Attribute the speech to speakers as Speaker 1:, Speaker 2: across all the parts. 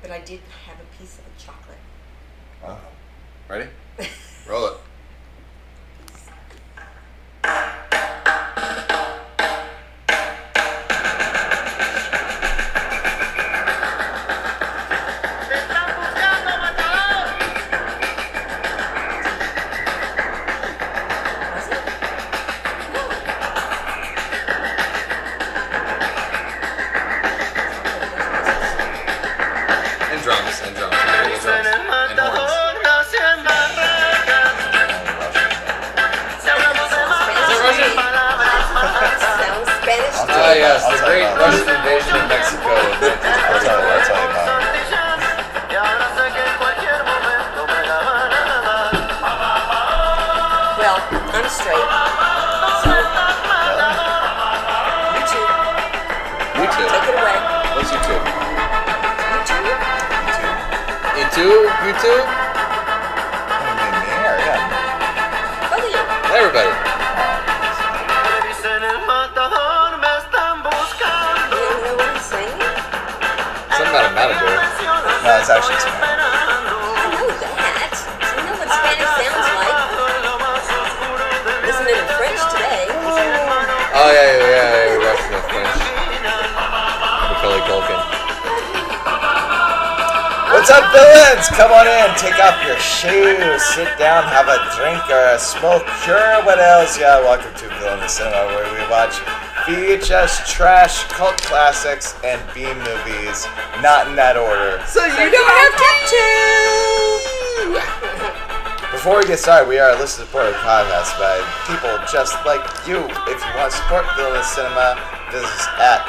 Speaker 1: but I did have a piece of the chocolate.
Speaker 2: Uh,
Speaker 3: Ready? Roll it.
Speaker 1: Was it? No.
Speaker 3: And drums, and drums, and drums, and horns.
Speaker 1: Spanish
Speaker 3: that Russian?
Speaker 1: Sounds Spanish to me.
Speaker 3: Ah, yes, the great
Speaker 2: Outside.
Speaker 3: Russian invasion of Mexico in
Speaker 2: I'll tell you, I'll tell
Speaker 3: 1945.
Speaker 2: you about it.
Speaker 1: Well, I'm straight. So, you two,
Speaker 3: YouTube.
Speaker 1: take it away.
Speaker 3: What's YouTube?
Speaker 1: You two?
Speaker 3: YouTube? YouTube?
Speaker 2: I mean, the air, yeah.
Speaker 1: Both of you.
Speaker 3: Everybody.
Speaker 1: You don't know what he's saying?
Speaker 3: Something about a matador.
Speaker 2: No, it's actually Spanish.
Speaker 1: I know that. I know what Spanish sounds like. Listening in French today.
Speaker 3: Oh, yeah, yeah, yeah, yeah, Russian and French. Macaulay Culkin.
Speaker 2: What's up, villains? Come on in, take off your shoes, sit down, have a drink or a smoke. Sure, what else? Yeah, welcome to Villain Cinema, where we watch VHS trash, cult classics, and B movies. Not in that order.
Speaker 3: So you
Speaker 1: don't have to.
Speaker 2: Before we get started, we are a listener supported podcast by people just like you. If you want to support Villainous Cinema, visit us at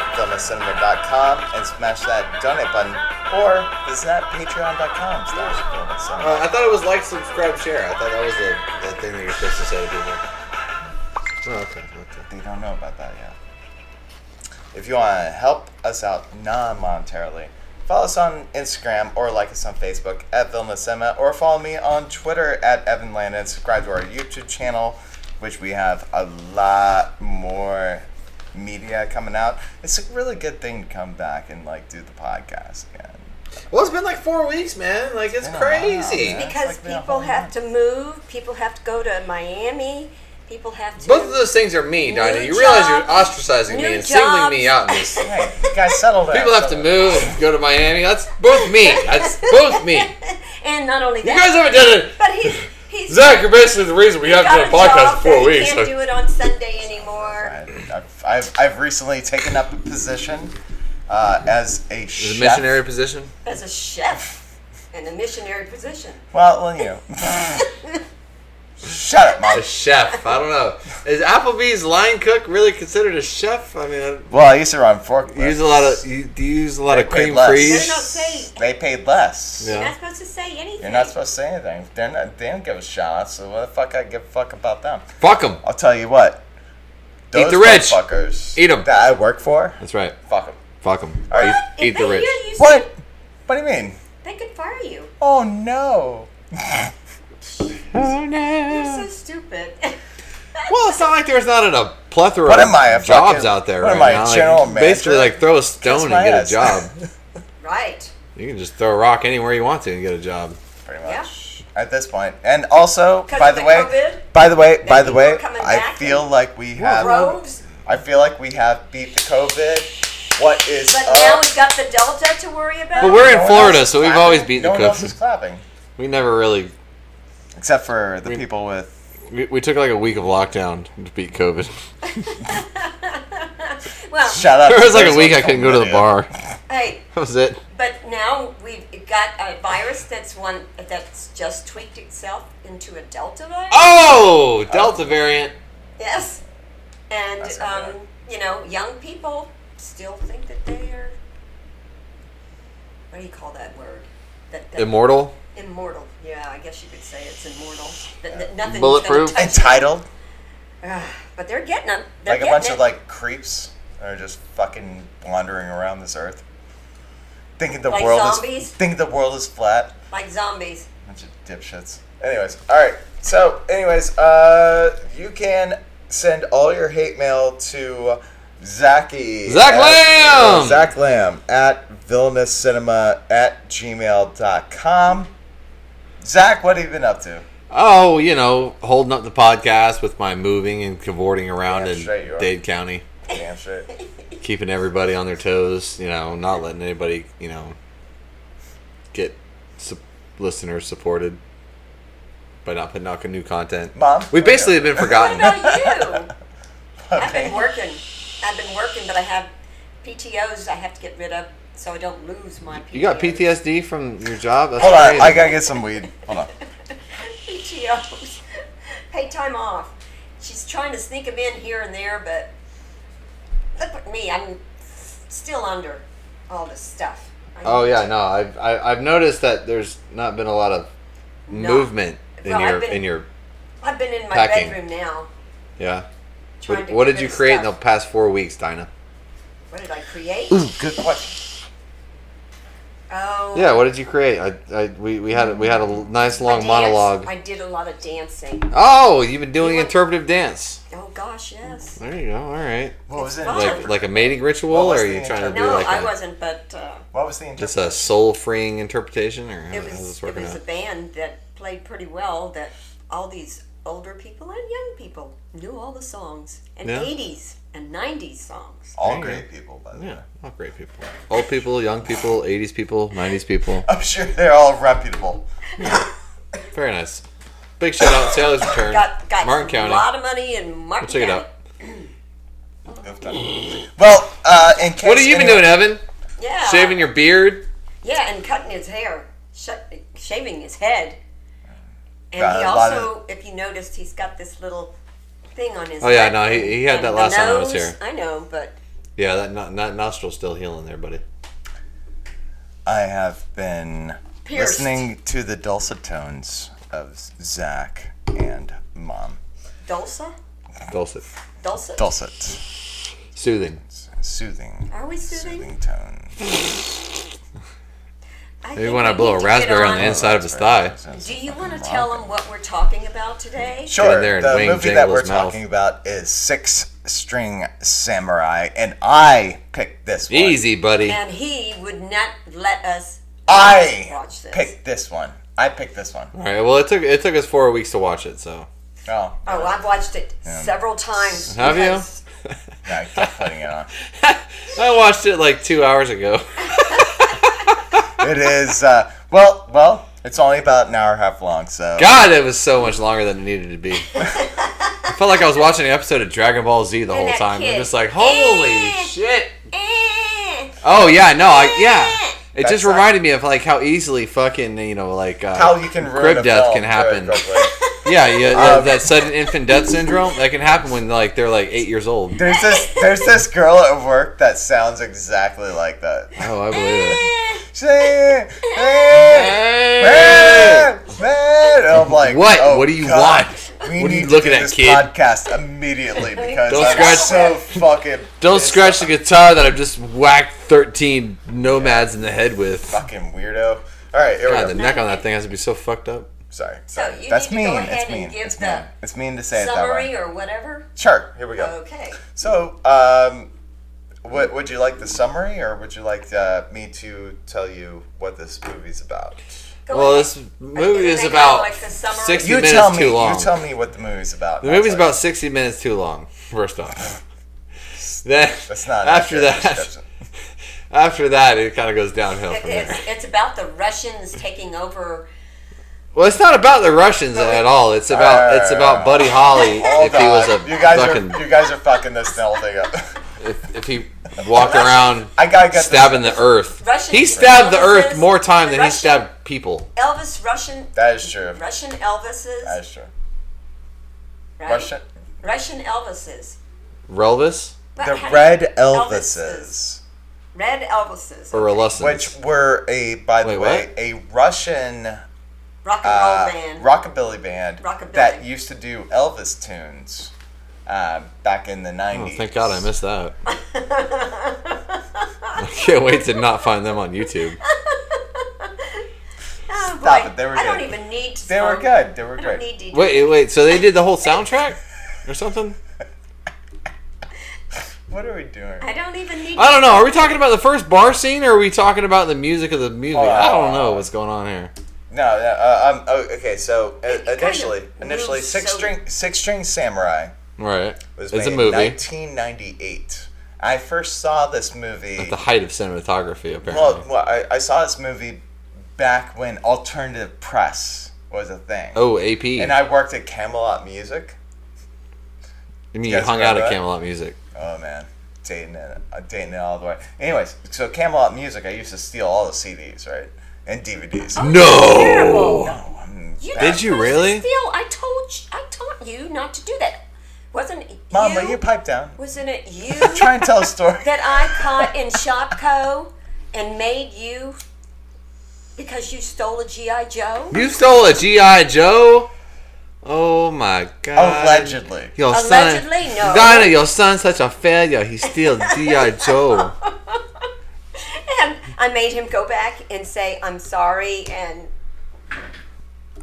Speaker 2: villainouscinema.com and smash that donate button, or visit at patreon.com slash villainous cinema.
Speaker 3: Uh, I thought it was like, subscribe, share. I thought that was the, the thing that you're supposed to say to people. Oh, okay, okay.
Speaker 2: They don't know about that yet. If you want to help us out non-monetarily, follow us on Instagram or like us on Facebook at Villainous Cinema, or follow me on Twitter at Evan Landon. Subscribe to our YouTube channel, which we have a lot more media coming out. It's a really good thing to come back and like do the podcast again.
Speaker 3: Well, it's been like four weeks, man. Like, it's
Speaker 2: Yeah,
Speaker 3: crazy.
Speaker 2: yeah.
Speaker 1: Because
Speaker 2: It's like being
Speaker 1: people
Speaker 2: home
Speaker 1: have to move, people have to go to Miami, people have to.
Speaker 3: Both of those things are me, Dinah.
Speaker 1: New
Speaker 3: You realize you're
Speaker 1: jobs.
Speaker 3: ostracizing
Speaker 1: New
Speaker 3: me and singling me out
Speaker 1: jobs.
Speaker 3: in this.
Speaker 2: Hey, you guys, settle down.
Speaker 3: People have to
Speaker 2: settle
Speaker 3: move and go to Miami. That's both me. That's both me. You
Speaker 1: and not only that,
Speaker 3: guys haven't done it.
Speaker 1: but he's he's
Speaker 3: Zach, you're basically the reason we haven't
Speaker 1: got
Speaker 3: done a
Speaker 1: a
Speaker 3: podcast
Speaker 1: job
Speaker 3: in
Speaker 1: that
Speaker 3: four
Speaker 1: he
Speaker 3: weeks.
Speaker 1: Can't do it on Sunday anymore.
Speaker 2: down. I've, I've, I've recently taken up a position uh, as a
Speaker 3: Is it a
Speaker 2: chef.
Speaker 3: missionary position?
Speaker 1: As a chef in a missionary position,
Speaker 2: Well, well, you. Shut up,
Speaker 3: A
Speaker 2: mom.
Speaker 3: chef. I don't know. Is Applebee's line cook really considered a chef? I mean, I-
Speaker 2: Well, I used to run forklifts.
Speaker 3: you use a lot of you, do you use a lot of
Speaker 2: They paid
Speaker 3: cream
Speaker 2: less.
Speaker 1: they're
Speaker 3: frie's?
Speaker 1: not saying.
Speaker 2: They paid less.
Speaker 3: Yeah.
Speaker 1: You're not supposed to say anything.
Speaker 2: You're not supposed to say anything. They're not. They don't give a shout out. So what the fuck? I give a fuck about them.
Speaker 3: Fuck them.
Speaker 2: I'll tell you what.
Speaker 3: Eat
Speaker 2: Those
Speaker 3: the rich.
Speaker 2: motherfuckers
Speaker 3: Eat 'em.
Speaker 2: That I work for.
Speaker 3: That's right.
Speaker 2: Fuck them.
Speaker 3: Fuck them.
Speaker 2: All right.
Speaker 1: Well,
Speaker 3: Eat- eat
Speaker 1: if
Speaker 3: the
Speaker 1: they
Speaker 3: rich.
Speaker 1: hear you say-
Speaker 2: What? What do you mean?
Speaker 1: They could fire you.
Speaker 2: Oh no.
Speaker 3: Oh
Speaker 1: You're
Speaker 3: no.
Speaker 1: so stupid.
Speaker 3: Well, it's not like there's not a plethora
Speaker 2: What am
Speaker 3: of
Speaker 2: I, a
Speaker 3: jobs
Speaker 2: fucking-
Speaker 3: out there
Speaker 2: what
Speaker 3: right
Speaker 2: am I,
Speaker 3: now. Like,
Speaker 2: general manager?
Speaker 3: basically, like throw a stone and
Speaker 2: my
Speaker 3: get
Speaker 2: ass.
Speaker 3: a job.
Speaker 1: right.
Speaker 3: you can just throw a rock anywhere you want to and get a job.
Speaker 2: Pretty
Speaker 1: Yeah.
Speaker 2: much. At this point, and also,
Speaker 1: 'Cause
Speaker 2: by
Speaker 1: of
Speaker 2: the
Speaker 1: the
Speaker 2: way,
Speaker 1: COVID?
Speaker 2: by the way, by
Speaker 1: And
Speaker 2: the
Speaker 1: people are
Speaker 2: way,
Speaker 1: coming
Speaker 2: I
Speaker 1: back
Speaker 2: feel
Speaker 1: and-
Speaker 2: like we have
Speaker 1: Rogues.
Speaker 2: I feel like we have beat the COVID. What is
Speaker 1: But
Speaker 2: up?
Speaker 1: now we've got the Delta to worry about.
Speaker 3: But we're
Speaker 2: No
Speaker 3: in
Speaker 2: one
Speaker 3: Florida,
Speaker 2: else is
Speaker 3: so we've
Speaker 2: clapping.
Speaker 3: always beaten
Speaker 2: No
Speaker 3: the
Speaker 2: one else is
Speaker 3: COVID.
Speaker 2: clapping,
Speaker 3: We never really.
Speaker 2: except for the
Speaker 3: We-
Speaker 2: people with.
Speaker 3: We, we took like a week of lockdown to beat COVID.
Speaker 1: well,
Speaker 2: Shut up!
Speaker 3: There was like a
Speaker 2: There's
Speaker 3: week
Speaker 2: one
Speaker 3: I couldn't go to the
Speaker 2: comedian.
Speaker 3: bar.
Speaker 1: hey,
Speaker 3: That was it.
Speaker 1: But now we've got a virus that's one that's just tweaked itself into a Delta virus.
Speaker 3: Oh, Delta variant.
Speaker 1: Yes, and
Speaker 2: That's not
Speaker 1: um,
Speaker 2: bad.
Speaker 1: you know, young people still think that they are. What do you call that word? That, that
Speaker 3: Immortal.
Speaker 1: Immortal. Yeah, I guess you could say it's immortal. That, that nothing's
Speaker 3: Bulletproof.
Speaker 1: Gonna touch
Speaker 2: Entitled,
Speaker 1: them. but they're getting them. They're
Speaker 2: like a
Speaker 1: getting
Speaker 2: bunch
Speaker 1: it.
Speaker 2: of like creeps that are just fucking wandering around this earth, thinking the
Speaker 1: Like
Speaker 2: world
Speaker 1: zombies?
Speaker 2: is thinking the world is flat.
Speaker 1: like zombies.
Speaker 2: Bunch of dipshits. Anyways, all right. So, anyways, uh, you can send all your hate mail to Zachy.
Speaker 3: Zach
Speaker 2: at-
Speaker 3: Lamb!
Speaker 2: Zach Lamb at villainouscinema at gmail.com. Zach, what have you been up to?
Speaker 3: Oh, you know, holding up the podcast with my moving and cavorting around
Speaker 2: Yeah,
Speaker 3: in
Speaker 2: straight you are.
Speaker 3: Dade County,
Speaker 2: Damn straight.
Speaker 3: keeping everybody on their toes. You know, not letting anybody, you know, get su- listeners supported by not putting out new content.
Speaker 2: Mom?
Speaker 3: We basically have been
Speaker 1: What
Speaker 3: forgotten.
Speaker 1: about you? I've been working. I've been working, but I have PTOs I have to get rid of so I don't lose my PTOs.
Speaker 3: You got PTSD from your job? That's
Speaker 2: Hold on,
Speaker 3: crazy.
Speaker 2: I gotta get some weed. Hold on.
Speaker 1: PTOs. Pay time off. She's trying to sneak them in here and there, but look at me. I'm still under all this stuff. I-
Speaker 3: Oh yeah, no, I've I, I've noticed that there's not been a lot of
Speaker 1: No.
Speaker 3: movement in
Speaker 1: Well, I've
Speaker 3: your
Speaker 1: been-
Speaker 3: in your
Speaker 1: I've been in my
Speaker 3: Packing.
Speaker 1: bedroom now.
Speaker 3: yeah.
Speaker 1: Trying
Speaker 3: What,
Speaker 1: to
Speaker 3: what
Speaker 1: get
Speaker 3: did you
Speaker 1: rid of
Speaker 3: create in the
Speaker 1: stuff.
Speaker 3: past four weeks, Dinah?
Speaker 1: What did I create?
Speaker 2: Good question.
Speaker 1: Oh,
Speaker 3: Yeah, what did you create? I, I we, we had a- we had a l- nice
Speaker 1: I
Speaker 3: long
Speaker 1: danced.
Speaker 3: monologue.
Speaker 1: I did a lot of dancing.
Speaker 3: oh, you've been doing
Speaker 1: You want-
Speaker 3: interpretive dance.
Speaker 1: Oh gosh, yes.
Speaker 3: There you go. All right,
Speaker 2: What was it?
Speaker 1: It's
Speaker 3: like like a mating ritual,
Speaker 2: What
Speaker 3: or
Speaker 2: was
Speaker 3: are
Speaker 2: the
Speaker 3: you trying to do
Speaker 1: No,
Speaker 3: like
Speaker 1: I
Speaker 3: a,
Speaker 1: wasn't, but uh,
Speaker 2: What was the
Speaker 3: just
Speaker 2: interpretation?
Speaker 3: a soul freeing interpretation, or how-
Speaker 1: it
Speaker 3: how's
Speaker 1: was
Speaker 3: this
Speaker 1: it
Speaker 3: working
Speaker 1: was a
Speaker 3: out?
Speaker 1: band that played pretty well. That all these older people and young people knew all the songs and
Speaker 3: Yeah. Oh,
Speaker 1: '80s and '90s songs.
Speaker 2: All
Speaker 3: Dang.
Speaker 2: great people, by the way.
Speaker 3: Yeah, all great people, old people, young people, '80s people, '90s people.
Speaker 2: I'm sure they're all reputable.
Speaker 3: Very nice. Big shout out, Sailor's Return,
Speaker 1: Got got
Speaker 3: Martin
Speaker 1: a
Speaker 3: County.
Speaker 1: lot of money in Martin
Speaker 3: Check it
Speaker 1: County.
Speaker 3: out.
Speaker 2: Well, uh, in case
Speaker 3: What have you been
Speaker 2: anyone-
Speaker 3: doing, Evan?
Speaker 1: Yeah,
Speaker 3: Shaving your beard?
Speaker 1: Yeah, and cutting his hair, sh- shaving his head. And
Speaker 2: Got
Speaker 1: he
Speaker 2: a lot
Speaker 1: also, if you noticed, he's got this little thing on his.
Speaker 3: Oh, yeah,
Speaker 1: neck
Speaker 3: no, he-
Speaker 1: and-
Speaker 3: he had
Speaker 1: and
Speaker 3: that
Speaker 1: the
Speaker 3: last time I was
Speaker 1: nose.
Speaker 3: here.
Speaker 1: I know, but
Speaker 3: Yeah, that not, not nostril's still healing there, buddy.
Speaker 2: I have been
Speaker 1: Pierced.
Speaker 2: listening to the dulcet tones of Zach and Mom.
Speaker 1: Dulce,
Speaker 3: Dulcet,
Speaker 1: Dulce.
Speaker 2: Dulcet.
Speaker 3: soothing.
Speaker 2: Soothing.
Speaker 1: Are we soothing?
Speaker 2: Soothing tone.
Speaker 1: I
Speaker 3: Maybe
Speaker 1: think
Speaker 3: when
Speaker 1: we
Speaker 3: I blow
Speaker 1: need
Speaker 3: a
Speaker 1: to get
Speaker 3: raspberry on the inside of his thigh.
Speaker 1: Do you want to tell him what we're talking about today?
Speaker 3: Get
Speaker 2: Sure.
Speaker 3: in there and
Speaker 2: the
Speaker 3: wing
Speaker 2: movie that
Speaker 3: Jingle's
Speaker 2: we're
Speaker 3: mouth.
Speaker 2: talking about is Six String Samurai, and I picked this one.
Speaker 3: Easy, buddy.
Speaker 1: And he would not let us
Speaker 2: I
Speaker 1: watch this.
Speaker 2: picked this one. I picked this one.
Speaker 3: All right. Well, it took it took us four weeks to watch it. So
Speaker 2: Oh,
Speaker 1: Oh, I've watched it several times.
Speaker 3: have you?
Speaker 1: because-
Speaker 2: yeah, I kept putting it on.
Speaker 3: I watched it like two hours ago.
Speaker 2: It is uh, well, well. It's only about an hour and a half long, so
Speaker 3: God, it was so much longer than it needed to be. I felt like I was watching an episode of Dragon Ball Z the
Speaker 1: And
Speaker 3: whole
Speaker 1: that
Speaker 3: time. I'm
Speaker 1: kid.
Speaker 3: just like, holy
Speaker 1: Eh.
Speaker 3: shit.
Speaker 1: Eh.
Speaker 3: Oh yeah, no, I yeah. It
Speaker 2: That's
Speaker 3: just
Speaker 2: not-
Speaker 3: reminded me of like how easily fucking you know like uh,
Speaker 2: how you can ruin
Speaker 3: crib
Speaker 2: a
Speaker 3: death
Speaker 2: film
Speaker 3: can happen.
Speaker 2: very quickly.
Speaker 3: Yeah, yeah, yeah,
Speaker 2: Um,
Speaker 3: that sudden infant death syndrome that can happen when like they're like eight years old.
Speaker 2: There's this there's this girl at work that sounds exactly like that.
Speaker 3: Oh, I believe it.
Speaker 2: She's like, "Eh, eh,
Speaker 3: Hey!
Speaker 2: eh, eh," and I'm like,
Speaker 3: What?
Speaker 2: oh,
Speaker 3: what do you
Speaker 2: God,
Speaker 3: want?
Speaker 2: We
Speaker 3: What are
Speaker 2: need
Speaker 3: you
Speaker 2: to
Speaker 3: looking
Speaker 2: do
Speaker 3: at,
Speaker 2: this
Speaker 3: kid?
Speaker 2: podcast immediately because
Speaker 3: Don't
Speaker 2: I'm
Speaker 3: scratch-
Speaker 2: so fucking
Speaker 3: Don't
Speaker 2: pissed
Speaker 3: scratch the
Speaker 2: off.
Speaker 3: guitar that I've just whacked thirteen nomads in the head with.
Speaker 2: fucking weirdo. All right, here
Speaker 3: God,
Speaker 2: we
Speaker 3: the
Speaker 2: go.
Speaker 3: neck on that thing has to be so fucked up.
Speaker 2: Sorry, sorry.
Speaker 1: you
Speaker 2: That's
Speaker 1: need to go
Speaker 2: mean.
Speaker 1: ahead
Speaker 2: It's
Speaker 1: and
Speaker 2: mean.
Speaker 1: give
Speaker 2: It's
Speaker 1: the
Speaker 2: mean. It's mean to say it that way.
Speaker 1: Summary or whatever.
Speaker 2: Sure. Here we go.
Speaker 1: Okay.
Speaker 2: So, um, what, would you like the summary, or would you like uh, me to tell you what this movie's about?
Speaker 1: Go
Speaker 3: Well,
Speaker 1: ahead.
Speaker 3: this
Speaker 1: Are you
Speaker 3: movie
Speaker 1: gonna
Speaker 3: is
Speaker 1: make
Speaker 3: about
Speaker 1: like the summary?
Speaker 3: sixty
Speaker 2: You
Speaker 3: minutes
Speaker 2: tell me.
Speaker 3: too long.
Speaker 2: You tell me what the movie's about.
Speaker 3: The movie's about 60 minutes too long, first off. then,
Speaker 2: That's not an
Speaker 3: after
Speaker 2: accurate
Speaker 3: that,
Speaker 2: description.
Speaker 3: after that, it kind of goes downhill
Speaker 1: It-
Speaker 3: from there.
Speaker 1: It's, it's about the Russians taking over.
Speaker 3: Well, it's not about the Russians at all. It's about it's about Buddy Holly
Speaker 2: Hold
Speaker 3: if he was
Speaker 2: on.
Speaker 3: a
Speaker 2: Uh, you guys
Speaker 3: fucking
Speaker 2: are you guys are fucking this whole thing up.
Speaker 3: if, if he walked around
Speaker 2: I gotta get this-
Speaker 3: stabbing the earth.
Speaker 1: Russian
Speaker 3: he stabbed the earth
Speaker 1: Russians-
Speaker 3: more time than he
Speaker 1: Russian-
Speaker 3: stabbed people.
Speaker 1: Elvis Russian
Speaker 2: That is true.
Speaker 1: Russian Elvises.
Speaker 2: That is true.
Speaker 1: right?
Speaker 2: Russian.
Speaker 1: Russian Elvises.
Speaker 3: Relvis
Speaker 1: But
Speaker 2: The
Speaker 1: how do you-
Speaker 2: Red Elvises,
Speaker 1: Red Elvises.
Speaker 3: or Relessons?
Speaker 2: which were a by the
Speaker 3: Wait,
Speaker 2: way
Speaker 3: what?
Speaker 2: a Russian
Speaker 1: rock and roll
Speaker 2: uh,
Speaker 1: band.
Speaker 2: rockabilly band
Speaker 1: Rockabilly.
Speaker 2: that used to do Elvis tunes uh, back in the 90s.
Speaker 3: oh, thank God I missed that. I can't wait to not find them on YouTube.
Speaker 1: Oh,
Speaker 2: Stop
Speaker 1: boy.
Speaker 2: it, they were
Speaker 1: I don't
Speaker 2: good.
Speaker 1: even need to.
Speaker 2: They were
Speaker 1: smoke.
Speaker 2: good. They were
Speaker 1: I don't
Speaker 2: great.
Speaker 1: need to.
Speaker 3: Wait, wait. So they did the whole soundtrack or something?
Speaker 2: What are we doing?
Speaker 1: I don't even need.
Speaker 3: I don't know. Are we talking about the first bar scene, or are we talking about the music of the movie? I don't know what's going on here.
Speaker 2: No, no uh, um, oh, okay. So uh,
Speaker 1: It- it kind
Speaker 2: initially,
Speaker 1: of
Speaker 2: initially
Speaker 1: moves
Speaker 2: six
Speaker 1: so-
Speaker 2: string six string samurai
Speaker 3: Right.
Speaker 2: was
Speaker 3: it's a
Speaker 2: made
Speaker 3: movie.
Speaker 2: in 1998. I first saw this movie.
Speaker 3: At the height of cinematography, apparently.
Speaker 2: well, well I, I saw this movie back when alternative press was a thing,
Speaker 3: oh, AP.
Speaker 2: and I worked at Camelot Music.
Speaker 3: you mean
Speaker 2: you
Speaker 3: you
Speaker 2: guys
Speaker 3: hung out at
Speaker 2: remember that?
Speaker 3: Camelot Music?
Speaker 2: Oh man, dating it, uh, dating it all the way. Anyways, so Camelot Music, I used to steal all the CDs, right, and DVDs.
Speaker 1: terrible.
Speaker 2: No, I'm
Speaker 1: You
Speaker 2: bad.
Speaker 1: don't supposed
Speaker 3: Did Oh, you
Speaker 1: to
Speaker 3: really?
Speaker 1: Steal. I told. you- I taught you not to do that. Wasn't it
Speaker 2: Mom,
Speaker 1: you?
Speaker 2: will you pipe down?
Speaker 1: Wasn't it you
Speaker 2: Try and tell a story.
Speaker 1: that I caught in Shopco and made you because you stole a GI Joe?
Speaker 3: You stole a GI Joe. Oh my God.
Speaker 2: Allegedly.
Speaker 3: Your
Speaker 1: Allegedly,
Speaker 3: son,
Speaker 1: no.
Speaker 3: Dinah, your son's such a failure. He steals GI Joe.
Speaker 1: And I made him go back and say I'm sorry and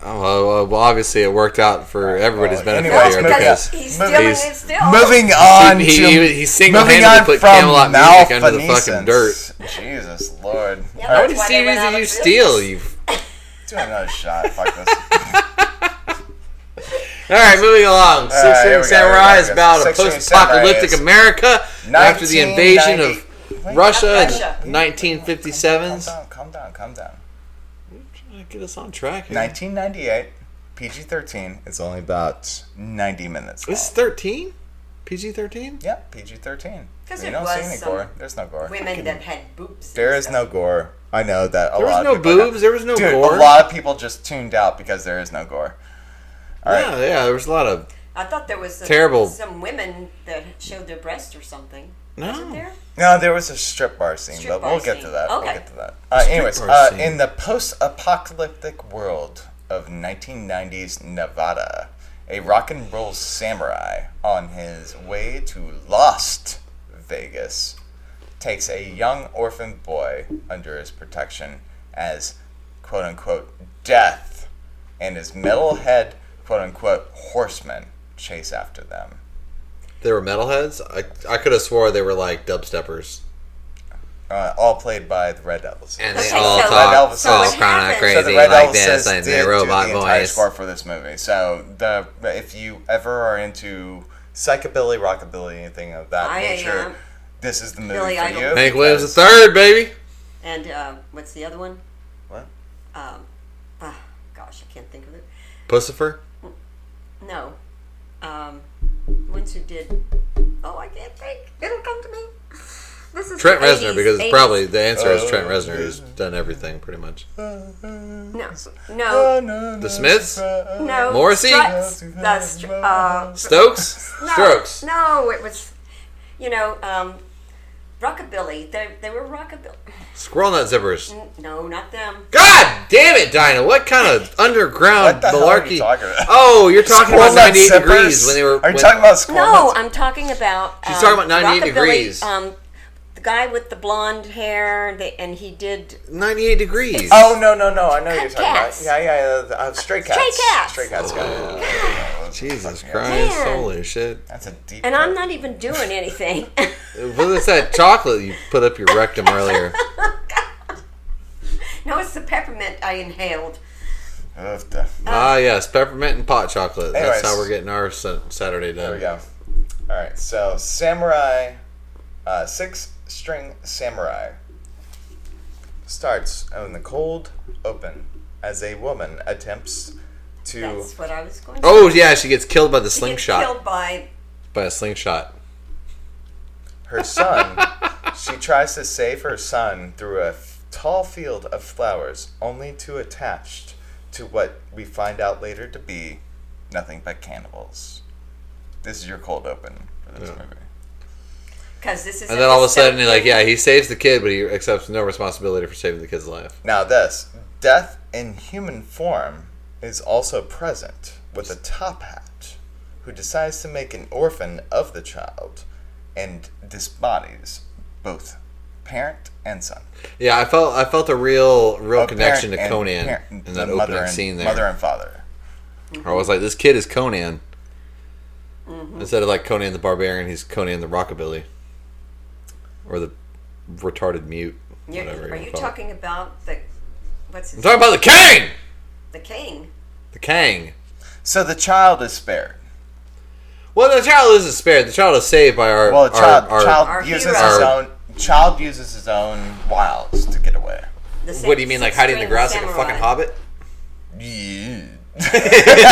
Speaker 3: Oh, well, well, well, obviously it worked out for everybody's
Speaker 2: Well,
Speaker 3: benefit
Speaker 2: anyway,
Speaker 3: here
Speaker 2: it's okay.
Speaker 3: because
Speaker 1: because he's
Speaker 3: he,
Speaker 2: Mo-
Speaker 1: stealing
Speaker 3: he's
Speaker 1: it still.
Speaker 2: Moving on
Speaker 3: he,
Speaker 2: to
Speaker 3: he, single-handedly put Camelot music under the fucking dirt.
Speaker 2: malfeasance. Jesus Lord.
Speaker 1: Yeah,
Speaker 2: All
Speaker 3: How
Speaker 2: right,
Speaker 1: that's
Speaker 3: many
Speaker 1: why they went
Speaker 3: series
Speaker 1: out
Speaker 3: did
Speaker 1: of
Speaker 3: you
Speaker 1: business.
Speaker 3: steal? You.
Speaker 2: do another shot. Fuck this.
Speaker 3: All right, moving along.
Speaker 2: right,
Speaker 3: Six
Speaker 2: here we
Speaker 3: String
Speaker 2: go, here we go,
Speaker 3: Samurai
Speaker 2: here
Speaker 3: is
Speaker 2: we go.
Speaker 3: about a
Speaker 2: Six String
Speaker 3: post-apocalyptic
Speaker 2: Samurai is
Speaker 3: America after the invasion of
Speaker 2: 1990 Wait,
Speaker 3: Russia in
Speaker 1: Russia.
Speaker 2: Calm down,
Speaker 3: 1957.
Speaker 2: calm down, calm down.
Speaker 3: Trying to Get us on track. here.
Speaker 2: 1998, PG 13. It's only about 90 minutes.
Speaker 3: This is
Speaker 2: long.
Speaker 3: 13, PG 13.
Speaker 2: Yep, PG 13.
Speaker 1: 'Cause
Speaker 2: You
Speaker 1: it
Speaker 2: don't
Speaker 1: was
Speaker 2: see any
Speaker 1: some
Speaker 2: gore. There's no gore.
Speaker 1: Women that had boobs. and
Speaker 2: There is
Speaker 1: stuff.
Speaker 2: no gore. Oh, I know that a
Speaker 3: There was
Speaker 2: lot
Speaker 3: no
Speaker 2: of people-
Speaker 3: boobs. There was no
Speaker 2: Dude,
Speaker 3: gore.
Speaker 2: a lot of people just tuned out because there is no gore. All right.
Speaker 3: Yeah, yeah. There was a lot of
Speaker 1: I thought there was some,
Speaker 3: Terrible.
Speaker 1: Some women that showed their breasts or something.
Speaker 3: No.
Speaker 1: Wasn't there?
Speaker 2: No, there was a strip bar scene,
Speaker 1: Strip
Speaker 2: but
Speaker 1: bar
Speaker 2: we'll get to
Speaker 1: scene.
Speaker 2: that. We'll
Speaker 1: Okay.
Speaker 2: get to that. Uh, anyways,
Speaker 3: bar
Speaker 2: uh,
Speaker 3: scene.
Speaker 2: in the post-apocalyptic world of 1990s Nevada, a rock and roll samurai on his way to Lost Vegas takes a young orphan boy under his protection as "quote unquote" death, and his metalhead "quote unquote" horsemen chase after them.
Speaker 3: They were metalheads. I I could have swore they were like dubsteppers,
Speaker 2: Uh, all played by the Red Devils.
Speaker 3: and
Speaker 1: Okay,
Speaker 3: they all
Speaker 1: so-
Speaker 3: talk
Speaker 2: so
Speaker 3: all
Speaker 2: what
Speaker 3: kind of
Speaker 1: happened-
Speaker 3: crazy
Speaker 2: So the Red
Speaker 3: like
Speaker 2: Elves
Speaker 3: this
Speaker 2: says
Speaker 3: and their
Speaker 2: did
Speaker 3: robot
Speaker 2: do the entire
Speaker 3: voice.
Speaker 2: score for this movie. So the if you ever are into psychobilly, rockabilly, anything of that
Speaker 1: I
Speaker 2: nature,
Speaker 1: am.
Speaker 2: this is the movie
Speaker 1: Billy
Speaker 2: for
Speaker 1: Idol.
Speaker 2: you.
Speaker 3: Hank Williams the
Speaker 2: because-
Speaker 3: third, baby.
Speaker 1: And uh, what's the other one?
Speaker 2: What?
Speaker 1: Um, ah, gosh, I can't think of it.
Speaker 3: Pussifer.
Speaker 1: No. Um, ones who did. Oh, I can't think. It'll come to me. This is
Speaker 3: Trent
Speaker 1: the
Speaker 3: Reznor,
Speaker 1: 80s,
Speaker 3: because it's
Speaker 1: 80s.
Speaker 3: probably the answer is Trent
Speaker 2: Oh,
Speaker 3: Reznor, who's done everything pretty much.
Speaker 1: no, no,
Speaker 3: The Smiths,
Speaker 1: no.
Speaker 3: Morrissey?
Speaker 1: Struts, the str- uh,
Speaker 3: Stokes,
Speaker 1: no,
Speaker 3: Strokes.
Speaker 1: No, it was, you know, um, rockabilly. They they were rockabilly.
Speaker 3: Squirrel Nut Zippers.
Speaker 1: No, not them.
Speaker 3: God damn it, Dinah! What kind of
Speaker 2: What
Speaker 3: underground
Speaker 2: the hell are you
Speaker 3: malarkey?
Speaker 2: talking about?
Speaker 3: Oh, you're talking
Speaker 2: Squirrel
Speaker 3: about
Speaker 2: Nut
Speaker 3: 98
Speaker 2: Zippers?
Speaker 3: degrees when they were.
Speaker 2: Are you
Speaker 3: when-
Speaker 2: talking about Squirrel
Speaker 1: No,
Speaker 2: Nuts?
Speaker 1: I'm talking about.
Speaker 3: She's
Speaker 1: um,
Speaker 3: talking about 98
Speaker 1: rockabilly,
Speaker 3: degrees.
Speaker 1: Um, the guy with the blonde hair, the, and he did
Speaker 3: 98 degrees?
Speaker 2: Oh no no no! I know what you're
Speaker 1: Cut
Speaker 2: talking
Speaker 1: cats.
Speaker 2: about. Yeah yeah, yeah uh, stray cats.
Speaker 1: Cats.
Speaker 2: Stray cats. got it. Oh,
Speaker 3: Jesus
Speaker 2: Fucking
Speaker 3: Christ!
Speaker 1: Man.
Speaker 3: Holy shit!
Speaker 2: That's a deep.
Speaker 1: And I'm not even doing anything.
Speaker 3: Well, it's that chocolate you put up your rectum earlier.
Speaker 1: no, it's the peppermint I inhaled.
Speaker 2: Ugh, the-
Speaker 3: Ah, yes, peppermint and pot chocolate.
Speaker 2: Anyways.
Speaker 3: That's how we're getting our sa- Saturday done.
Speaker 2: There we go. All right, so Samurai, uh, Six String Samurai starts in the cold open as a woman attempts to.
Speaker 1: That's what I was going. to
Speaker 3: Oh yeah, she gets killed by the
Speaker 1: Get
Speaker 3: slingshot.
Speaker 1: Killed by.
Speaker 3: By a slingshot.
Speaker 2: her son. she tries to save her son through a f- tall field of flowers, only to attach to what we find out later to be nothing but cannibals. This is your cold open for this movie.
Speaker 1: Because this is.
Speaker 3: And then all of a sudden, he like, yeah, he saves the kid, but he accepts no responsibility for saving the kid's life.
Speaker 2: Now, this death in human form is also present with a top hat who decides to make an orphan of the child and disbodies both parent and son.
Speaker 3: Yeah, I felt I felt a real real
Speaker 2: Oh,
Speaker 3: connection to
Speaker 2: parent and
Speaker 3: Conan
Speaker 2: parent- the
Speaker 3: in that
Speaker 2: mother
Speaker 3: opening
Speaker 2: and-
Speaker 3: scene there.
Speaker 2: Mother and father.
Speaker 3: I was like, this kid
Speaker 1: Mm-hmm.
Speaker 3: is Conan. Instead of like Conan the Barbarian, he's Conan the Rockabilly. or the retarded mute.
Speaker 1: You-
Speaker 3: whatever
Speaker 1: are
Speaker 3: wanna
Speaker 1: you
Speaker 3: call it.
Speaker 1: talking about the what's his
Speaker 3: I'm talking about the Kang.
Speaker 1: the king?
Speaker 3: The Kang.
Speaker 2: So the child is spared.
Speaker 3: Well, the child isn't spared. The child is saved by our.
Speaker 2: Well, the
Speaker 3: our-
Speaker 2: child
Speaker 3: our-
Speaker 2: child
Speaker 1: Our
Speaker 2: uses
Speaker 1: hero.
Speaker 2: his
Speaker 3: Our-
Speaker 2: own child uses his own wiles to get away.
Speaker 1: The sa-
Speaker 3: What do you mean, like hiding in the
Speaker 1: six-string
Speaker 3: grass like a
Speaker 1: samurai.
Speaker 3: fucking hobbit?
Speaker 2: Yeah.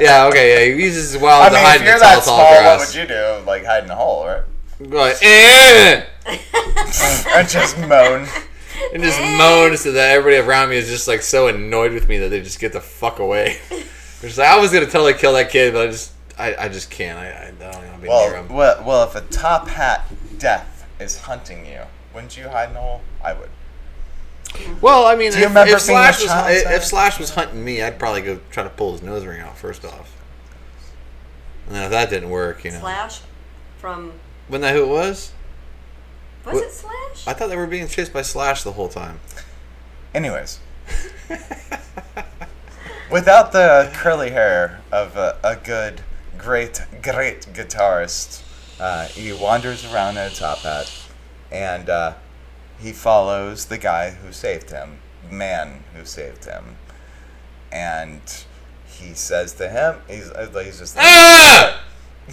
Speaker 3: Yeah, okay, yeah. He uses his wild
Speaker 2: I
Speaker 3: to
Speaker 2: mean,
Speaker 3: hide
Speaker 2: if
Speaker 3: in the
Speaker 2: you're
Speaker 3: tall,
Speaker 2: that
Speaker 3: tall
Speaker 2: small, what
Speaker 3: grass.
Speaker 2: would you do? Like hide in a hole, right?
Speaker 3: Like, "Eh,"
Speaker 2: and just moan.
Speaker 3: and just moan so that everybody around me is just like so annoyed with me that they just get the fuck away. They're just like, I was gonna totally kill that kid, but I just, I, I just can't. I, I don't want to be near
Speaker 2: Well,
Speaker 3: him.
Speaker 2: well, well, if a top hat death is hunting you, wouldn't you hide in a hole? I would.
Speaker 3: Well, I mean,
Speaker 2: Do you
Speaker 3: if,
Speaker 2: remember
Speaker 3: if
Speaker 2: seeing
Speaker 3: Slash
Speaker 2: the
Speaker 3: was
Speaker 2: child
Speaker 3: if,
Speaker 2: sign?
Speaker 3: if Slash was hunting me, I'd probably go try to pull his nose ring out first off. And then if that didn't work, you know,
Speaker 1: Slash from
Speaker 3: wasn't that who it was?
Speaker 1: was
Speaker 3: What-
Speaker 1: it Slash?
Speaker 3: I thought they were being chased by Slash the whole time.
Speaker 2: Anyways, without the curly hair of a, a good, great, great guitarist, uh, he wanders around in a top hat, and uh, he follows the guy who saved him, man who saved him, and he says to him, he's, uh, he's just
Speaker 3: Ah!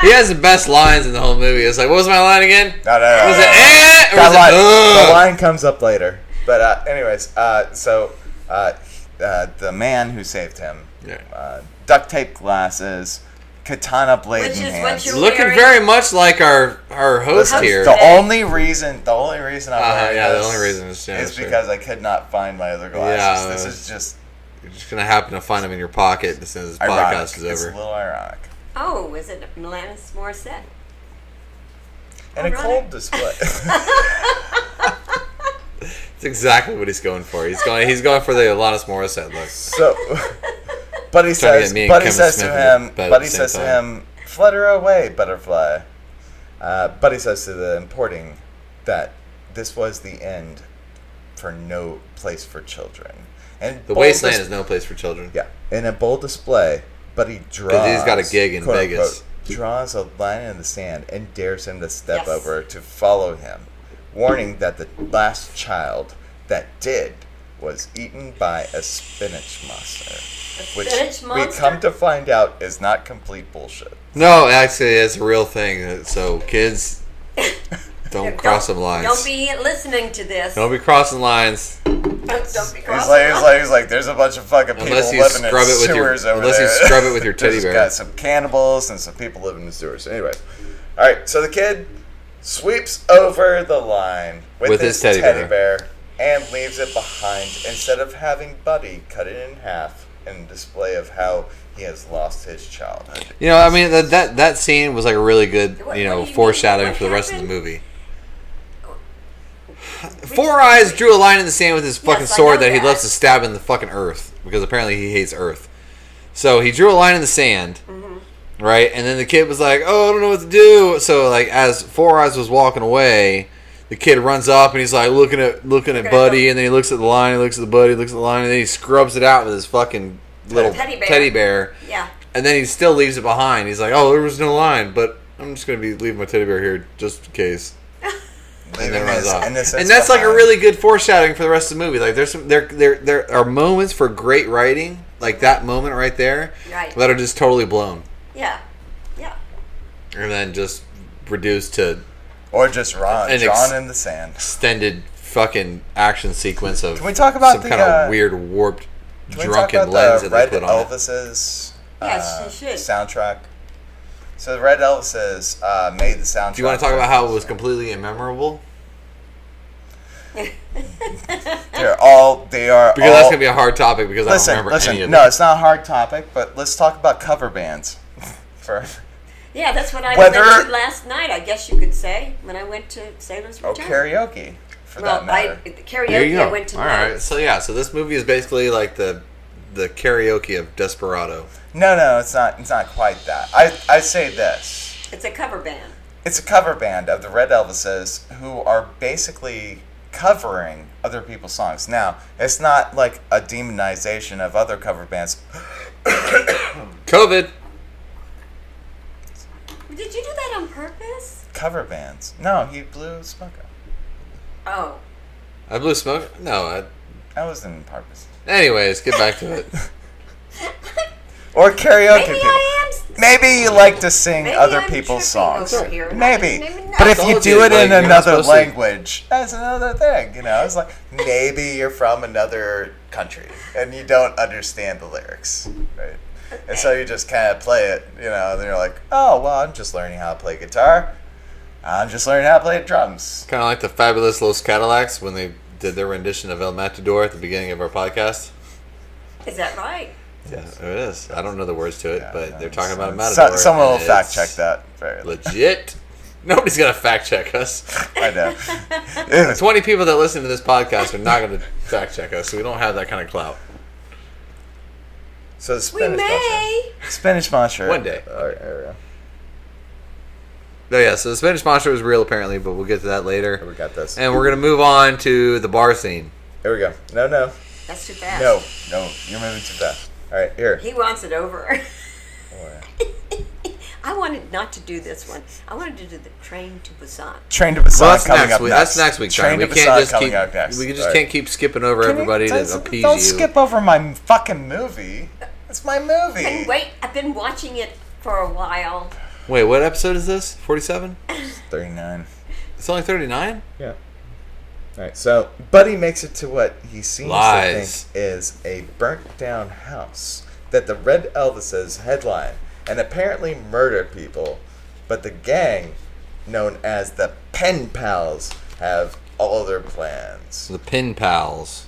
Speaker 3: he has the best lines in the whole movie. It's like, what was my line again?
Speaker 2: No, no, no.
Speaker 3: Was it
Speaker 2: no.
Speaker 3: eh? Or
Speaker 2: that
Speaker 3: was it
Speaker 2: line,
Speaker 3: ugh?
Speaker 2: the line comes up later. But uh, anyways, uh, so uh, uh, the man who saved him,
Speaker 3: Yeah.
Speaker 2: uh, duct tape glasses, katana blade
Speaker 1: Which
Speaker 2: in
Speaker 1: is what
Speaker 2: hands.
Speaker 1: you're-
Speaker 3: Looking very much like our our host
Speaker 2: Listen,
Speaker 3: here.
Speaker 2: the only reason, the only reason I'm
Speaker 3: Uh-huh,
Speaker 2: wearing
Speaker 3: yeah, the
Speaker 2: this
Speaker 3: only reason is- yeah, sure.
Speaker 2: because I could not find my other glasses.
Speaker 3: Yeah,
Speaker 2: this
Speaker 3: uh,
Speaker 2: is just
Speaker 3: You're just gonna happen to find him in your pocket as soon as this
Speaker 2: ironic.
Speaker 3: podcast is
Speaker 2: It's a
Speaker 3: over.
Speaker 2: little ironic
Speaker 1: oh, was it Alanis Morissette?
Speaker 2: and a
Speaker 1: Ironic.
Speaker 2: cold display.
Speaker 3: It's exactly what he's going for. He's going. He's going for the Alanis Morissette look.
Speaker 2: So, but he
Speaker 3: Trying to get
Speaker 2: says,
Speaker 3: me and
Speaker 2: but he
Speaker 3: Kevin
Speaker 2: says
Speaker 3: Smith
Speaker 2: to
Speaker 3: in
Speaker 2: him,
Speaker 3: bed at
Speaker 2: but he
Speaker 3: the
Speaker 2: says
Speaker 3: same
Speaker 2: to
Speaker 3: time.
Speaker 2: him, flutter away, butterfly. Uh, but he says to the importing that this was the end for no place for children. And
Speaker 3: The
Speaker 2: bold
Speaker 3: wasteland
Speaker 2: dis-
Speaker 3: is no place for children.
Speaker 2: yeah, in a bold display. But he draws
Speaker 3: Mm-hmm. 'Cause he's got a gig in
Speaker 2: quote,
Speaker 3: Vegas.
Speaker 2: unquote, draws a line in the sand and dares him to step
Speaker 1: Yes.
Speaker 2: over to follow him, warning that the last child that did was eaten by a spinach monster which
Speaker 1: Spinach
Speaker 2: we
Speaker 1: monster?
Speaker 2: come to find out is not complete bullshit.
Speaker 3: No, actually, it's a real thing. So kids, don't cross
Speaker 1: don't,
Speaker 3: them lines.
Speaker 1: Don't be listening to this.
Speaker 3: Don't be crossing lines
Speaker 1: Don't- don't be
Speaker 2: He's
Speaker 1: crossing
Speaker 2: like, he's
Speaker 1: lines.
Speaker 2: like, he's like, there's a bunch of fucking people
Speaker 3: Unless you
Speaker 2: living
Speaker 3: scrub
Speaker 2: in
Speaker 3: it with your-
Speaker 2: sewers over
Speaker 3: unless you
Speaker 2: there.
Speaker 3: scrub it with your teddy
Speaker 2: There's
Speaker 3: bear.
Speaker 2: Got some cannibals and some people living in sewers. Anyway, all right. So the kid sweeps over the line with,
Speaker 3: With
Speaker 2: his,
Speaker 3: his teddy
Speaker 2: teddy bear. and leaves it behind instead of having Buddy cut it in half in display of how he has lost his childhood.
Speaker 3: You know, I mean that that, that scene was like a really good,
Speaker 1: What-
Speaker 3: you
Speaker 1: what
Speaker 3: know,
Speaker 1: do you mean?
Speaker 3: foreshadowing
Speaker 1: What
Speaker 3: for the rest of the
Speaker 1: happened?
Speaker 3: movie. Four Eyes drew a line in the sand with his fucking
Speaker 1: Yes, I
Speaker 3: sword
Speaker 1: know
Speaker 3: that he
Speaker 1: that.
Speaker 3: loves to stab in the fucking earth because apparently he hates earth. So he drew a line in the sand,
Speaker 1: Mm-hmm.
Speaker 3: right? And then the kid was like, "Oh, I don't know what to do." So like, as Four Eyes was walking away, the kid runs up and he's like looking at looking at
Speaker 1: Okay,
Speaker 3: Buddy,
Speaker 1: so-
Speaker 3: and then he looks at the line, he looks at the Buddy, looks at the line, and then he scrubs it out with his fucking little
Speaker 1: Teddy bear.
Speaker 3: Teddy bear
Speaker 1: Yeah.
Speaker 3: and then he still leaves it behind. He's like, "Oh, there was no line, but I'm just gonna be leaving my teddy bear here just in case." And then
Speaker 2: Leaving
Speaker 3: runs
Speaker 2: his
Speaker 3: off. And that's
Speaker 2: innocence
Speaker 3: like a
Speaker 2: behind.
Speaker 3: really good foreshadowing for the rest of the movie. Like, there's some there there there are moments for great writing, like that moment right there,
Speaker 1: Right.
Speaker 3: that are just totally blown
Speaker 1: Yeah. Yeah.
Speaker 3: and then just reduced to
Speaker 2: or just Ron,
Speaker 3: An ex-
Speaker 2: drawn in the sand.
Speaker 3: extended fucking action sequence of
Speaker 2: Can we talk about
Speaker 3: some
Speaker 2: the,
Speaker 3: kind of
Speaker 2: uh,
Speaker 3: weird warped
Speaker 2: Can we talk
Speaker 3: drunken
Speaker 2: about
Speaker 3: lens
Speaker 2: the
Speaker 3: that they
Speaker 2: Red
Speaker 3: put on it.
Speaker 2: Elvis's
Speaker 1: Yes,
Speaker 2: uh,
Speaker 1: you should.
Speaker 2: soundtrack? So the Red Elvis's uh, made the soundtrack.
Speaker 3: Do you want to talk about how it was completely immemorable?
Speaker 2: They're all they are
Speaker 3: Because
Speaker 2: all,
Speaker 3: that's gonna be a hard topic because
Speaker 2: listen,
Speaker 3: I don't remember
Speaker 2: listen.
Speaker 3: any of
Speaker 2: no,
Speaker 3: it.
Speaker 2: it's not a hard topic, but let's talk about cover bands. For
Speaker 1: Yeah, that's what I
Speaker 2: Whether-
Speaker 1: went to last night, I guess you could say, when I went to Sailor's
Speaker 2: oh,
Speaker 1: Return.
Speaker 2: karaoke, for
Speaker 1: well,
Speaker 2: that
Speaker 1: I,
Speaker 2: matter.
Speaker 1: karaoke
Speaker 3: There you
Speaker 1: I
Speaker 3: go.
Speaker 1: went to
Speaker 3: All
Speaker 1: night.
Speaker 3: right. So yeah. So this movie is basically like the the karaoke of Desperado.
Speaker 2: no, no, it's not. It's not quite that. I I say this.
Speaker 1: It's a cover band.
Speaker 2: It's a cover band of the Red Elvises who are basically covering other people's songs. Now, it's not like a demonization of other cover bands.
Speaker 3: COVID.
Speaker 1: Did you do that on purpose?
Speaker 2: cover bands. No, he blew smoke up.
Speaker 1: Oh,
Speaker 3: I blew smoke. No. I,
Speaker 2: That was in purpose.
Speaker 3: anyways, get back to it.
Speaker 2: Or karaoke
Speaker 1: maybe
Speaker 2: people.
Speaker 1: I am. s-
Speaker 2: Maybe you like to sing
Speaker 1: Maybe
Speaker 2: other
Speaker 1: I'm
Speaker 2: people's
Speaker 1: tripping over
Speaker 2: songs.
Speaker 1: here.
Speaker 2: Maybe.
Speaker 1: Maybe not.
Speaker 2: But if
Speaker 3: That's
Speaker 2: you
Speaker 3: all
Speaker 2: do it
Speaker 3: it is,
Speaker 2: in
Speaker 3: like, you're not
Speaker 2: another
Speaker 3: supposed to-
Speaker 2: language, that's another thing, you know? It's like maybe you're from another country and you don't understand the lyrics, right? And so you just kind of play it, you know, and then you're like, oh, well, I'm just learning how to play guitar. I'm just learning how to play drums.
Speaker 3: Kind of like the fabulous Los Cadillacs when they did their rendition of El Matador at the beginning of our podcast.
Speaker 1: Is that right?
Speaker 3: Yes, it is. I don't know the words to it,
Speaker 2: Yeah,
Speaker 3: but they're
Speaker 2: um,
Speaker 3: talking about a
Speaker 2: so- so-
Speaker 3: matador.
Speaker 2: someone
Speaker 3: and
Speaker 2: will fact
Speaker 3: it's
Speaker 2: check that. Very
Speaker 3: Legit. Nobody's gonna fact check us.
Speaker 2: I know. Ew,
Speaker 3: Twenty people that listen to this podcast are not gonna fact check us. So we don't have that kind of clout.
Speaker 2: So the
Speaker 1: We
Speaker 2: Spanish mantra.
Speaker 1: may.
Speaker 2: Spanish mantra.
Speaker 3: One day.
Speaker 2: Our area.
Speaker 3: No, yeah. So the Spanish monster was real apparently, but we'll get to that later.
Speaker 2: We got this.
Speaker 3: And we're gonna move on to the bar scene.
Speaker 2: Here we go. No, no,
Speaker 1: That's too fast.
Speaker 2: no, no. You're moving too fast. All right, here.
Speaker 1: He wants it over.
Speaker 2: Or-
Speaker 1: I wanted not to do this one. I wanted to do the train to Busan.
Speaker 2: Train to Busan
Speaker 3: Well, that's
Speaker 2: coming
Speaker 3: next
Speaker 2: up
Speaker 3: week.
Speaker 2: next.
Speaker 3: That's next week.
Speaker 2: Train
Speaker 3: John.
Speaker 2: to
Speaker 3: We can't
Speaker 2: Busan
Speaker 3: just
Speaker 2: coming
Speaker 3: keep.
Speaker 2: up next.
Speaker 3: We just
Speaker 2: All right.
Speaker 3: can't keep skipping over
Speaker 2: Can you-
Speaker 3: everybody
Speaker 2: don't-
Speaker 3: to appease
Speaker 2: Don't
Speaker 3: you.
Speaker 2: skip over my fucking movie. It's my movie.
Speaker 1: And wait, I've been watching it for a while.
Speaker 3: Wait, what episode is this? Forty-seven.
Speaker 2: Thirty-nine.
Speaker 3: It's only thirty-nine.
Speaker 2: Yeah. All right. So Buddy makes it to what he seems
Speaker 3: Lies.
Speaker 2: to think is a burnt down house that the Red Elvises headline and apparently murder people, but the gang, known as the Pen Pals, have all their plans.
Speaker 3: The Pin Pals.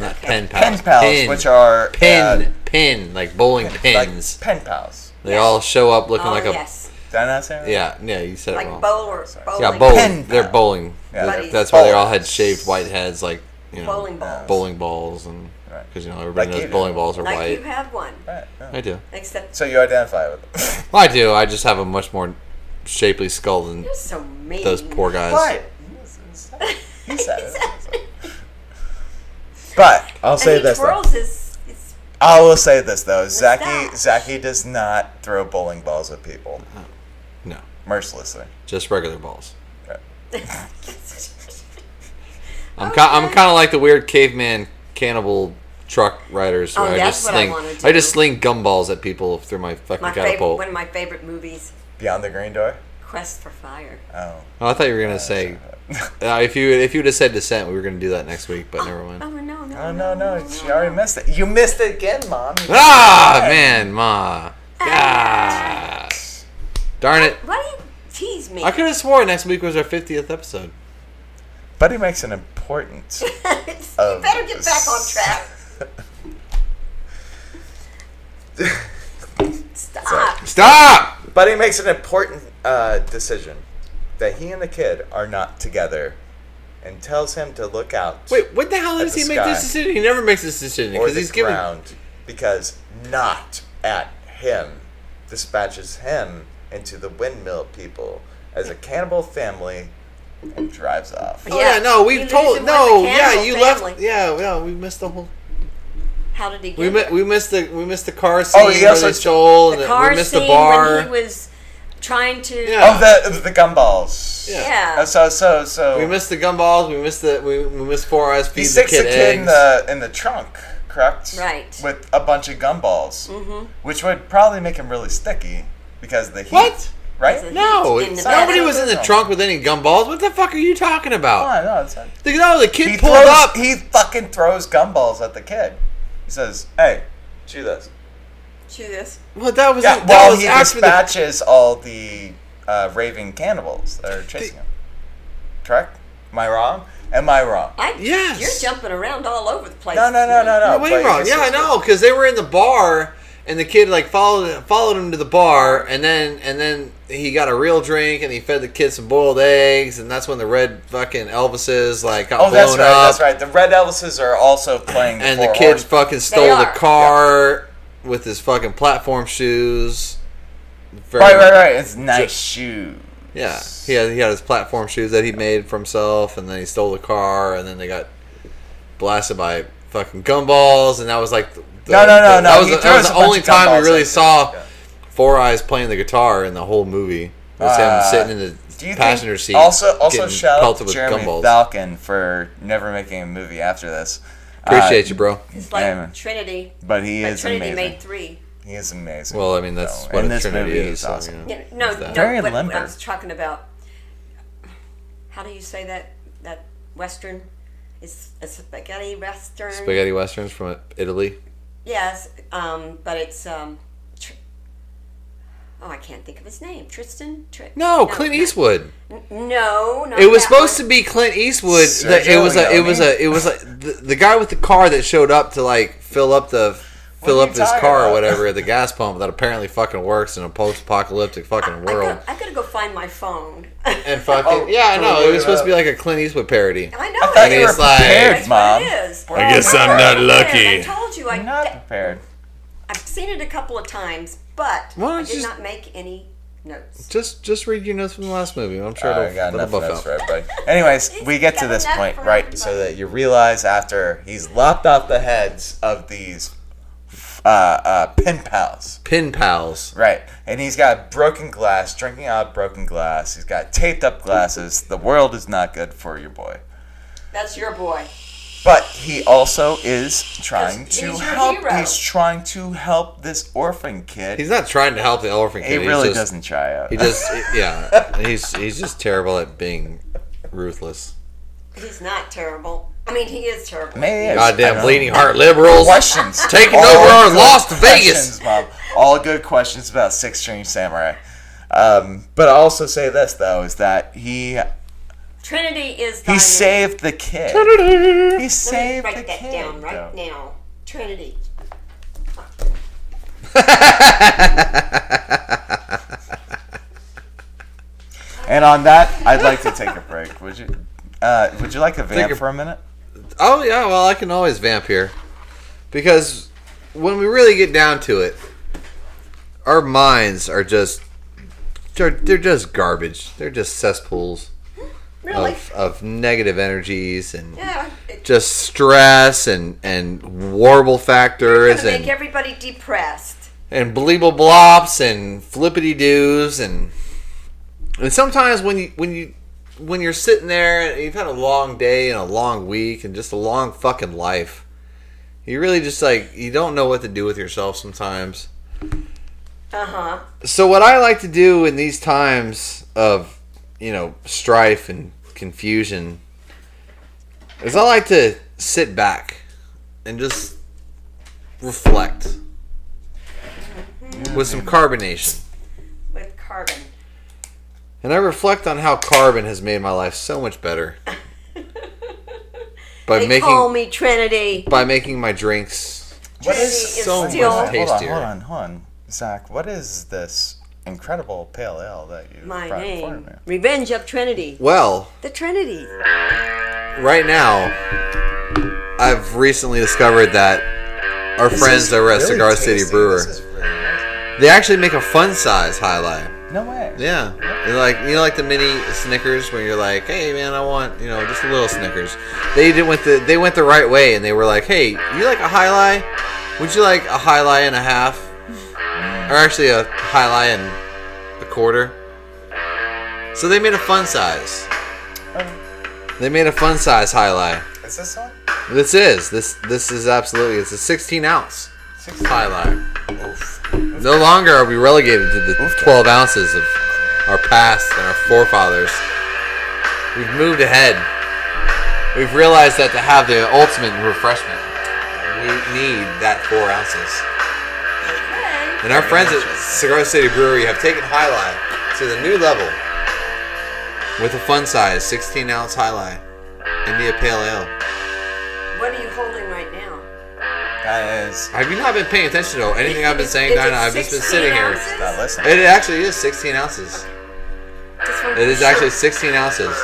Speaker 3: Not Pen
Speaker 2: Pen
Speaker 3: Pals.
Speaker 2: Pals,
Speaker 3: Pin.
Speaker 2: which are
Speaker 3: Pin,
Speaker 2: uh,
Speaker 3: pin, like bowling pins.
Speaker 2: like pen pals.
Speaker 3: they all show up looking
Speaker 1: oh
Speaker 3: like a.
Speaker 1: yes,
Speaker 2: Did I not say that?
Speaker 3: Yeah, yeah, you said it
Speaker 1: like
Speaker 3: wrong.
Speaker 1: bowler,
Speaker 2: Sorry.
Speaker 1: bowling,
Speaker 3: yeah, bowling.
Speaker 2: Pen
Speaker 3: They're
Speaker 2: pal.
Speaker 3: bowling.
Speaker 2: Yeah.
Speaker 1: Buddies.
Speaker 3: That's why they all had
Speaker 2: Bowlers.
Speaker 3: shaved white heads, like you know,
Speaker 1: bowling balls.
Speaker 3: bowling balls, and
Speaker 2: Right.
Speaker 3: because you know everybody
Speaker 2: Like you
Speaker 3: knows
Speaker 2: do.
Speaker 3: bowling balls are
Speaker 1: like
Speaker 3: white.
Speaker 1: you have one,
Speaker 2: Right, yeah.
Speaker 3: I do.
Speaker 1: except
Speaker 2: So you identify with them.
Speaker 3: Well, I do. I just have a much more shapely skull than
Speaker 1: you're so mean.
Speaker 3: those poor guys.
Speaker 2: What? He said it. But I'll
Speaker 1: And
Speaker 2: say
Speaker 1: he
Speaker 2: this. though.
Speaker 1: twirls his. his
Speaker 2: I will say this though, Zaki
Speaker 1: that?
Speaker 2: Zaki does not throw bowling balls at people
Speaker 3: No,
Speaker 2: mercilessly.
Speaker 3: just regular balls. I'm
Speaker 1: Oh,
Speaker 3: ki I'm
Speaker 1: okay.
Speaker 3: kind of like the weird caveman cannibal truck riders
Speaker 1: Oh,
Speaker 3: where I
Speaker 1: that's
Speaker 3: just
Speaker 1: what I
Speaker 3: sling
Speaker 1: wanna do.
Speaker 3: I, just sling gumballs at people through my fucking
Speaker 1: my favorite,
Speaker 3: catapult.
Speaker 1: one of my favorite movies,
Speaker 2: Beyond the green door.
Speaker 1: Quest for Fire.
Speaker 2: Oh,
Speaker 3: Oh, I thought you were gonna say uh, if you if you would have said descent, we were gonna do that next week, but never
Speaker 1: Oh
Speaker 3: mind.
Speaker 1: no, no,
Speaker 2: oh no no! She already missed it. You missed it again, mom. You-
Speaker 3: Ah, man, ma, God. darn it!
Speaker 1: Why do you tease me?
Speaker 3: I could have sworn next week was our 50th episode.
Speaker 2: Buddy makes an important.
Speaker 1: you better get back on track. Stop.
Speaker 3: Stop!
Speaker 2: Buddy makes an important uh, decision that he and the kid are not together, and tells him to look out.
Speaker 3: Wait, when the hell
Speaker 2: At
Speaker 3: does
Speaker 2: the
Speaker 3: he make this
Speaker 2: sky.
Speaker 3: decision? He never makes this decision
Speaker 2: or
Speaker 3: because
Speaker 2: the
Speaker 3: he's giving.
Speaker 2: ground because not at him dispatches him into the windmill people as a cannibal family and drives off.
Speaker 3: Oh yeah,
Speaker 1: Yeah.
Speaker 3: no,
Speaker 1: He
Speaker 3: we've
Speaker 1: leaves
Speaker 3: told
Speaker 1: him
Speaker 3: no,
Speaker 1: with the
Speaker 3: yeah,
Speaker 1: cannibal
Speaker 3: you left.
Speaker 1: family.
Speaker 3: Yeah, yeah, we missed the whole.
Speaker 1: How did he get?
Speaker 3: We
Speaker 1: it?
Speaker 3: mi- we missed the we missed the car scene
Speaker 2: Oh, he also-
Speaker 3: where they stole and
Speaker 1: the
Speaker 3: the-
Speaker 1: car
Speaker 3: we missed
Speaker 1: scene
Speaker 3: the bar.
Speaker 1: when he was trying to.
Speaker 3: Yeah.
Speaker 2: Oh, the the gumballs.
Speaker 3: Yeah.
Speaker 1: Yeah.
Speaker 2: Oh, so so so
Speaker 3: we missed the gumballs. We missed the we, we missed four eyes
Speaker 2: he
Speaker 3: feed the
Speaker 2: sticks
Speaker 3: kid
Speaker 2: a kid in
Speaker 3: eggs.
Speaker 2: the in the trunk, correct?
Speaker 1: Right.
Speaker 2: With a bunch of gumballs, mm-hmm. which would probably make him really sticky because of the heat.
Speaker 3: What?
Speaker 2: Right?
Speaker 1: Is it-
Speaker 3: no,
Speaker 1: In the
Speaker 3: nobody
Speaker 1: bathroom.
Speaker 3: was in the trunk with any gumballs. What the fuck are you talking about?
Speaker 2: Oh, no, it's not.
Speaker 3: The, no, the kid
Speaker 2: He
Speaker 3: pulled
Speaker 2: throws,
Speaker 3: up.
Speaker 2: He fucking throws gumballs at the kid. He says, "Hey, chew this."
Speaker 1: Chew this.
Speaker 3: well, that was
Speaker 2: Yeah,
Speaker 3: that
Speaker 2: while
Speaker 3: was
Speaker 2: he
Speaker 3: after the
Speaker 2: dispatches all the uh, raving cannibals that are chasing him. Correct? Am I wrong? Am I wrong?
Speaker 1: I,
Speaker 3: Yes.
Speaker 1: You're jumping around all over the place.
Speaker 2: No, no, no, no, no.
Speaker 3: No, wait,
Speaker 2: but
Speaker 3: wrong.
Speaker 2: it's
Speaker 3: Yeah, I
Speaker 2: just-
Speaker 3: know, because they were in the bar, and the kid like followed followed him to the bar, and then and then he got a real drink, and he fed the kid some boiled eggs, and that's when the red fucking Elvises like got
Speaker 2: Oh,
Speaker 3: blown
Speaker 2: that's right.
Speaker 3: up,
Speaker 2: That's right. The Red Elvises are also playing. The
Speaker 3: and
Speaker 2: four
Speaker 3: the kid
Speaker 2: horsemen.
Speaker 3: fucking stole the
Speaker 1: are.
Speaker 3: car with his fucking platform shoes. Very-
Speaker 2: Right, right, right. It's nice shoes.
Speaker 3: Yeah, he had he had his platform shoes that he made for himself, and then he stole the car, and then they got blasted by fucking gumballs, and that was like the,
Speaker 2: No, no, no, no,
Speaker 3: That was,
Speaker 2: he
Speaker 3: the,
Speaker 2: threw
Speaker 3: that was
Speaker 2: us a
Speaker 3: the
Speaker 2: bunch
Speaker 3: only
Speaker 2: of
Speaker 3: time
Speaker 2: gumballs
Speaker 3: we really
Speaker 2: at the-
Speaker 3: saw
Speaker 2: yeah.
Speaker 3: Four Eyes playing the guitar in the whole movie. was
Speaker 2: Uh,
Speaker 3: him sitting in the
Speaker 2: Do you
Speaker 3: passenger
Speaker 2: think
Speaker 3: seat.
Speaker 2: also also
Speaker 3: getting
Speaker 2: shout out
Speaker 3: pelted
Speaker 2: to
Speaker 3: with
Speaker 2: Jeremy
Speaker 3: gumballs.
Speaker 2: Falcon for never making a movie after this.
Speaker 3: Appreciate
Speaker 2: Uh,
Speaker 3: you, bro.
Speaker 1: It's like
Speaker 2: Yeah, man.
Speaker 1: Trinity.
Speaker 2: But he
Speaker 1: But
Speaker 2: is
Speaker 1: Trinity
Speaker 2: amazing.
Speaker 1: made three.
Speaker 2: He is amazing.
Speaker 3: Well, I mean that's
Speaker 2: So,
Speaker 3: what
Speaker 2: and
Speaker 3: a
Speaker 2: this
Speaker 3: Trinity
Speaker 2: movie
Speaker 3: is.
Speaker 2: is
Speaker 3: so,
Speaker 2: awesome.
Speaker 3: you know,
Speaker 1: You know, no,
Speaker 3: that.
Speaker 1: no.
Speaker 2: Very
Speaker 1: but
Speaker 2: limber.
Speaker 1: I was talking about. How do you say that? That Western. It's a spaghetti western.
Speaker 3: Spaghetti westerns from Italy.
Speaker 1: Yes, um, but it's um, tr- oh, I can't think of his name. Tristan. Tr-
Speaker 3: No, Clint Eastwood.
Speaker 1: No, no.
Speaker 3: It
Speaker 2: Oh,
Speaker 3: was supposed to be Clint Eastwood.
Speaker 2: Sergio
Speaker 3: That it was a, it
Speaker 2: Leone.
Speaker 3: was a, it was a, the, the guy with the car that showed up to like fill up the fill
Speaker 2: What are
Speaker 3: up
Speaker 2: you
Speaker 3: his
Speaker 2: talking
Speaker 3: car or
Speaker 2: about?
Speaker 3: whatever at the gas pump that apparently fucking works in a post-apocalyptic fucking world.
Speaker 1: I gotta, I gotta go find my phone.
Speaker 3: and fucking
Speaker 2: Oh,
Speaker 3: yeah, I know. It
Speaker 2: totally
Speaker 3: was supposed to be
Speaker 2: about-
Speaker 3: like a Clint Eastwood parody.
Speaker 1: I know.
Speaker 2: I
Speaker 1: it
Speaker 2: thought you
Speaker 1: is.
Speaker 2: were
Speaker 3: it's like-
Speaker 2: prepared,
Speaker 1: That's what
Speaker 2: mom.
Speaker 1: it is.
Speaker 2: I guess
Speaker 1: my God,
Speaker 2: I'm
Speaker 3: not
Speaker 1: man,
Speaker 3: lucky.
Speaker 1: I told you.
Speaker 2: I'm not
Speaker 1: I,
Speaker 2: prepared.
Speaker 1: I've seen it a couple of times, but
Speaker 3: Why don't
Speaker 1: I
Speaker 3: you
Speaker 1: did
Speaker 3: just-
Speaker 1: not make any notes.
Speaker 3: Just just read your notes from the last movie. I'm sure
Speaker 2: Oh, I
Speaker 3: it'll,
Speaker 2: got
Speaker 3: it'll
Speaker 2: enough
Speaker 3: buff
Speaker 2: notes
Speaker 3: out.
Speaker 2: for everybody. Anyways, we get to
Speaker 1: got
Speaker 2: this
Speaker 1: enough
Speaker 2: point,
Speaker 1: for
Speaker 2: right? So
Speaker 1: everybody.
Speaker 2: that you realize after he's lopped off the heads of these uh, uh, pen pals.
Speaker 3: Pin pals.
Speaker 2: Right. And he's got broken glass, drinking out of broken glass. He's got taped up glasses. The world is not good for your boy.
Speaker 1: That's your boy.
Speaker 2: But he also is trying
Speaker 1: He's
Speaker 2: to
Speaker 1: your
Speaker 2: help.
Speaker 1: hero.
Speaker 2: He's trying to help this orphan kid.
Speaker 3: He's not trying to help the elephant
Speaker 2: he
Speaker 3: kid. He's
Speaker 2: really
Speaker 3: just-
Speaker 2: doesn't try out.
Speaker 3: He just yeah. He's he's just terrible at being ruthless.
Speaker 1: He's not terrible. I mean, he is terrible.
Speaker 2: Maybe it's- I
Speaker 3: Goddamn
Speaker 2: don't
Speaker 3: bleeding
Speaker 2: know.
Speaker 3: heart liberals.
Speaker 2: Questions.
Speaker 3: Taking
Speaker 2: All
Speaker 3: over our
Speaker 2: good
Speaker 3: Las Vegas.
Speaker 2: questions, Mom. All good questions about Six String Samurai. Um, but I also say this though is that he
Speaker 1: Trinity is. thy
Speaker 2: he
Speaker 1: name.
Speaker 2: saved the kid. He
Speaker 1: Let me
Speaker 2: saved the
Speaker 1: write that
Speaker 2: kid.
Speaker 1: down right
Speaker 2: though.
Speaker 1: now. Trinity.
Speaker 3: Oh.
Speaker 2: And on that, I'd like to take a break. Would you? Uh, would you like a vamp
Speaker 3: a-
Speaker 2: for a minute?
Speaker 3: Oh yeah, well I can always vamp here, because when we really get down to it, our minds are just they're, they're just garbage. They're just cesspools
Speaker 1: Really?
Speaker 3: of, of negative energies and
Speaker 1: yeah. it-
Speaker 3: just stress and and warble factors
Speaker 1: gonna make
Speaker 3: and
Speaker 1: everybody depressed.
Speaker 3: and bleeble blops and flippity doos and and sometimes when you when you when you're sitting there and you've had a long day and a long week and just a long fucking life you really just like you don't know what to do with yourself sometimes
Speaker 1: Uh huh.
Speaker 3: so what i like to do in these times of you know strife and confusion is i like to sit back and just reflect with some carbonation
Speaker 1: With carbon.
Speaker 3: And I reflect on how carbon has made my life so much better by
Speaker 1: They
Speaker 3: making
Speaker 1: call me Trinity.
Speaker 3: by making my drinks.
Speaker 2: What
Speaker 1: Trinity
Speaker 2: is
Speaker 1: is
Speaker 3: so
Speaker 1: still
Speaker 3: much
Speaker 2: Hold on,
Speaker 3: tastier.
Speaker 2: hold on, hold on, Zach. What is this incredible pale ale that you
Speaker 1: my
Speaker 2: brought for
Speaker 1: name.
Speaker 2: me?
Speaker 1: Revenge of Trinity.
Speaker 3: Well,
Speaker 1: The Trinity.
Speaker 3: right now, I've recently discovered that our friends over at Cigar City Brewer they actually make a fun size high life.
Speaker 2: No way.
Speaker 3: Yeah, They're like you know, like the mini Snickers where you're like, hey man, I want you know just a little Snickers. They did went the they went the right way and they were like, hey, you like a high lie? Would you like a high lie and a half, or actually a high lie and a quarter? So they made a fun size. They made a fun size high lie.
Speaker 2: Oh, Is this one?
Speaker 3: This is this this is absolutely it's a 16 ounce
Speaker 2: Six.
Speaker 3: high lie.
Speaker 2: Oof.
Speaker 3: No longer are we relegated to the 12 ounces of our past and our forefathers. We've moved ahead. We've realized that to have the ultimate refreshment, we need that four ounces.
Speaker 1: Okay.
Speaker 3: And our friends at Cigar City Brewery have taken High Life to the new level with a fun size 16 ounce High Life India Pale Ale.
Speaker 1: What are you holding right now?
Speaker 2: That is
Speaker 3: Have you not been paying attention to anything I've been saying,
Speaker 1: Is it
Speaker 3: Dinah? I've just been
Speaker 1: 16
Speaker 3: sitting here.
Speaker 1: ounces?
Speaker 2: not listening.
Speaker 3: It actually is 16 ounces.
Speaker 1: Just one
Speaker 3: It is
Speaker 1: for
Speaker 3: actually
Speaker 1: sure.
Speaker 3: 16 ounces.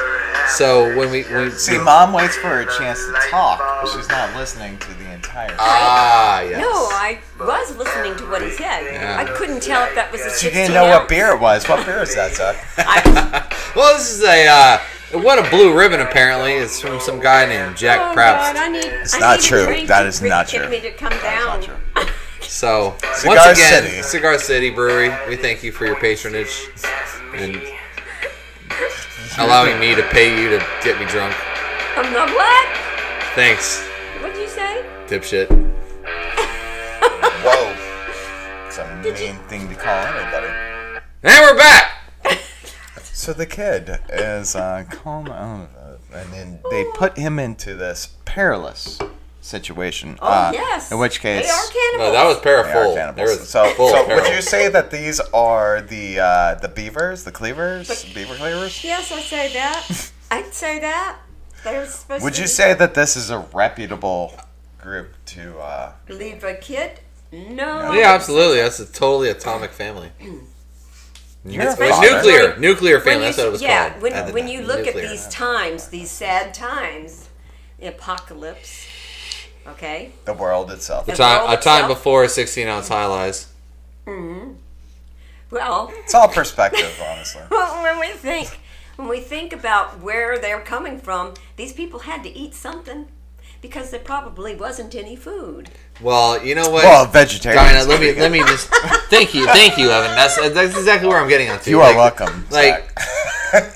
Speaker 3: So when we, we,
Speaker 2: See,
Speaker 3: we-
Speaker 2: mom waits for a chance to talk, but she's not listening to the entire.
Speaker 3: ah yes,
Speaker 1: No, I was listening to what he said.
Speaker 3: Yeah.
Speaker 1: I couldn't tell if that was a.
Speaker 2: she
Speaker 1: 16
Speaker 2: didn't know what
Speaker 1: ounce.
Speaker 2: beer it was. What beer is that, Zach?
Speaker 1: I,
Speaker 3: well this is a uh, what a blue ribbon apparently it's from some guy named Jack
Speaker 1: oh
Speaker 3: Prowse.
Speaker 1: God, I need. It's I
Speaker 2: not
Speaker 1: need a
Speaker 2: true.
Speaker 1: drink
Speaker 2: That
Speaker 1: to
Speaker 2: is
Speaker 1: freaking
Speaker 2: not
Speaker 1: get
Speaker 2: true.
Speaker 1: Me to come
Speaker 2: not
Speaker 1: down.
Speaker 3: So
Speaker 2: Cigar
Speaker 3: once again,
Speaker 2: City.
Speaker 3: Cigar City Brewery, we thank you for your patronage. and allowing me to pay you to get me drunk.
Speaker 1: I'm not what?
Speaker 3: Thanks,
Speaker 1: What'd you say?
Speaker 3: dipshit.
Speaker 2: Whoa. It's a mean thing to call anybody.
Speaker 3: And we're back.
Speaker 2: So the kid is uh, calm, uh, and then they put him into this perilous situation.
Speaker 1: Oh
Speaker 2: uh,
Speaker 1: yes.
Speaker 2: In which case,
Speaker 1: they are cannibals.
Speaker 3: No, that was
Speaker 2: They are
Speaker 3: parafull.
Speaker 2: cannibals.
Speaker 3: There was
Speaker 2: so,
Speaker 3: full
Speaker 2: so would
Speaker 3: peril.
Speaker 2: you say that these are the uh, the beavers, the cleavers, beaver cleavers?
Speaker 1: Yes, I say that. I'd say that. They're supposed
Speaker 2: Would
Speaker 1: to
Speaker 2: you say that this is a reputable group to? Uh,
Speaker 1: leave a kid? No.
Speaker 3: Yeah, absolutely. That's a totally atomic family.
Speaker 2: Hmm. You're a
Speaker 3: It was
Speaker 2: father.
Speaker 3: nuclear, nuclear family.
Speaker 1: When you,
Speaker 3: that's what it was
Speaker 1: yeah,
Speaker 3: called. at
Speaker 1: when,
Speaker 3: the
Speaker 1: when
Speaker 3: time.
Speaker 1: you look
Speaker 3: Nuclear.
Speaker 1: at these times, these sad times, the apocalypse, okay?
Speaker 2: the world itself.
Speaker 3: a
Speaker 1: The
Speaker 3: time,
Speaker 1: world
Speaker 3: a time
Speaker 1: itself?
Speaker 3: before 16 ounce high lies.
Speaker 1: Well,
Speaker 2: It's all perspective, honestly.
Speaker 1: when we think when we think about where they're coming from, these people had to eat something because there probably wasn't any food.
Speaker 3: Well, you know what,
Speaker 2: Well, vegetarian.
Speaker 3: Diana? Let me let me just thank you, thank you, Evan. That's that's exactly where I'm getting onto.
Speaker 2: You are welcome.
Speaker 3: like-
Speaker 2: Zach.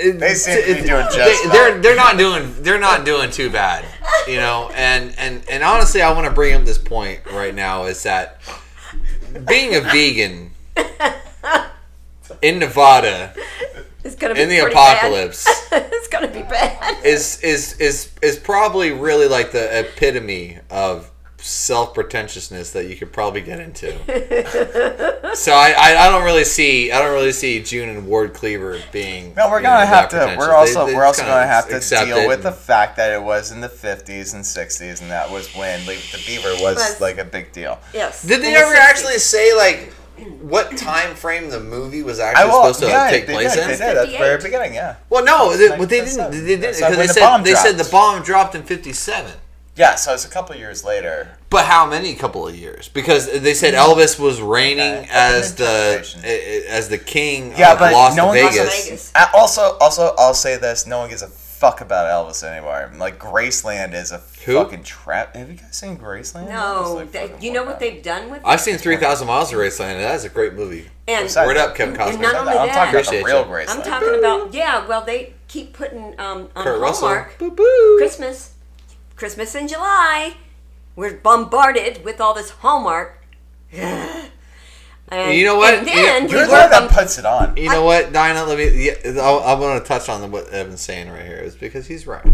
Speaker 2: They
Speaker 3: They
Speaker 2: seem to be doing just fine.
Speaker 3: They're they're not doing they're not doing too bad, you know. And and and honestly, I want to bring up this point right now is that being a vegan in Nevada
Speaker 1: It's gonna be
Speaker 3: in the
Speaker 1: pretty bad.
Speaker 3: apocalypse
Speaker 1: it's gonna be bad.
Speaker 3: is is is is probably really like the epitome of self pretentiousness that you could probably get into. so I, I I don't really see I don't really see June and Ward Cleaver being
Speaker 2: No, we're
Speaker 3: you know,
Speaker 2: gonna have
Speaker 3: that
Speaker 2: to.
Speaker 3: pretentious.
Speaker 2: We're
Speaker 3: They-
Speaker 2: also
Speaker 3: they
Speaker 2: we're also
Speaker 3: kinda
Speaker 2: gonna have to
Speaker 3: accept
Speaker 2: deal
Speaker 3: it
Speaker 2: with the
Speaker 3: and-
Speaker 2: fact that it was in the fifties and sixties, and that was when Leave the Beaver was,
Speaker 1: Was-
Speaker 2: like a big deal.
Speaker 1: Yes.
Speaker 3: Did
Speaker 1: And
Speaker 3: they
Speaker 1: it's
Speaker 3: ever
Speaker 1: just-
Speaker 3: actually say like what time frame the movie was
Speaker 2: I
Speaker 3: actually
Speaker 2: will.
Speaker 3: supposed to
Speaker 2: yeah,
Speaker 3: take
Speaker 2: they
Speaker 3: place
Speaker 2: did,
Speaker 3: in?
Speaker 2: They did at the very
Speaker 1: 58.
Speaker 2: beginning. Yeah.
Speaker 3: Well, no, they, but they
Speaker 2: That's
Speaker 3: didn't.
Speaker 2: not-
Speaker 3: They didn't
Speaker 2: that's not
Speaker 3: because they
Speaker 2: when the
Speaker 3: said
Speaker 2: bomb
Speaker 3: they said the
Speaker 2: dropped.
Speaker 3: bomb dropped in '57.
Speaker 2: Yeah. So it's a couple years later.
Speaker 3: But how many couple of years? Because they said Elvis was
Speaker 2: Mm-hmm.
Speaker 3: reigning
Speaker 2: Okay.
Speaker 3: as the
Speaker 2: Interpretation.
Speaker 3: eh, eh, as the king
Speaker 2: Yeah,
Speaker 3: of
Speaker 2: but
Speaker 3: Las
Speaker 2: no one-
Speaker 3: Vegas.
Speaker 1: Las Vegas.
Speaker 2: I- also, also, I'll say this: no one gives a fuck about Elvis anymore. Like Graceland is a
Speaker 3: Who?
Speaker 2: fucking trap. Have you guys seen Graceland? It's,
Speaker 1: No,
Speaker 2: like,
Speaker 1: they-
Speaker 2: fucking
Speaker 1: you know what
Speaker 2: wild.
Speaker 1: they've done with
Speaker 3: I've seen Three Thousand Miles of Raceland. and That is a great movie.
Speaker 1: and
Speaker 2: Besides-
Speaker 3: Word up, Kevin
Speaker 1: And
Speaker 3: Costner.
Speaker 1: not
Speaker 2: I'm
Speaker 1: only that-
Speaker 2: talking about the
Speaker 3: Appreciate
Speaker 2: real
Speaker 3: you.
Speaker 2: Graceland.
Speaker 1: I'm talking about yeah. Well, they keep putting um, on
Speaker 3: Kurt Russell.
Speaker 1: Hallmark
Speaker 3: Boo boo.
Speaker 1: Christmas, Christmas in July. We're bombarded with all this Hallmark. and,
Speaker 3: You know what?
Speaker 1: And then
Speaker 2: You're
Speaker 1: we
Speaker 2: the one
Speaker 1: were bom-
Speaker 2: that puts it on.
Speaker 3: You know what, Dinah? Let me. Yeah, I, I want to touch on what Evan's saying right here is because he's right.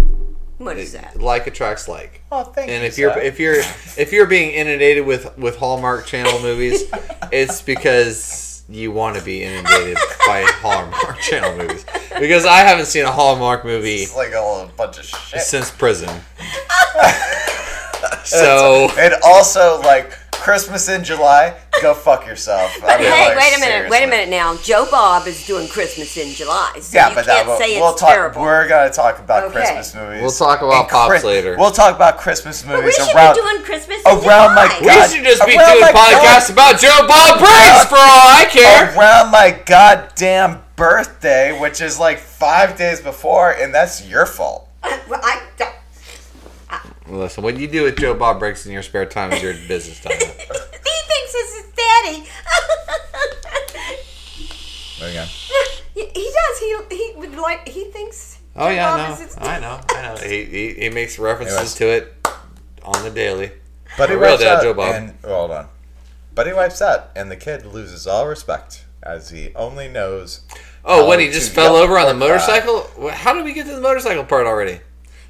Speaker 1: what is that?
Speaker 3: Like attracts like.
Speaker 2: Oh, thank
Speaker 3: and
Speaker 2: you.
Speaker 3: if you're
Speaker 2: Zach.
Speaker 3: if you're if you're being inundated with with Hallmark Channel movies, it's because you want to be inundated by Hallmark Channel movies. Because I haven't seen a Hallmark movie
Speaker 2: it's like a whole bunch of shit.
Speaker 3: since prison. so
Speaker 2: And also, like Christmas in July, go fuck yourself. I mean,
Speaker 1: Hey,
Speaker 2: like,
Speaker 1: wait a minute, wait
Speaker 2: seriously.
Speaker 1: a minute now. Joe Bob is doing Christmas in July, so
Speaker 2: Yeah,
Speaker 1: you
Speaker 2: but
Speaker 1: can't
Speaker 2: that,
Speaker 1: say
Speaker 2: we'll
Speaker 1: it's
Speaker 2: talk.
Speaker 1: terrible.
Speaker 2: We're gonna talk about
Speaker 1: Okay.
Speaker 2: Christmas movies.
Speaker 3: We'll talk about
Speaker 2: And
Speaker 3: Pops
Speaker 2: Chris-
Speaker 3: later.
Speaker 2: We'll talk about Christmas
Speaker 1: we
Speaker 2: movies
Speaker 1: should
Speaker 2: around
Speaker 1: be doing Christmas in
Speaker 2: around my
Speaker 1: July.
Speaker 3: we
Speaker 2: God-
Speaker 3: should just be
Speaker 2: Well,
Speaker 3: doing
Speaker 2: like,
Speaker 3: podcasts about Joe Bob Briggs for all I care.
Speaker 2: around my goddamn birthday, which is like five days before, and that's your fault.
Speaker 1: Well, I don't-
Speaker 3: Listen, what you do with Joe Bob Briggs in your spare time is your business, Dinah.
Speaker 1: he thinks it's his daddy.
Speaker 2: There you go.
Speaker 1: he, he does. He he would like. He thinks.
Speaker 3: Oh
Speaker 1: Joe
Speaker 3: yeah,
Speaker 1: Bob is his
Speaker 3: no, I know, I know. He, he, he makes references
Speaker 2: Anyways.
Speaker 3: to it on the daily.
Speaker 2: But he
Speaker 3: For real,
Speaker 2: wipes
Speaker 3: Dad,
Speaker 2: out,
Speaker 3: Joe Bob.
Speaker 2: and hold on. But he wipes out, and the kid loses all respect as he only knows.
Speaker 3: Oh,
Speaker 2: Oh,
Speaker 3: when he just
Speaker 2: dude,
Speaker 3: fell
Speaker 2: yeah,
Speaker 3: over on the
Speaker 2: fuck
Speaker 3: motorcycle? Wh- How did we get to the motorcycle part already?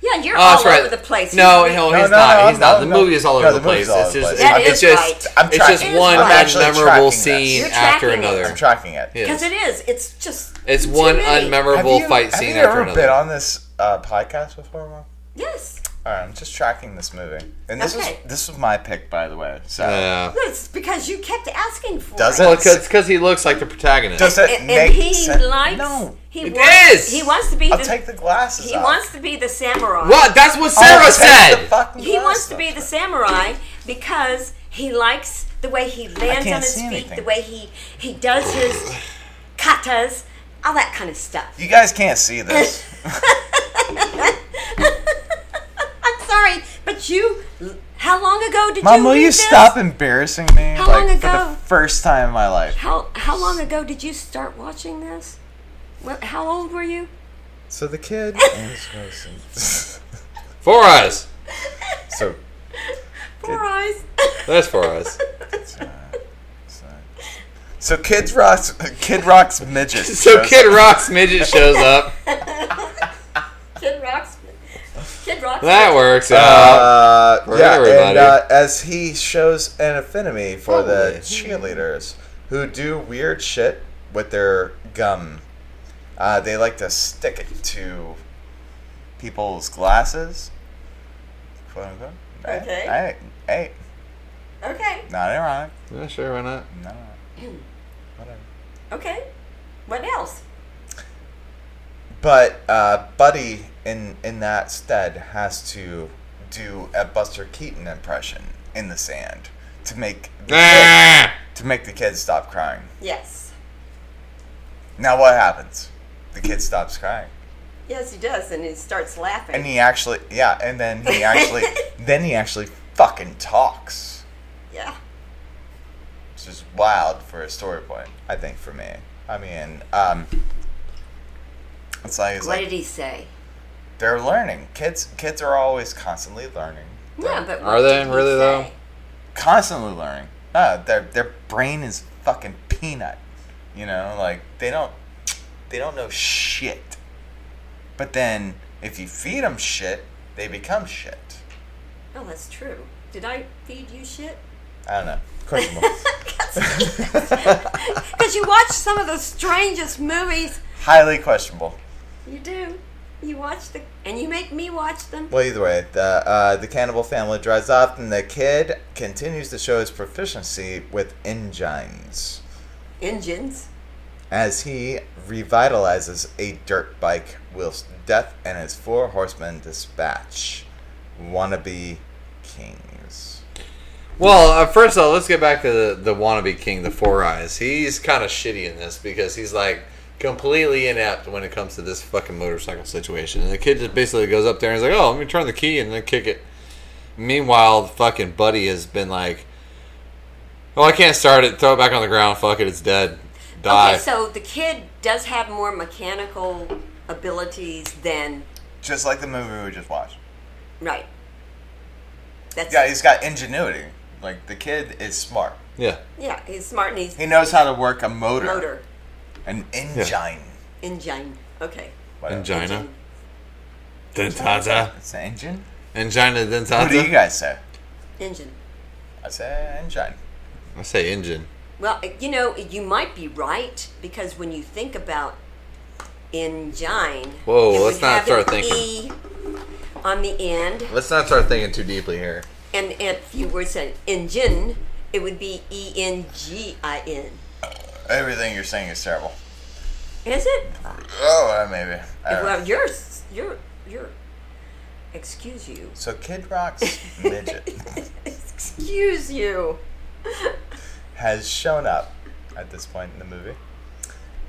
Speaker 1: Yeah, you're
Speaker 3: Oh,
Speaker 1: all
Speaker 3: that's right.
Speaker 1: over the place.
Speaker 3: No,
Speaker 1: You-
Speaker 3: no,
Speaker 2: No,
Speaker 3: he's
Speaker 2: no,
Speaker 3: not.
Speaker 2: no,
Speaker 3: he's not.
Speaker 2: no,
Speaker 3: The
Speaker 2: no.
Speaker 3: movie is all
Speaker 2: No,
Speaker 3: over
Speaker 2: the
Speaker 3: the place.
Speaker 2: movie's all
Speaker 3: It's
Speaker 2: over the
Speaker 3: just,
Speaker 2: place.
Speaker 1: That
Speaker 3: it's
Speaker 1: is
Speaker 3: just,
Speaker 1: right. I'm
Speaker 3: it's
Speaker 2: tracking
Speaker 3: just
Speaker 1: it.
Speaker 3: one
Speaker 1: I'm
Speaker 2: actually
Speaker 3: unmemorable
Speaker 2: tracking this.
Speaker 3: scene
Speaker 1: You're
Speaker 3: after
Speaker 1: tracking it.
Speaker 3: another.
Speaker 2: I'm tracking it.
Speaker 3: Yes.
Speaker 1: Because it is. It's just.
Speaker 3: It's
Speaker 1: too
Speaker 3: one
Speaker 1: many.
Speaker 2: Have
Speaker 3: unmemorable
Speaker 2: you-
Speaker 3: fight scene
Speaker 2: Have you
Speaker 3: after
Speaker 2: ever been
Speaker 3: another.
Speaker 2: on this uh, podcast before, Mom?
Speaker 1: Yes.
Speaker 2: All right, I'm just tracking this movie, and this
Speaker 1: Okay.
Speaker 2: was this was my pick, by the way. So
Speaker 3: Yeah.
Speaker 1: It's because you kept asking for
Speaker 2: Does
Speaker 1: it.
Speaker 2: it?
Speaker 3: Well, because he looks like the protagonist.
Speaker 2: does it
Speaker 1: And, and
Speaker 2: make
Speaker 1: he
Speaker 2: sense?
Speaker 1: likes.
Speaker 2: No,
Speaker 1: He
Speaker 3: It
Speaker 1: wants,
Speaker 3: is!
Speaker 1: He wants to be
Speaker 2: I'll
Speaker 1: the.
Speaker 2: take the glasses.
Speaker 1: he
Speaker 2: off.
Speaker 1: wants to be the samurai.
Speaker 3: what? That's what
Speaker 2: I'll
Speaker 3: Sarah
Speaker 2: take
Speaker 3: said.
Speaker 2: the fucking
Speaker 1: He wants to
Speaker 2: glasses
Speaker 1: be
Speaker 2: off.
Speaker 1: the samurai because he likes the way he lands
Speaker 2: can't
Speaker 1: on his
Speaker 2: see
Speaker 1: feet,
Speaker 2: anything.
Speaker 1: the way he he does his katas, all that kind of stuff.
Speaker 2: You guys can't see this.
Speaker 1: I'm sorry, but you. How long ago did
Speaker 2: Mom,
Speaker 1: you?
Speaker 2: will
Speaker 1: read
Speaker 2: you
Speaker 1: this?
Speaker 2: stop embarrassing me?
Speaker 1: How
Speaker 2: like
Speaker 1: long
Speaker 2: for
Speaker 1: ago?
Speaker 2: the first time in my life.
Speaker 1: How How long ago did you start watching this? What, how old were you?
Speaker 2: So the kid.
Speaker 3: Four Eyes.
Speaker 2: so.
Speaker 1: Four Eyes.
Speaker 3: That's Four Eyes.
Speaker 2: So Kid Rock's Kid Rock's midget.
Speaker 3: So
Speaker 2: shows
Speaker 3: Kid Rock's midget shows up.
Speaker 1: Kid Rock's. Kid Rock's.
Speaker 3: That works out.
Speaker 2: Uh,
Speaker 3: For
Speaker 2: yeah,
Speaker 3: everybody.
Speaker 2: and uh, as he shows an affinity for
Speaker 3: Holy.
Speaker 2: the cheerleaders who do weird shit with their gum. Uh, they like to stick it to people's glasses. Quote unquote.
Speaker 1: Okay.
Speaker 2: Hey, hey,
Speaker 1: Okay.
Speaker 2: not ironic.
Speaker 3: yeah, sure, why not?
Speaker 2: No. Whatever.
Speaker 1: Okay. What else?
Speaker 2: But uh, Buddy, in in that stead, has to do a Buster Keaton impression in the sand to make the kid,
Speaker 3: Ah!
Speaker 2: to make the kids stop crying.
Speaker 1: Yes.
Speaker 2: Now what happens? The kid stops crying,
Speaker 1: Yes, he does, and he starts laughing.
Speaker 2: and he actually yeah, and then he actually then he actually fucking talks,
Speaker 1: yeah.
Speaker 2: which is wild for a story point. I think for me, I mean, um, it's like it's
Speaker 1: What
Speaker 2: like
Speaker 1: did he say?
Speaker 2: they're learning. Kids kids are always constantly learning.
Speaker 1: Yeah, but
Speaker 3: Are
Speaker 1: what
Speaker 3: they
Speaker 1: did he
Speaker 3: really, though?
Speaker 1: say?
Speaker 2: constantly learning. Uh, their their brain is fucking peanut. You know, like they don't they don't know shit. But then if you feed them shit, they become shit.
Speaker 1: Oh, that's true. Did I feed you shit?
Speaker 2: I don't know. Question mark.
Speaker 1: Because you watch some of the strangest movies.
Speaker 2: Highly questionable.
Speaker 1: You do. You watch the and you make me watch them.
Speaker 2: Well, either way, the uh, the cannibal family drives off, and the kid continues to show his proficiency with engines
Speaker 1: Engines.
Speaker 2: as he revitalizes a dirt bike whilst Death and his four horsemen dispatch wannabe kings.
Speaker 3: Well, uh, first of all, let's get back to the, the wannabe king, the Four Eyes. He's kind of shitty in this because he's like completely inept when it comes to this fucking motorcycle situation. And the kid just basically goes up there and is like, "Oh, let me turn the key and then kick it." Meanwhile, the fucking buddy has been like, "Oh, I can't start it. Throw it back on the ground. Fuck it. It's dead. Die."
Speaker 1: Okay, so the kid does have more mechanical abilities than
Speaker 2: Just like the movie we just watched.
Speaker 1: right. That's
Speaker 2: Yeah, he's got ingenuity. Like the kid is smart.
Speaker 3: yeah.
Speaker 1: yeah, he's smart and he's
Speaker 2: He knows how to work a motor,
Speaker 1: motor
Speaker 2: an engine.
Speaker 1: engine. Okay.
Speaker 2: Whatever.
Speaker 3: Angina. Dentata.
Speaker 2: It's an engine.
Speaker 3: Angina
Speaker 2: What do you
Speaker 3: dentata.
Speaker 2: guys say?
Speaker 1: Engine.
Speaker 2: I say engine.
Speaker 3: I say engine.
Speaker 1: Well, uh, you know, you might be right because when you think about engine,
Speaker 3: Whoa,
Speaker 1: it would
Speaker 3: let's not
Speaker 1: have
Speaker 3: start
Speaker 1: an E
Speaker 3: thinking.
Speaker 1: on the end,
Speaker 3: Let's not start thinking too deeply here.
Speaker 1: and if you were saying engine, it would be E N G I N.
Speaker 2: Everything you're saying is terrible.
Speaker 1: Is it?
Speaker 2: Oh, uh, maybe. I don't know.
Speaker 1: Well, you're s- you're you're. Excuse you.
Speaker 2: So Kid Rock's midget
Speaker 1: Excuse you.
Speaker 2: has shown up at this point in the movie.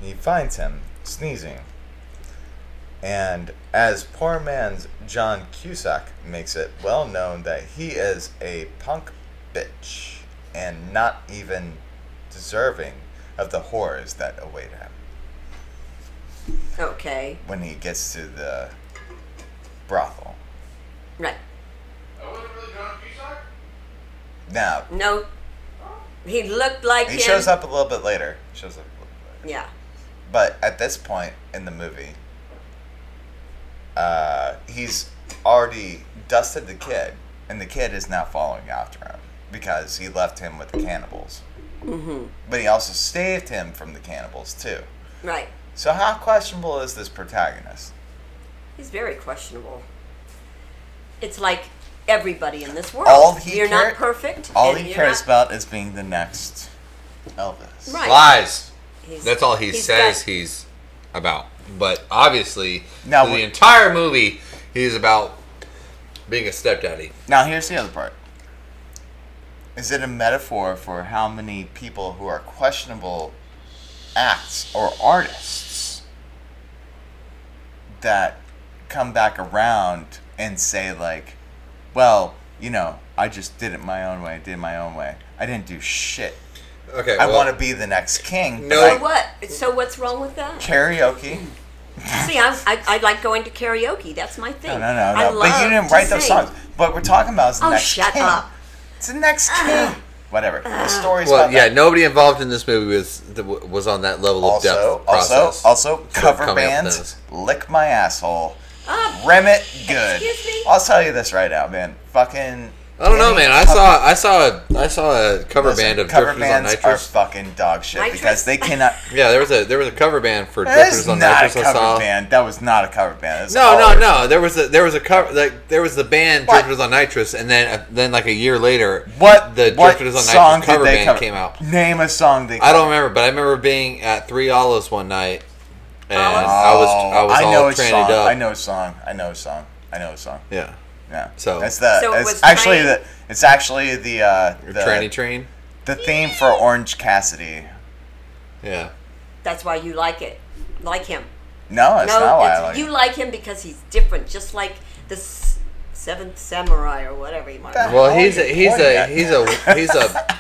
Speaker 2: He finds him sneezing. And as poor man's John Cusack makes it well known that he is a punk bitch and not even deserving of the horrors that await him
Speaker 1: Okay.
Speaker 2: when he gets to the brothel.
Speaker 1: Right.
Speaker 2: Now,
Speaker 1: No. He looked like
Speaker 2: he
Speaker 1: him.
Speaker 2: shows up a little bit later. Shows up a little bit later.
Speaker 1: Yeah.
Speaker 2: But at this point in the movie, uh, he's already dusted the kid, and the kid is now following after him because he left him with the cannibals. Mm-hmm. But he also saved him from the cannibals, too.
Speaker 1: Right.
Speaker 2: So, how questionable is this protagonist?
Speaker 1: He's very questionable. It's like everybody in this world.
Speaker 2: All he
Speaker 1: you're
Speaker 2: care-
Speaker 1: not perfect.
Speaker 2: All
Speaker 1: and
Speaker 2: he
Speaker 1: you're
Speaker 2: cares
Speaker 1: not-
Speaker 2: about is being the next Elvis.
Speaker 1: Right.
Speaker 3: Lies.
Speaker 1: He's-
Speaker 3: That's all he
Speaker 1: he's
Speaker 3: says
Speaker 1: got-
Speaker 3: he's about. But obviously,
Speaker 2: Now
Speaker 3: for the
Speaker 2: we-
Speaker 3: entire movie, he's about being a stepdaddy.
Speaker 2: Now, here's the other part. Is it a metaphor for how many people who are questionable acts or artists that come back around and say, like, well, you know, I just did it my own way, did it my own way. I didn't do shit.
Speaker 3: Okay.
Speaker 2: I want to be the next king.
Speaker 3: No.
Speaker 1: So
Speaker 2: but I-
Speaker 1: what? So what's wrong with that?
Speaker 2: karaoke.
Speaker 1: See, I, I, I like going to karaoke. That's my thing.
Speaker 2: No, no, no,
Speaker 1: I
Speaker 2: no. But you
Speaker 1: love
Speaker 2: didn't
Speaker 1: to
Speaker 2: write those
Speaker 1: sing.
Speaker 2: songs. But we're talking about is the
Speaker 1: Oh,
Speaker 2: next
Speaker 1: shut
Speaker 2: king.
Speaker 1: up. Uh-huh.
Speaker 2: It's the next king. Whatever. The story's
Speaker 3: Well,
Speaker 2: about
Speaker 3: yeah.
Speaker 2: that.
Speaker 3: Nobody involved in this movie was was on that level of
Speaker 2: Also,
Speaker 3: depth.
Speaker 2: also,
Speaker 3: process
Speaker 2: also,
Speaker 3: for
Speaker 2: cover
Speaker 3: coming up with
Speaker 2: bands.
Speaker 3: those.
Speaker 2: Lick my asshole.
Speaker 1: Ah,
Speaker 2: Remit good.
Speaker 1: Excuse me?
Speaker 2: I'll tell you this right now, man. Fucking.
Speaker 3: I don't know,
Speaker 2: any
Speaker 3: man. I
Speaker 2: fucking-
Speaker 3: saw I saw a I saw a cover
Speaker 2: Listen,
Speaker 3: band of
Speaker 2: cover
Speaker 3: Drifters
Speaker 2: bands
Speaker 3: on
Speaker 2: are
Speaker 3: Nitrous.
Speaker 2: fucking dog shit
Speaker 1: Nitrous?
Speaker 2: because they cannot.
Speaker 3: yeah, there was a there was a cover band for
Speaker 2: That is
Speaker 3: Drifters on
Speaker 2: not a
Speaker 3: Nitrous.
Speaker 2: cover
Speaker 3: I saw.
Speaker 2: band. That was not a cover band. That's
Speaker 3: No,
Speaker 2: all-
Speaker 3: no, no. There was a there was a cover like there was the band
Speaker 2: What?
Speaker 3: Drifters on Nitrous, and then uh, then like a year later,
Speaker 2: What
Speaker 3: the
Speaker 2: what
Speaker 3: Drifters on
Speaker 2: song
Speaker 3: Nitrous cover
Speaker 2: did they
Speaker 3: band
Speaker 2: cover?
Speaker 3: came out.
Speaker 2: Name a song they.
Speaker 3: I don't remember, but I remember being at Three Olives one night, and
Speaker 1: Olives?
Speaker 3: I was I was
Speaker 2: Oh,
Speaker 3: all
Speaker 2: a
Speaker 3: trannied
Speaker 2: song.
Speaker 3: up.
Speaker 2: I Oh, know a song. I know a song. I know a song.
Speaker 3: Yeah,
Speaker 2: Yeah.
Speaker 3: So-
Speaker 2: that's the.
Speaker 1: So it
Speaker 2: it's
Speaker 1: was
Speaker 2: actually
Speaker 1: Train?
Speaker 2: the. It's actually the uh,
Speaker 3: tranny
Speaker 2: the,
Speaker 3: train.
Speaker 2: the theme for Orange Cassidy.
Speaker 3: Yeah.
Speaker 1: that's why you like it. Like him.
Speaker 2: No, that's
Speaker 1: no,
Speaker 2: not why I
Speaker 1: it's-
Speaker 2: like.
Speaker 1: you
Speaker 2: it.
Speaker 1: like him because he's different, just like the s- Seventh Samurai or whatever you want. to
Speaker 2: That-
Speaker 1: call it.
Speaker 3: Well,
Speaker 2: hell
Speaker 3: he's
Speaker 2: are
Speaker 3: a,
Speaker 2: you
Speaker 3: he's
Speaker 2: pointing
Speaker 3: a
Speaker 2: at?
Speaker 3: he's a he's a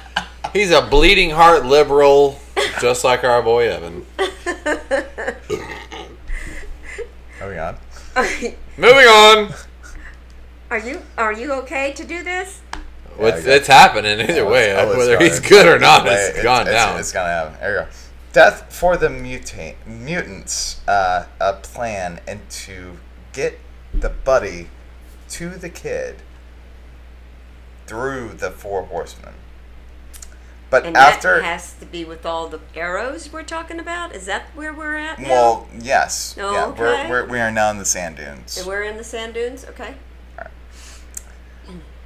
Speaker 3: he's a bleeding heart liberal, just like our boy Evan.
Speaker 2: Are Oh, we on?
Speaker 3: Moving on.
Speaker 1: Are you are you okay to do this?
Speaker 3: What's,
Speaker 2: I got-
Speaker 3: it's happening either way.
Speaker 2: Oh, it's
Speaker 3: Whether
Speaker 2: gone.
Speaker 3: he's good or not,
Speaker 2: Either way,
Speaker 3: it's gone down.
Speaker 2: It's, gone down. There you go. Death for the mutant mutants. Uh, a plan and to get the buddy to the kid through the four horsemen. But
Speaker 1: And
Speaker 2: after,
Speaker 1: that has to be with all the arrows we're talking about. Is that where we're at now?
Speaker 2: well, yes,
Speaker 1: Oh,
Speaker 2: yeah,
Speaker 1: okay.
Speaker 2: we're, we're we are now in the sand dunes.
Speaker 1: we're in the sand dunes. Okay.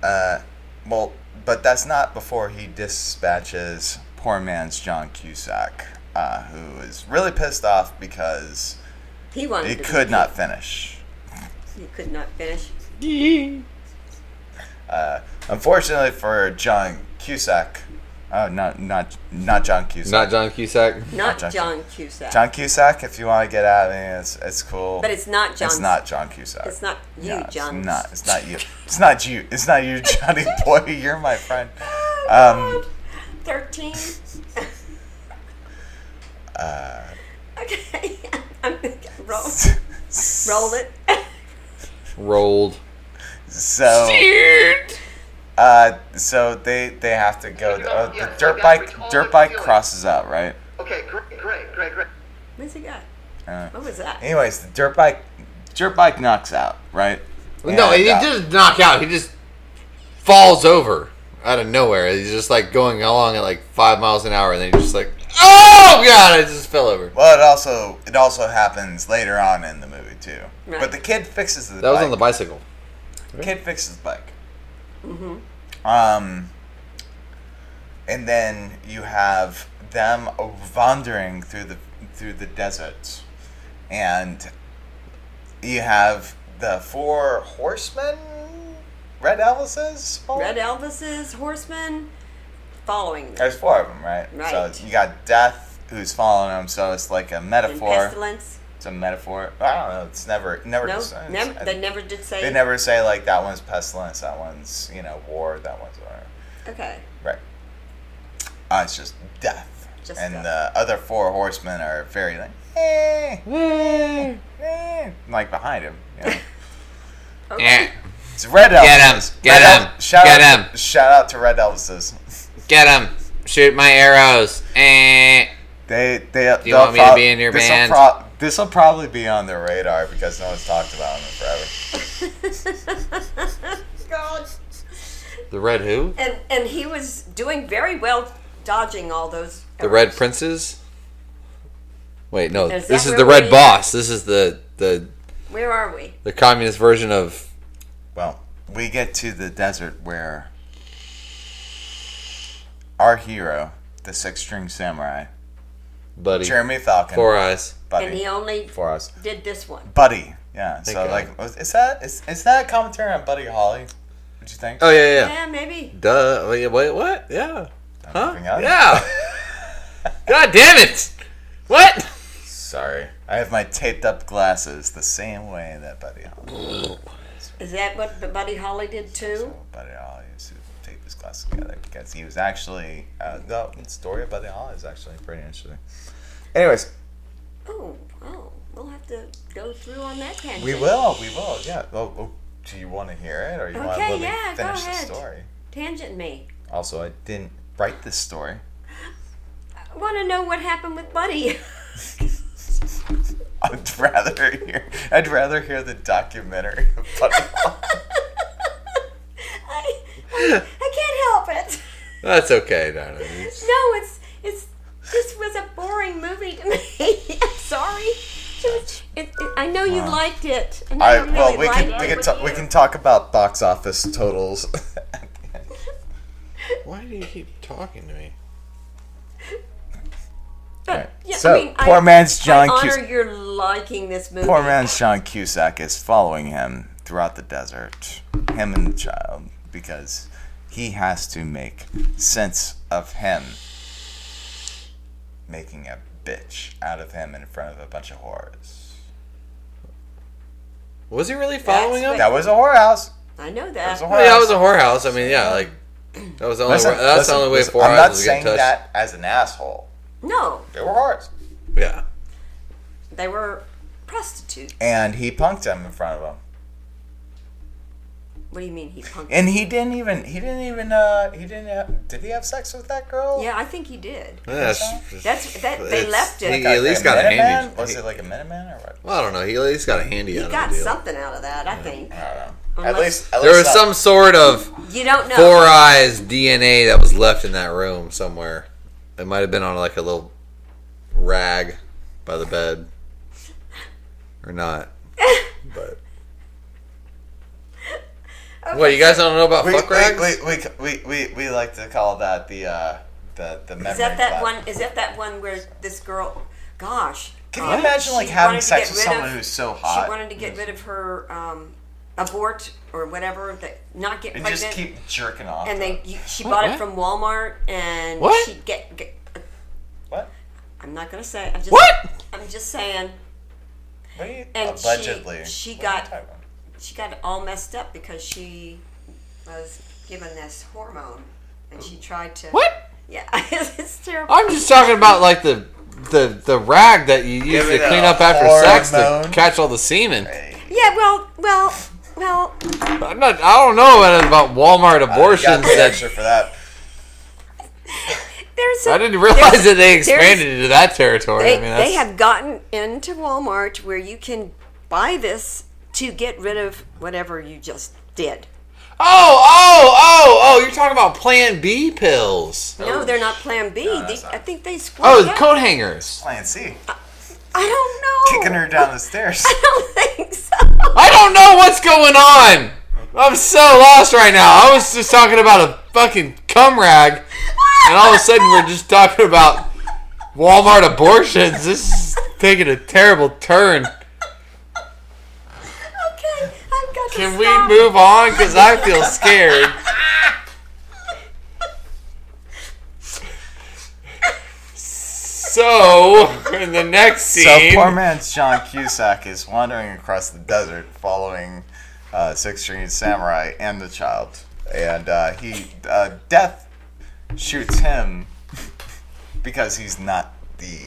Speaker 2: Uh, well, but that's not before he dispatches poor man's John Cusack, uh, who is really pissed off because
Speaker 1: He wanted.
Speaker 2: It
Speaker 1: to be
Speaker 2: could
Speaker 1: king.
Speaker 2: not finish.
Speaker 1: He could not finish.
Speaker 2: Uh, unfortunately for John Cusack, oh, not not not John Cusack.
Speaker 3: Not John Cusack.
Speaker 1: Not
Speaker 2: John-
Speaker 1: John Cusack.
Speaker 2: John Cusack. If you want to get out of me, it's it's cool.
Speaker 1: But it's not John.
Speaker 2: It's not John Cusack.
Speaker 1: It's not you,
Speaker 2: No, it's
Speaker 1: John.
Speaker 2: not. It's not you. It's not you. It's not you, Johnny boy. You're my friend. Um,
Speaker 1: Thirteen.
Speaker 2: Uh,
Speaker 1: Okay. I'm roll. Roll it.
Speaker 3: Rolled.
Speaker 1: Oh,
Speaker 2: so. Uh, so they they have to go. Uh, the dirt bike dirt bike crosses out right.
Speaker 4: Okay, great, great, great, great.
Speaker 1: What's he got?
Speaker 2: Uh,
Speaker 1: What was that?
Speaker 2: Anyways, the dirt bike, dirt bike knocks out, right?
Speaker 3: no,
Speaker 2: And,
Speaker 3: he
Speaker 2: uh,
Speaker 3: just knock out. He just falls over out of nowhere. He's just like going along at like five miles an hour, and then he's just like, oh god, I just fell over.
Speaker 2: Well, it also it also happens later on in the movie too.
Speaker 1: Right.
Speaker 2: But the kid fixes the.
Speaker 3: That was on the bicycle.
Speaker 2: Kid fixes the bike.
Speaker 1: Mm-hmm.
Speaker 2: Um. And then you have them wandering through the through the deserts, and you have the four horsemen, red Elvises. Paul?
Speaker 1: Red Elvis's horsemen following them.
Speaker 2: There's four of them, right?
Speaker 1: Right.
Speaker 2: So you got death, who's following them. So it's like a
Speaker 1: And
Speaker 2: metaphor.
Speaker 1: pestilence.
Speaker 2: It's a metaphor. I don't know. It's never, never.
Speaker 1: No,
Speaker 2: it's- it's-
Speaker 1: never, they never did say.
Speaker 2: they never say like that one's pestilence, that one's you know war, that one's whatever.
Speaker 1: Okay.
Speaker 2: Right. Uh, it's just death.
Speaker 1: Just
Speaker 2: and
Speaker 1: death.
Speaker 2: the other four horsemen are very like, eh, eh, eh, like behind him. You know?
Speaker 3: Eh.
Speaker 1: Okay.
Speaker 2: It's red Elvis.
Speaker 3: Get 'em, get 'em,
Speaker 2: shout
Speaker 3: get
Speaker 2: out,
Speaker 3: 'em.
Speaker 2: Shout out to Red Elvises.
Speaker 3: Get him! Shoot my arrows! Eh.
Speaker 2: They they. Do
Speaker 3: you want me to be in your band?
Speaker 2: this will probably be on their radar because no one's talked about them forever.
Speaker 1: God.
Speaker 3: The red who?
Speaker 1: And and he was doing very well dodging all those.
Speaker 3: The red princes. Wait, no.
Speaker 1: Is that
Speaker 3: this is
Speaker 1: where
Speaker 3: the red
Speaker 1: we-
Speaker 3: boss. This is the the
Speaker 1: Where are we?
Speaker 3: the communist version of
Speaker 2: Well, we get to the desert where our hero, the six string samurai,
Speaker 3: Buddy
Speaker 2: Jeremy Falcon,
Speaker 3: Four Eyes.
Speaker 1: And
Speaker 2: buddy,
Speaker 1: he only
Speaker 2: for us,
Speaker 1: did this one.
Speaker 2: buddy. Yeah. so
Speaker 3: God.
Speaker 2: like, was- is that is, is that a commentary on Buddy Holly? Would you think?
Speaker 3: Oh yeah, yeah. yeah.
Speaker 1: Yeah, maybe.
Speaker 3: Duh. Wait, wait, what? Yeah. Huh?
Speaker 2: moving on.
Speaker 3: Yeah. God damn it! What?
Speaker 2: Sorry, I have my taped up glasses the same way that Buddy Holly.
Speaker 1: Is that what the Buddy Holly did too?
Speaker 2: Buddy Holly is tape his class together because he was actually uh, the story about the hall is actually pretty interesting. Anyways,
Speaker 1: Oh, wow. We'll have to go through on that tangent.
Speaker 2: we will, we will, yeah. Oh, oh, do you want to hear it or you want to
Speaker 1: Okay,
Speaker 2: let me
Speaker 1: yeah, go
Speaker 2: finish the
Speaker 1: ahead.
Speaker 2: story?
Speaker 1: Tangent me.
Speaker 2: Also, I didn't write this story.
Speaker 1: I want to know what happened with Buddy.
Speaker 2: I'd rather hear. I'd rather hear the documentary. About the hall.
Speaker 1: I, I, I can't help it.
Speaker 3: That's okay, Donna. It's-
Speaker 1: No, it's it's this was a boring movie to me. I'm sorry. It was- it- it- I know you liked it. I know
Speaker 2: I,
Speaker 1: you really
Speaker 2: well, we
Speaker 1: liked
Speaker 2: can we
Speaker 1: it.
Speaker 2: can talk we can talk about box office totals. at the end.
Speaker 3: Why do you keep talking to me?
Speaker 1: But, yeah,
Speaker 2: so
Speaker 1: I mean, I-
Speaker 2: poor man's John
Speaker 1: I honor
Speaker 2: Cusack.
Speaker 1: your liking this movie.
Speaker 2: Poor man's John Cusack is following him throughout the desert, him and the child, because he has to make sense of him making a bitch out of him in front of a bunch of whores.
Speaker 3: Was he really following
Speaker 1: That's
Speaker 3: him?
Speaker 2: That was a whorehouse.
Speaker 1: I know
Speaker 2: That was
Speaker 1: that.
Speaker 2: a
Speaker 3: Well,
Speaker 2: whorehouse.
Speaker 3: yeah, it was a whorehouse. I mean, yeah, like that was the only.
Speaker 2: Listen,
Speaker 3: way, that's
Speaker 2: listen,
Speaker 3: the only way
Speaker 2: listen,
Speaker 3: four
Speaker 2: I'm
Speaker 3: eyes
Speaker 2: not
Speaker 3: was getting
Speaker 2: saying
Speaker 3: touched.
Speaker 2: that as an asshole.
Speaker 1: No,
Speaker 2: They were whores.
Speaker 3: Yeah.
Speaker 1: they were prostitutes.
Speaker 2: And he punked him in front of him.
Speaker 1: What do you mean he punked?
Speaker 2: And he didn't even. He didn't even. Uh, he didn't. Have, did he have sex with that girl?
Speaker 1: yeah, I think he did.
Speaker 3: That's,
Speaker 1: That's that they
Speaker 3: It's-
Speaker 1: left it.
Speaker 3: he- he at least
Speaker 2: a
Speaker 3: got a
Speaker 2: Minuteman?
Speaker 3: handy.
Speaker 2: Was it like a Minuteman or what?
Speaker 3: Well, I don't know. He at least got a handy
Speaker 1: he
Speaker 3: out
Speaker 1: got
Speaker 3: of the deal.
Speaker 1: something out of that, I think.
Speaker 2: I don't know.
Speaker 1: Unless-
Speaker 2: at least at
Speaker 3: There
Speaker 2: least
Speaker 3: was some sort of
Speaker 1: You don't know.
Speaker 3: four eyes DNA that was left in that room somewhere. It might have been on like a little rag by the bed, or not. But what you guys don't know about
Speaker 2: We,
Speaker 3: fuck rags?
Speaker 2: we, we, we, we, we like to call that the uh, the the memory.
Speaker 1: Is that that
Speaker 2: clap.
Speaker 1: one? Is that that one where this girl? Gosh.
Speaker 2: Can
Speaker 1: um,
Speaker 2: you imagine like
Speaker 1: she
Speaker 2: having
Speaker 1: wanted to get
Speaker 2: sex with
Speaker 1: rid of-
Speaker 2: someone who's so hot?
Speaker 1: She wanted to get rid of her um, abort or whatever that not get
Speaker 2: and
Speaker 1: pregnant.
Speaker 2: just keep jerking off.
Speaker 1: and
Speaker 2: to
Speaker 1: they
Speaker 2: it.
Speaker 1: you, she
Speaker 3: What,
Speaker 1: bought
Speaker 3: what?
Speaker 1: it from Walmart and
Speaker 3: What?
Speaker 1: she get, get
Speaker 2: what?
Speaker 1: I'm not gonna say. I'm just,
Speaker 3: What?
Speaker 1: I'm just saying
Speaker 2: What are you
Speaker 1: And she-
Speaker 2: allegedly?
Speaker 1: she
Speaker 2: what are you
Speaker 1: got-
Speaker 2: talking about?
Speaker 1: she got all messed up because she was given this hormone and she tried to
Speaker 3: What?
Speaker 1: Yeah, it's terrible.
Speaker 3: I'm just talking about like the the the rag that you use
Speaker 2: Give me
Speaker 3: to
Speaker 2: that
Speaker 3: clean up after sex to
Speaker 2: hormone.
Speaker 3: catch all the semen.
Speaker 1: Yeah, well, well, well.
Speaker 3: I'm not. I don't know about- about Walmart
Speaker 2: You
Speaker 3: abortions
Speaker 2: got paid
Speaker 3: that.
Speaker 2: extra for that.
Speaker 1: There's a,
Speaker 3: I didn't realize that they
Speaker 1: there's-
Speaker 3: expanded into that territory.
Speaker 1: They,
Speaker 3: I mean,
Speaker 1: they
Speaker 3: that's,
Speaker 1: have gotten into Walmart where you can buy this to get rid of whatever you just did.
Speaker 3: Oh, oh, oh, oh! You're talking about Plan B pills.
Speaker 1: No, they're not Plan B.
Speaker 2: that's
Speaker 1: They-
Speaker 2: not-
Speaker 1: I think they squat.
Speaker 3: Oh, the coat hangers.
Speaker 2: Plan C.
Speaker 1: I don't know.
Speaker 2: Kicking her down the stairs.
Speaker 1: I don't think so.
Speaker 3: I don't know what's going on. I'm so lost right now. I was just talking about a fucking cum rag, and all of a sudden we're just talking about Walmart abortions. This is taking a terrible turn.
Speaker 1: Okay, I've got to
Speaker 3: Can
Speaker 1: stop.
Speaker 3: we move on? Because I feel scared. So, in the next
Speaker 2: So
Speaker 3: scene,
Speaker 2: poor man's John Cusack is wandering across the desert, following uh, Six String Samurai and the child, and uh, he uh, death shoots him because he's not the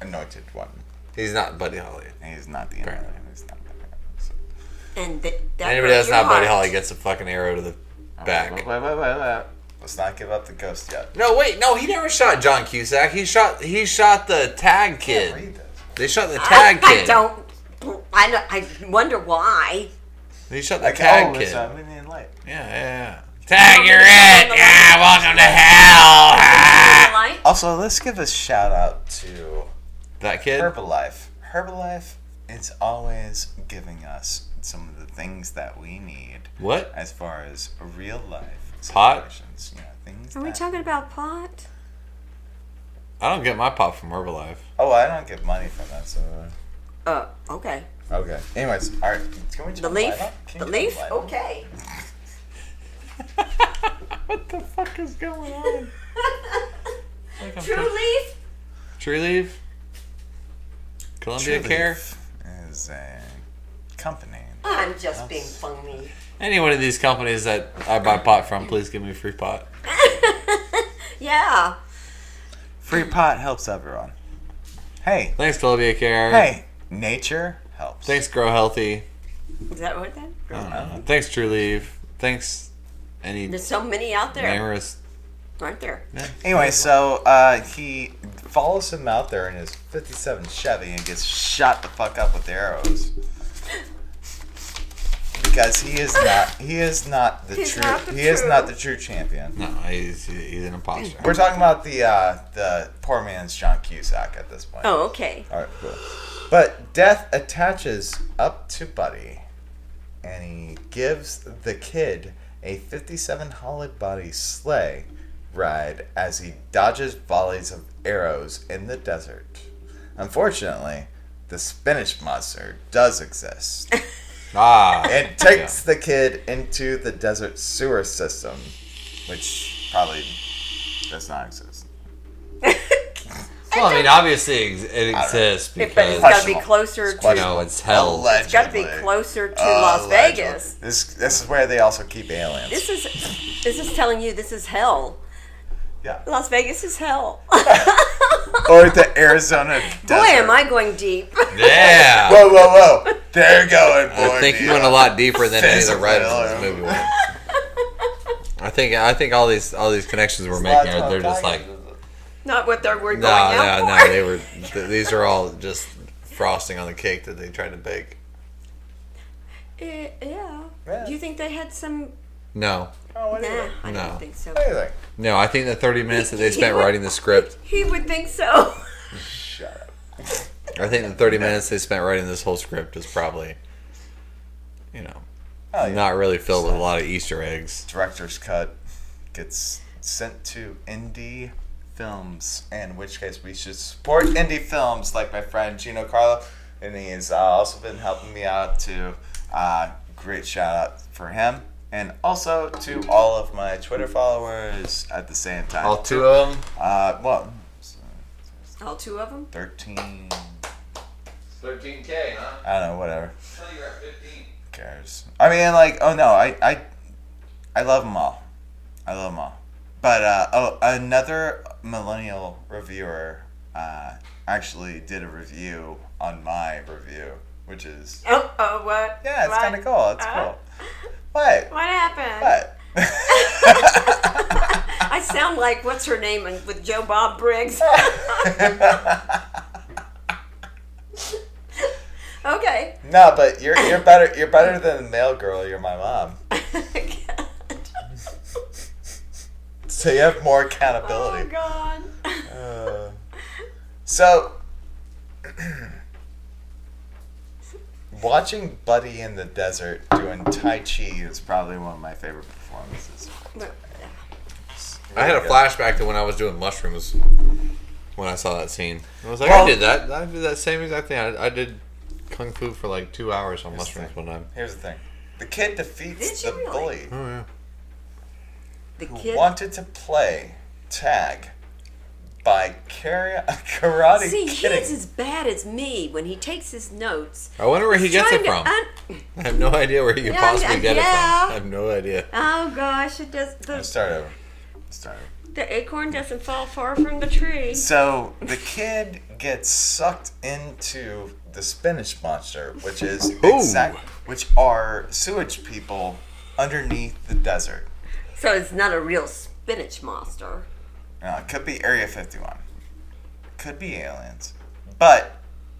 Speaker 2: anointed one.
Speaker 3: he's not Buddy Holly.
Speaker 2: And He's not the anointed. one. He's not the anointed one. So-
Speaker 1: And th- that
Speaker 3: Anybody
Speaker 1: hurt
Speaker 3: that's
Speaker 1: your
Speaker 3: not Buddy
Speaker 1: heart.
Speaker 3: Holly gets a fucking arrow to the
Speaker 2: Wait,
Speaker 3: back.
Speaker 2: wait, wait, wait, wait. Let's not give up the ghost yet.
Speaker 3: No, wait, no, he never shot John Cusack. He shot he shot the tag
Speaker 2: Read
Speaker 3: kid.
Speaker 2: this.
Speaker 3: They shot the
Speaker 1: I,
Speaker 3: tag
Speaker 1: I
Speaker 3: kid.
Speaker 1: don't. I don't. I wonder why.
Speaker 3: They shot the
Speaker 2: Like,
Speaker 3: tag
Speaker 2: oh,
Speaker 3: kid.
Speaker 2: it's
Speaker 3: Yeah,
Speaker 2: uh, Minion Light.
Speaker 3: yeah, yeah. Tag, you're it. Yeah, welcome to hell. Ah.
Speaker 1: Light.
Speaker 2: Also, let's give a shout out to
Speaker 3: That kid.
Speaker 2: Herbalife. Herbalife is always giving us some of the things that we need
Speaker 3: What?
Speaker 2: as far as real life
Speaker 3: Pot?
Speaker 2: situations. You know, things
Speaker 1: Are we
Speaker 2: that-
Speaker 1: talking about pot?
Speaker 3: I don't get my pop from Herbalife.
Speaker 2: Oh, I don't get money from that, so.
Speaker 1: Uh, okay.
Speaker 2: Okay. Anyways, alright. Can we turn
Speaker 1: The leaf.
Speaker 2: light on? Can
Speaker 1: The
Speaker 2: you turn
Speaker 1: leaf.
Speaker 2: light on?
Speaker 1: Okay.
Speaker 3: What the fuck is going on?
Speaker 1: True leaf.
Speaker 3: Tree Leaf? Columbia
Speaker 2: Trulieve
Speaker 3: Care?
Speaker 2: is a company.
Speaker 1: I'm just being funny.
Speaker 3: Any one of these companies that I buy pot from, please give me a free pot.
Speaker 1: Yeah.
Speaker 2: Free pot helps everyone. Hey,
Speaker 3: Thanks, Columbia Care.
Speaker 2: hey, nature helps.
Speaker 3: Thanks, Grow Healthy.
Speaker 1: Is that what that? Uh-huh.
Speaker 3: Thanks, True Leave. Thanks, any
Speaker 1: There's so many out there,
Speaker 3: numerous.
Speaker 1: aren't there?
Speaker 2: Anyway, so uh, he follows him out there in his 57 Chevy and gets shot the fuck up with arrows. Because he is not he is not the
Speaker 1: He's
Speaker 2: true
Speaker 1: not the
Speaker 2: he is
Speaker 1: true.
Speaker 2: not the true champion.
Speaker 3: No, he's, he's an imposter.
Speaker 2: We're talking about the uh, the poor man's John Cusack at this point.
Speaker 1: Oh, okay.
Speaker 2: All right, cool. But death attaches up to Buddy, and he gives the kid a 57 hollow body sleigh ride as he dodges volleys of arrows in the desert. Unfortunately, the spinach monster does exist.
Speaker 3: Ah,
Speaker 2: It takes the kid into the desert sewer system, which probably does not exist.
Speaker 3: well, I mean, obviously it ex- it exists
Speaker 1: But it's
Speaker 3: because
Speaker 1: got to be closer
Speaker 3: you
Speaker 2: Question.
Speaker 1: to.
Speaker 3: know it's hell.
Speaker 1: It's got to be
Speaker 2: Allegedly.
Speaker 1: closer to
Speaker 2: Uh,
Speaker 1: Las
Speaker 2: allegedly.
Speaker 1: Vegas.
Speaker 2: This this is where they also keep aliens.
Speaker 1: This is this is telling you this is hell.
Speaker 2: yeah.
Speaker 1: Las Vegas is hell.
Speaker 2: or the Arizona desert.
Speaker 1: Boy, am I going deep.
Speaker 3: Yeah.
Speaker 2: Whoa, whoa, whoa! They're going, boy.
Speaker 3: I think you
Speaker 2: deal.
Speaker 3: went a lot deeper than any of the
Speaker 2: Physical
Speaker 3: writers in this
Speaker 2: element.
Speaker 3: movie went. I think I think all these all these connections we're making are they're just like
Speaker 1: Not what they're we're going
Speaker 3: no
Speaker 1: out
Speaker 3: no
Speaker 1: for.
Speaker 3: no they were th- these are all just frosting on the cake that they tried to bake.
Speaker 1: Eh, yeah.
Speaker 2: Yeah.
Speaker 1: Do you think they had some?
Speaker 3: No
Speaker 2: Oh, what do you
Speaker 1: Nah,
Speaker 2: think?
Speaker 1: I
Speaker 3: No.
Speaker 1: don't think so.
Speaker 2: What do you think?
Speaker 3: no I think the thirty minutes that they spent writing the script
Speaker 1: He would think so.
Speaker 2: Shut up.
Speaker 3: I think the thirty minutes they spent writing this whole script is probably you know
Speaker 2: Oh, yeah.
Speaker 3: not really filled with a lot of Easter eggs.
Speaker 2: Director's cut gets sent to indie films, in which case we should support indie films, like my friend Gino Carlo, and he's uh, also been helping me out too. Uh, great shout out for him, and also to all of my Twitter followers at the same time.
Speaker 3: All two of them.
Speaker 2: Uh, well,
Speaker 1: All two of them.
Speaker 2: 13.
Speaker 5: Thirteen K, huh?
Speaker 2: I don't know, whatever.
Speaker 5: you were at fifteen.
Speaker 2: Who cares? I mean, like, oh no, I, I, I love them all. I love them all. But, uh, oh, another millennial reviewer uh, actually did a review on my review, which is,
Speaker 1: Oh, oh, what?
Speaker 2: yeah, it's
Speaker 1: What?
Speaker 2: kind of cool. It's
Speaker 1: Uh,
Speaker 2: cool. What?
Speaker 1: What happened?
Speaker 2: What?
Speaker 1: I sound like what's her name and with Joe Bob Briggs. okay.
Speaker 2: no, but you're you're better you're better than the male girl. You're my mom, so you have more accountability.
Speaker 1: oh God.
Speaker 2: Uh, So, watching Buddy in the desert doing Tai Chi is probably one of my favorite performances.
Speaker 3: I had a flashback to when I was doing mushrooms when I saw that scene. I was like,
Speaker 2: Well-
Speaker 3: I did that. I did that same exact thing. I, I did kung fu for like two hours on
Speaker 2: Here's the
Speaker 3: mushrooms
Speaker 2: thing.
Speaker 3: one time.
Speaker 2: Here's the thing the kid defeats
Speaker 1: Did
Speaker 2: the
Speaker 1: you really?
Speaker 2: bully
Speaker 3: Oh yeah.
Speaker 1: The
Speaker 2: who
Speaker 1: kid.
Speaker 2: wanted to play tag by carry- karate
Speaker 1: See, he's
Speaker 2: kidding.
Speaker 1: as bad as me when he takes his notes.
Speaker 3: I wonder where he gets
Speaker 1: trying
Speaker 3: it
Speaker 1: to
Speaker 3: from.
Speaker 1: un-
Speaker 3: I have no idea where he could
Speaker 1: Yeah,
Speaker 3: possibly
Speaker 1: yeah,
Speaker 3: get it
Speaker 1: yeah.
Speaker 3: from. I have no idea.
Speaker 1: oh gosh, it does.
Speaker 2: Let's
Speaker 1: The,
Speaker 2: Start over. Let's Start over.
Speaker 1: the acorn doesn't fall far from the tree.
Speaker 2: So the kid gets sucked into the spinach monster, which is
Speaker 3: Ooh.
Speaker 2: exact, which are sewage people underneath the desert.
Speaker 1: So it's not a real spinach monster.
Speaker 2: Now, it could be Area 51, could be aliens, but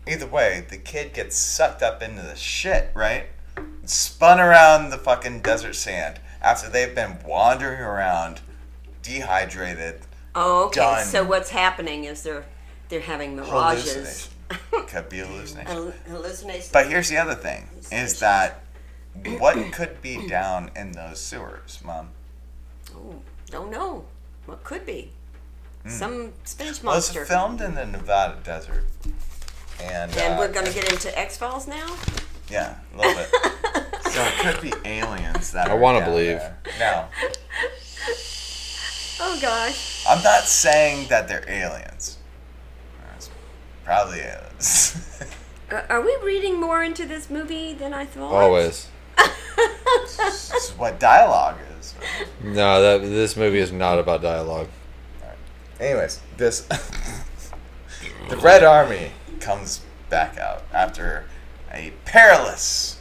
Speaker 2: either way, the kid gets sucked up into the shit, right? Spun around the fucking desert sand after they've been wandering around, dehydrated,
Speaker 1: Oh, okay.
Speaker 2: Done.
Speaker 1: So what's happening is they're they're having mirages,
Speaker 2: hallucination. Could be hallucination.
Speaker 1: Hal- hallucinations.
Speaker 2: But here's the other thing is that what could be down in those sewers, Mom?
Speaker 1: Ooh, don't know. What could be? Some spinach
Speaker 2: Hmm. Well, it's
Speaker 1: monster.
Speaker 2: filmed in the Nevada desert. And,
Speaker 1: And
Speaker 2: uh,
Speaker 1: we're gonna get into X Files now.
Speaker 2: Yeah, a little bit. so it could be aliens that
Speaker 3: I
Speaker 2: are
Speaker 3: wanna
Speaker 2: down
Speaker 3: believe.
Speaker 2: there. No,
Speaker 1: Oh gosh.
Speaker 2: I'm not saying that they're aliens. It's probably aliens.
Speaker 1: Uh, Are, are we reading more into this movie than I thought?
Speaker 3: Always.
Speaker 2: This is what dialogue is.
Speaker 3: No, that this movie is not about dialogue.
Speaker 2: Anyways, this the Red Army comes back out after a perilous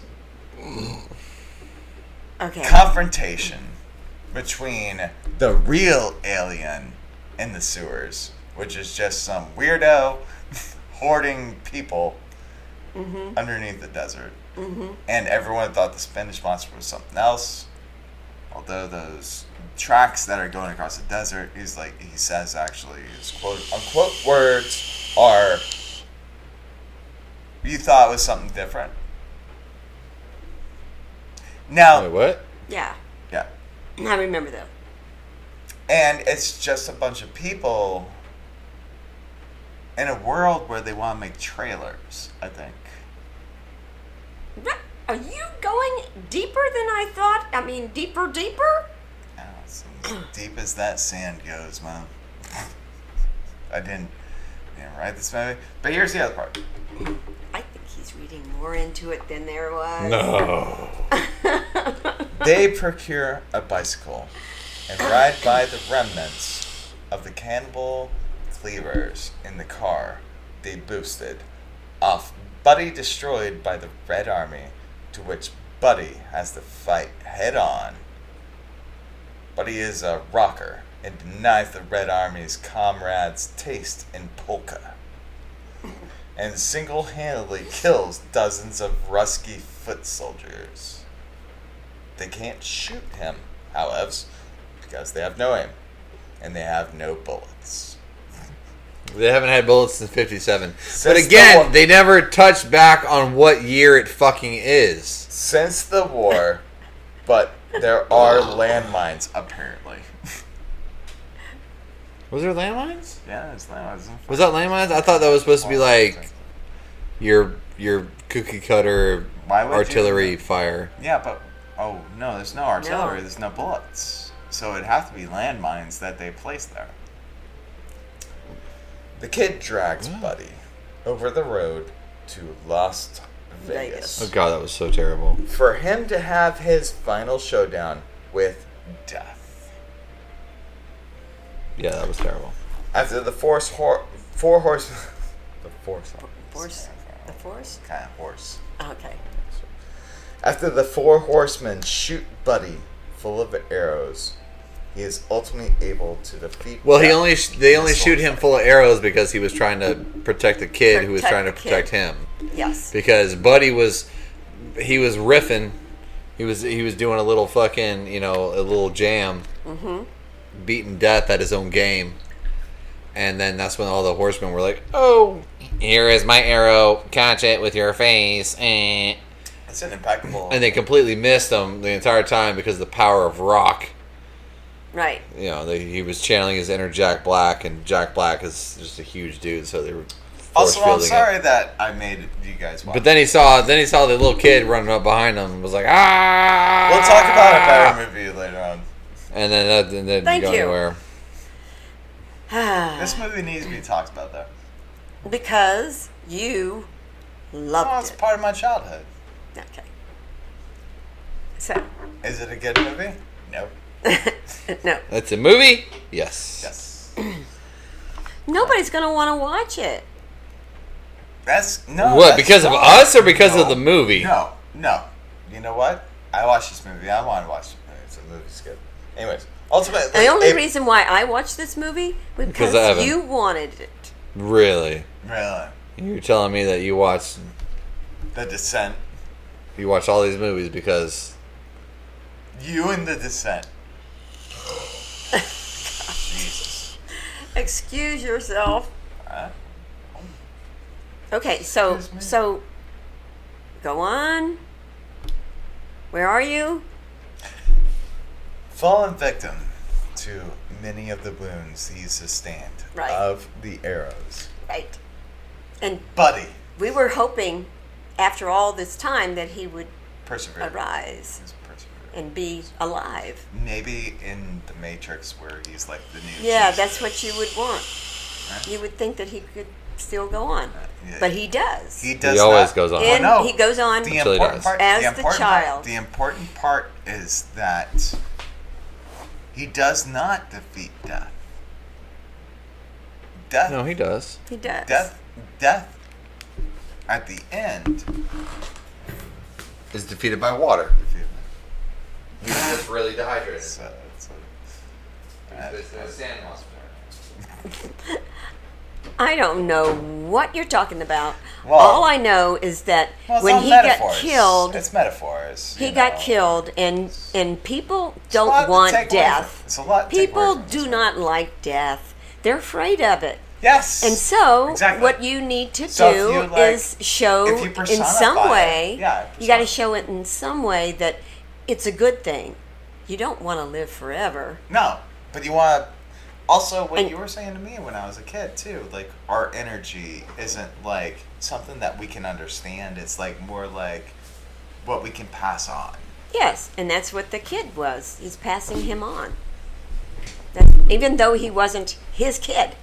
Speaker 1: Okay.
Speaker 2: confrontation between the real alien in the sewers, which is just some weirdo hoarding people underneath the desert. And everyone thought the Spanish monster was something else. Although those tracks that are going across the desert, he's like he says actually his quote unquote words are you thought it was something different. Now
Speaker 3: Wait, what?
Speaker 1: Yeah.
Speaker 2: yeah.
Speaker 1: I remember though.
Speaker 2: And it's just a bunch of people in a world where they want to make trailers, I think.
Speaker 1: What? Are you going deeper than I thought? I mean, deeper, deeper?
Speaker 2: Oh, it's as deep as that sand goes, Mom. I didn't, didn't write this movie. But here's the other part.
Speaker 1: I think he's reading more into it than there was.
Speaker 3: No.
Speaker 2: They procure a bicycle and ride by the remnants of the cannibal cleavers in the car they boosted off Buddy destroyed by the Red Army, to which Buddy has to fight head on. Buddy is a rocker and denies the Red Army's comrades taste in polka and single handedly kills dozens of rusky foot soldiers. They can't shoot him, however, because they have no aim and they have no bullets.
Speaker 3: They haven't had bullets since 57.
Speaker 2: Since
Speaker 3: But
Speaker 2: the war.
Speaker 3: again, they never touched back on what year it fucking is.
Speaker 2: Since the war, but there are landmines apparently.
Speaker 3: Was there landmines?
Speaker 2: Yeah, there's landmines.
Speaker 3: Was that landmines? I thought that was supposed to be like your your cookie cutter
Speaker 2: Why would you-
Speaker 3: artillery fire.
Speaker 2: Yeah, but oh no, there's no artillery,
Speaker 1: No.
Speaker 2: there's no bullets. So it'd have to be landmines that they placed there. The kid drags
Speaker 3: Mm.
Speaker 2: Buddy over the road to Las Vegas.
Speaker 1: Vegas.
Speaker 3: Oh god, that was so terrible.
Speaker 2: For him to have his final showdown with death.
Speaker 3: Yeah, that was terrible.
Speaker 2: After the force hor- four horse the force
Speaker 1: Force? The force?
Speaker 2: kind of horse.
Speaker 1: Okay.
Speaker 2: After the four horsemen shoot Buddy full of arrows, he is ultimately able to defeat.
Speaker 3: Well, he
Speaker 2: Death
Speaker 3: only sh- they
Speaker 2: in
Speaker 3: only
Speaker 2: his
Speaker 3: shoot
Speaker 2: whole
Speaker 3: him full of arrows because he was trying to protect the kid who was
Speaker 1: Protect
Speaker 3: trying to
Speaker 1: the kid.
Speaker 3: protect him.
Speaker 1: Yes.
Speaker 3: because Buddy was he was riffing, he was he was doing a little fucking you know a little jam, beating death at his own game, and then that's when all the horsemen were like, "Oh, here is my arrow, catch it with your face," eh."
Speaker 2: It's an impeccable.
Speaker 3: and they completely missed him the entire time because of the power of rock.
Speaker 1: Right.
Speaker 3: You know, they, he was channeling his inner Jack Black, and Jack Black is just a huge dude, so they were.
Speaker 2: also, I'm
Speaker 3: force-fielding it.
Speaker 2: sorry that I made you guys watch.
Speaker 3: But then he saw then he saw the little kid running up behind him and was like, ah.
Speaker 2: we'll talk about a better movie later on.
Speaker 3: And then that then that didn't
Speaker 1: Thank
Speaker 3: go
Speaker 1: you.
Speaker 3: anywhere.
Speaker 2: This movie needs to be talked about, though.
Speaker 1: because you
Speaker 2: Oh,
Speaker 1: loved
Speaker 2: it's
Speaker 1: it.
Speaker 2: part of my childhood.
Speaker 1: Okay. So,
Speaker 2: Is it a good movie? No.
Speaker 1: no.
Speaker 3: That's a movie. Yes.
Speaker 2: Yes.
Speaker 1: Nobody's going to want to watch it.
Speaker 2: That's no.
Speaker 3: What?
Speaker 2: that's
Speaker 3: Because of
Speaker 2: wrong.
Speaker 3: us or because
Speaker 2: No.
Speaker 3: of the movie?
Speaker 2: No, no. You know what? I watched this movie. I want to watch this movie. So the movie's good. Anyways, ultimately,
Speaker 1: The only
Speaker 2: it-
Speaker 1: reason why I watched this movie was
Speaker 3: Because
Speaker 1: because
Speaker 3: of Evan.
Speaker 1: you wanted it.
Speaker 3: Really?
Speaker 2: really
Speaker 3: You're telling me that you watched
Speaker 2: the descent.
Speaker 3: you watch all these movies because
Speaker 2: You and the descent. Jesus.
Speaker 1: Excuse yourself.
Speaker 2: Huh?
Speaker 1: Okay, so
Speaker 2: Excuse me.
Speaker 1: so go on. Where are you?
Speaker 2: Fallen victim to many of the wounds he sustained
Speaker 1: Right.
Speaker 2: of the arrows.
Speaker 1: Right. And
Speaker 2: Buddy,
Speaker 1: we were hoping after all this time that he would
Speaker 2: persevere.
Speaker 1: arise
Speaker 2: He's persevered.
Speaker 1: and be alive.
Speaker 2: Maybe in the Matrix where he's like the new.
Speaker 1: Yeah,
Speaker 2: Jesus.
Speaker 1: that's what you would want. You would think that he could still go on.
Speaker 2: Uh, Yeah.
Speaker 1: But he does.
Speaker 2: He does.
Speaker 3: he always
Speaker 2: not-
Speaker 3: goes on.
Speaker 1: And
Speaker 2: no.
Speaker 1: he goes on.
Speaker 2: The
Speaker 3: Until he
Speaker 2: important
Speaker 3: dies.
Speaker 2: part,
Speaker 1: As
Speaker 2: the
Speaker 1: the
Speaker 2: important
Speaker 1: child.
Speaker 2: Part, the important part is that he does not defeat death. Death.
Speaker 3: No, he does.
Speaker 1: he does.
Speaker 2: death. Death. At the end.
Speaker 5: Is defeated by water.
Speaker 2: defeated.
Speaker 5: He's just really dehydrated.
Speaker 2: So, it's
Speaker 1: I don't know what you're talking about.
Speaker 2: Well-
Speaker 1: All I know is that
Speaker 2: well, it's
Speaker 1: when
Speaker 2: all
Speaker 1: he
Speaker 2: metaphors.
Speaker 1: got killed,
Speaker 2: it's metaphors.
Speaker 1: he
Speaker 2: you
Speaker 1: got
Speaker 2: know.
Speaker 1: killed, and and people
Speaker 2: It's a lot
Speaker 1: don't
Speaker 2: to
Speaker 1: want
Speaker 2: take away
Speaker 1: death.
Speaker 2: from- It's a lot. to take away
Speaker 1: People
Speaker 2: from
Speaker 1: do
Speaker 2: this.
Speaker 1: not like death. They're afraid of it.
Speaker 2: Yes.
Speaker 1: And so,
Speaker 2: Exactly.
Speaker 1: what you need to
Speaker 2: So if
Speaker 1: do
Speaker 2: you, like-
Speaker 1: is show
Speaker 2: if you
Speaker 1: in
Speaker 2: personify it,
Speaker 1: some way.
Speaker 2: yeah,
Speaker 1: you got to
Speaker 2: personify.
Speaker 1: show it in some way that it's a good thing. You don't want to live forever.
Speaker 2: No, but you want to. Also, what
Speaker 1: And-
Speaker 2: you were saying to me when I was a kid too, like our energy isn't like something that we can understand. It's like more like what we can pass on.
Speaker 1: Yes, and that's what the kid was. He's passing him on. That, even though he wasn't his kid,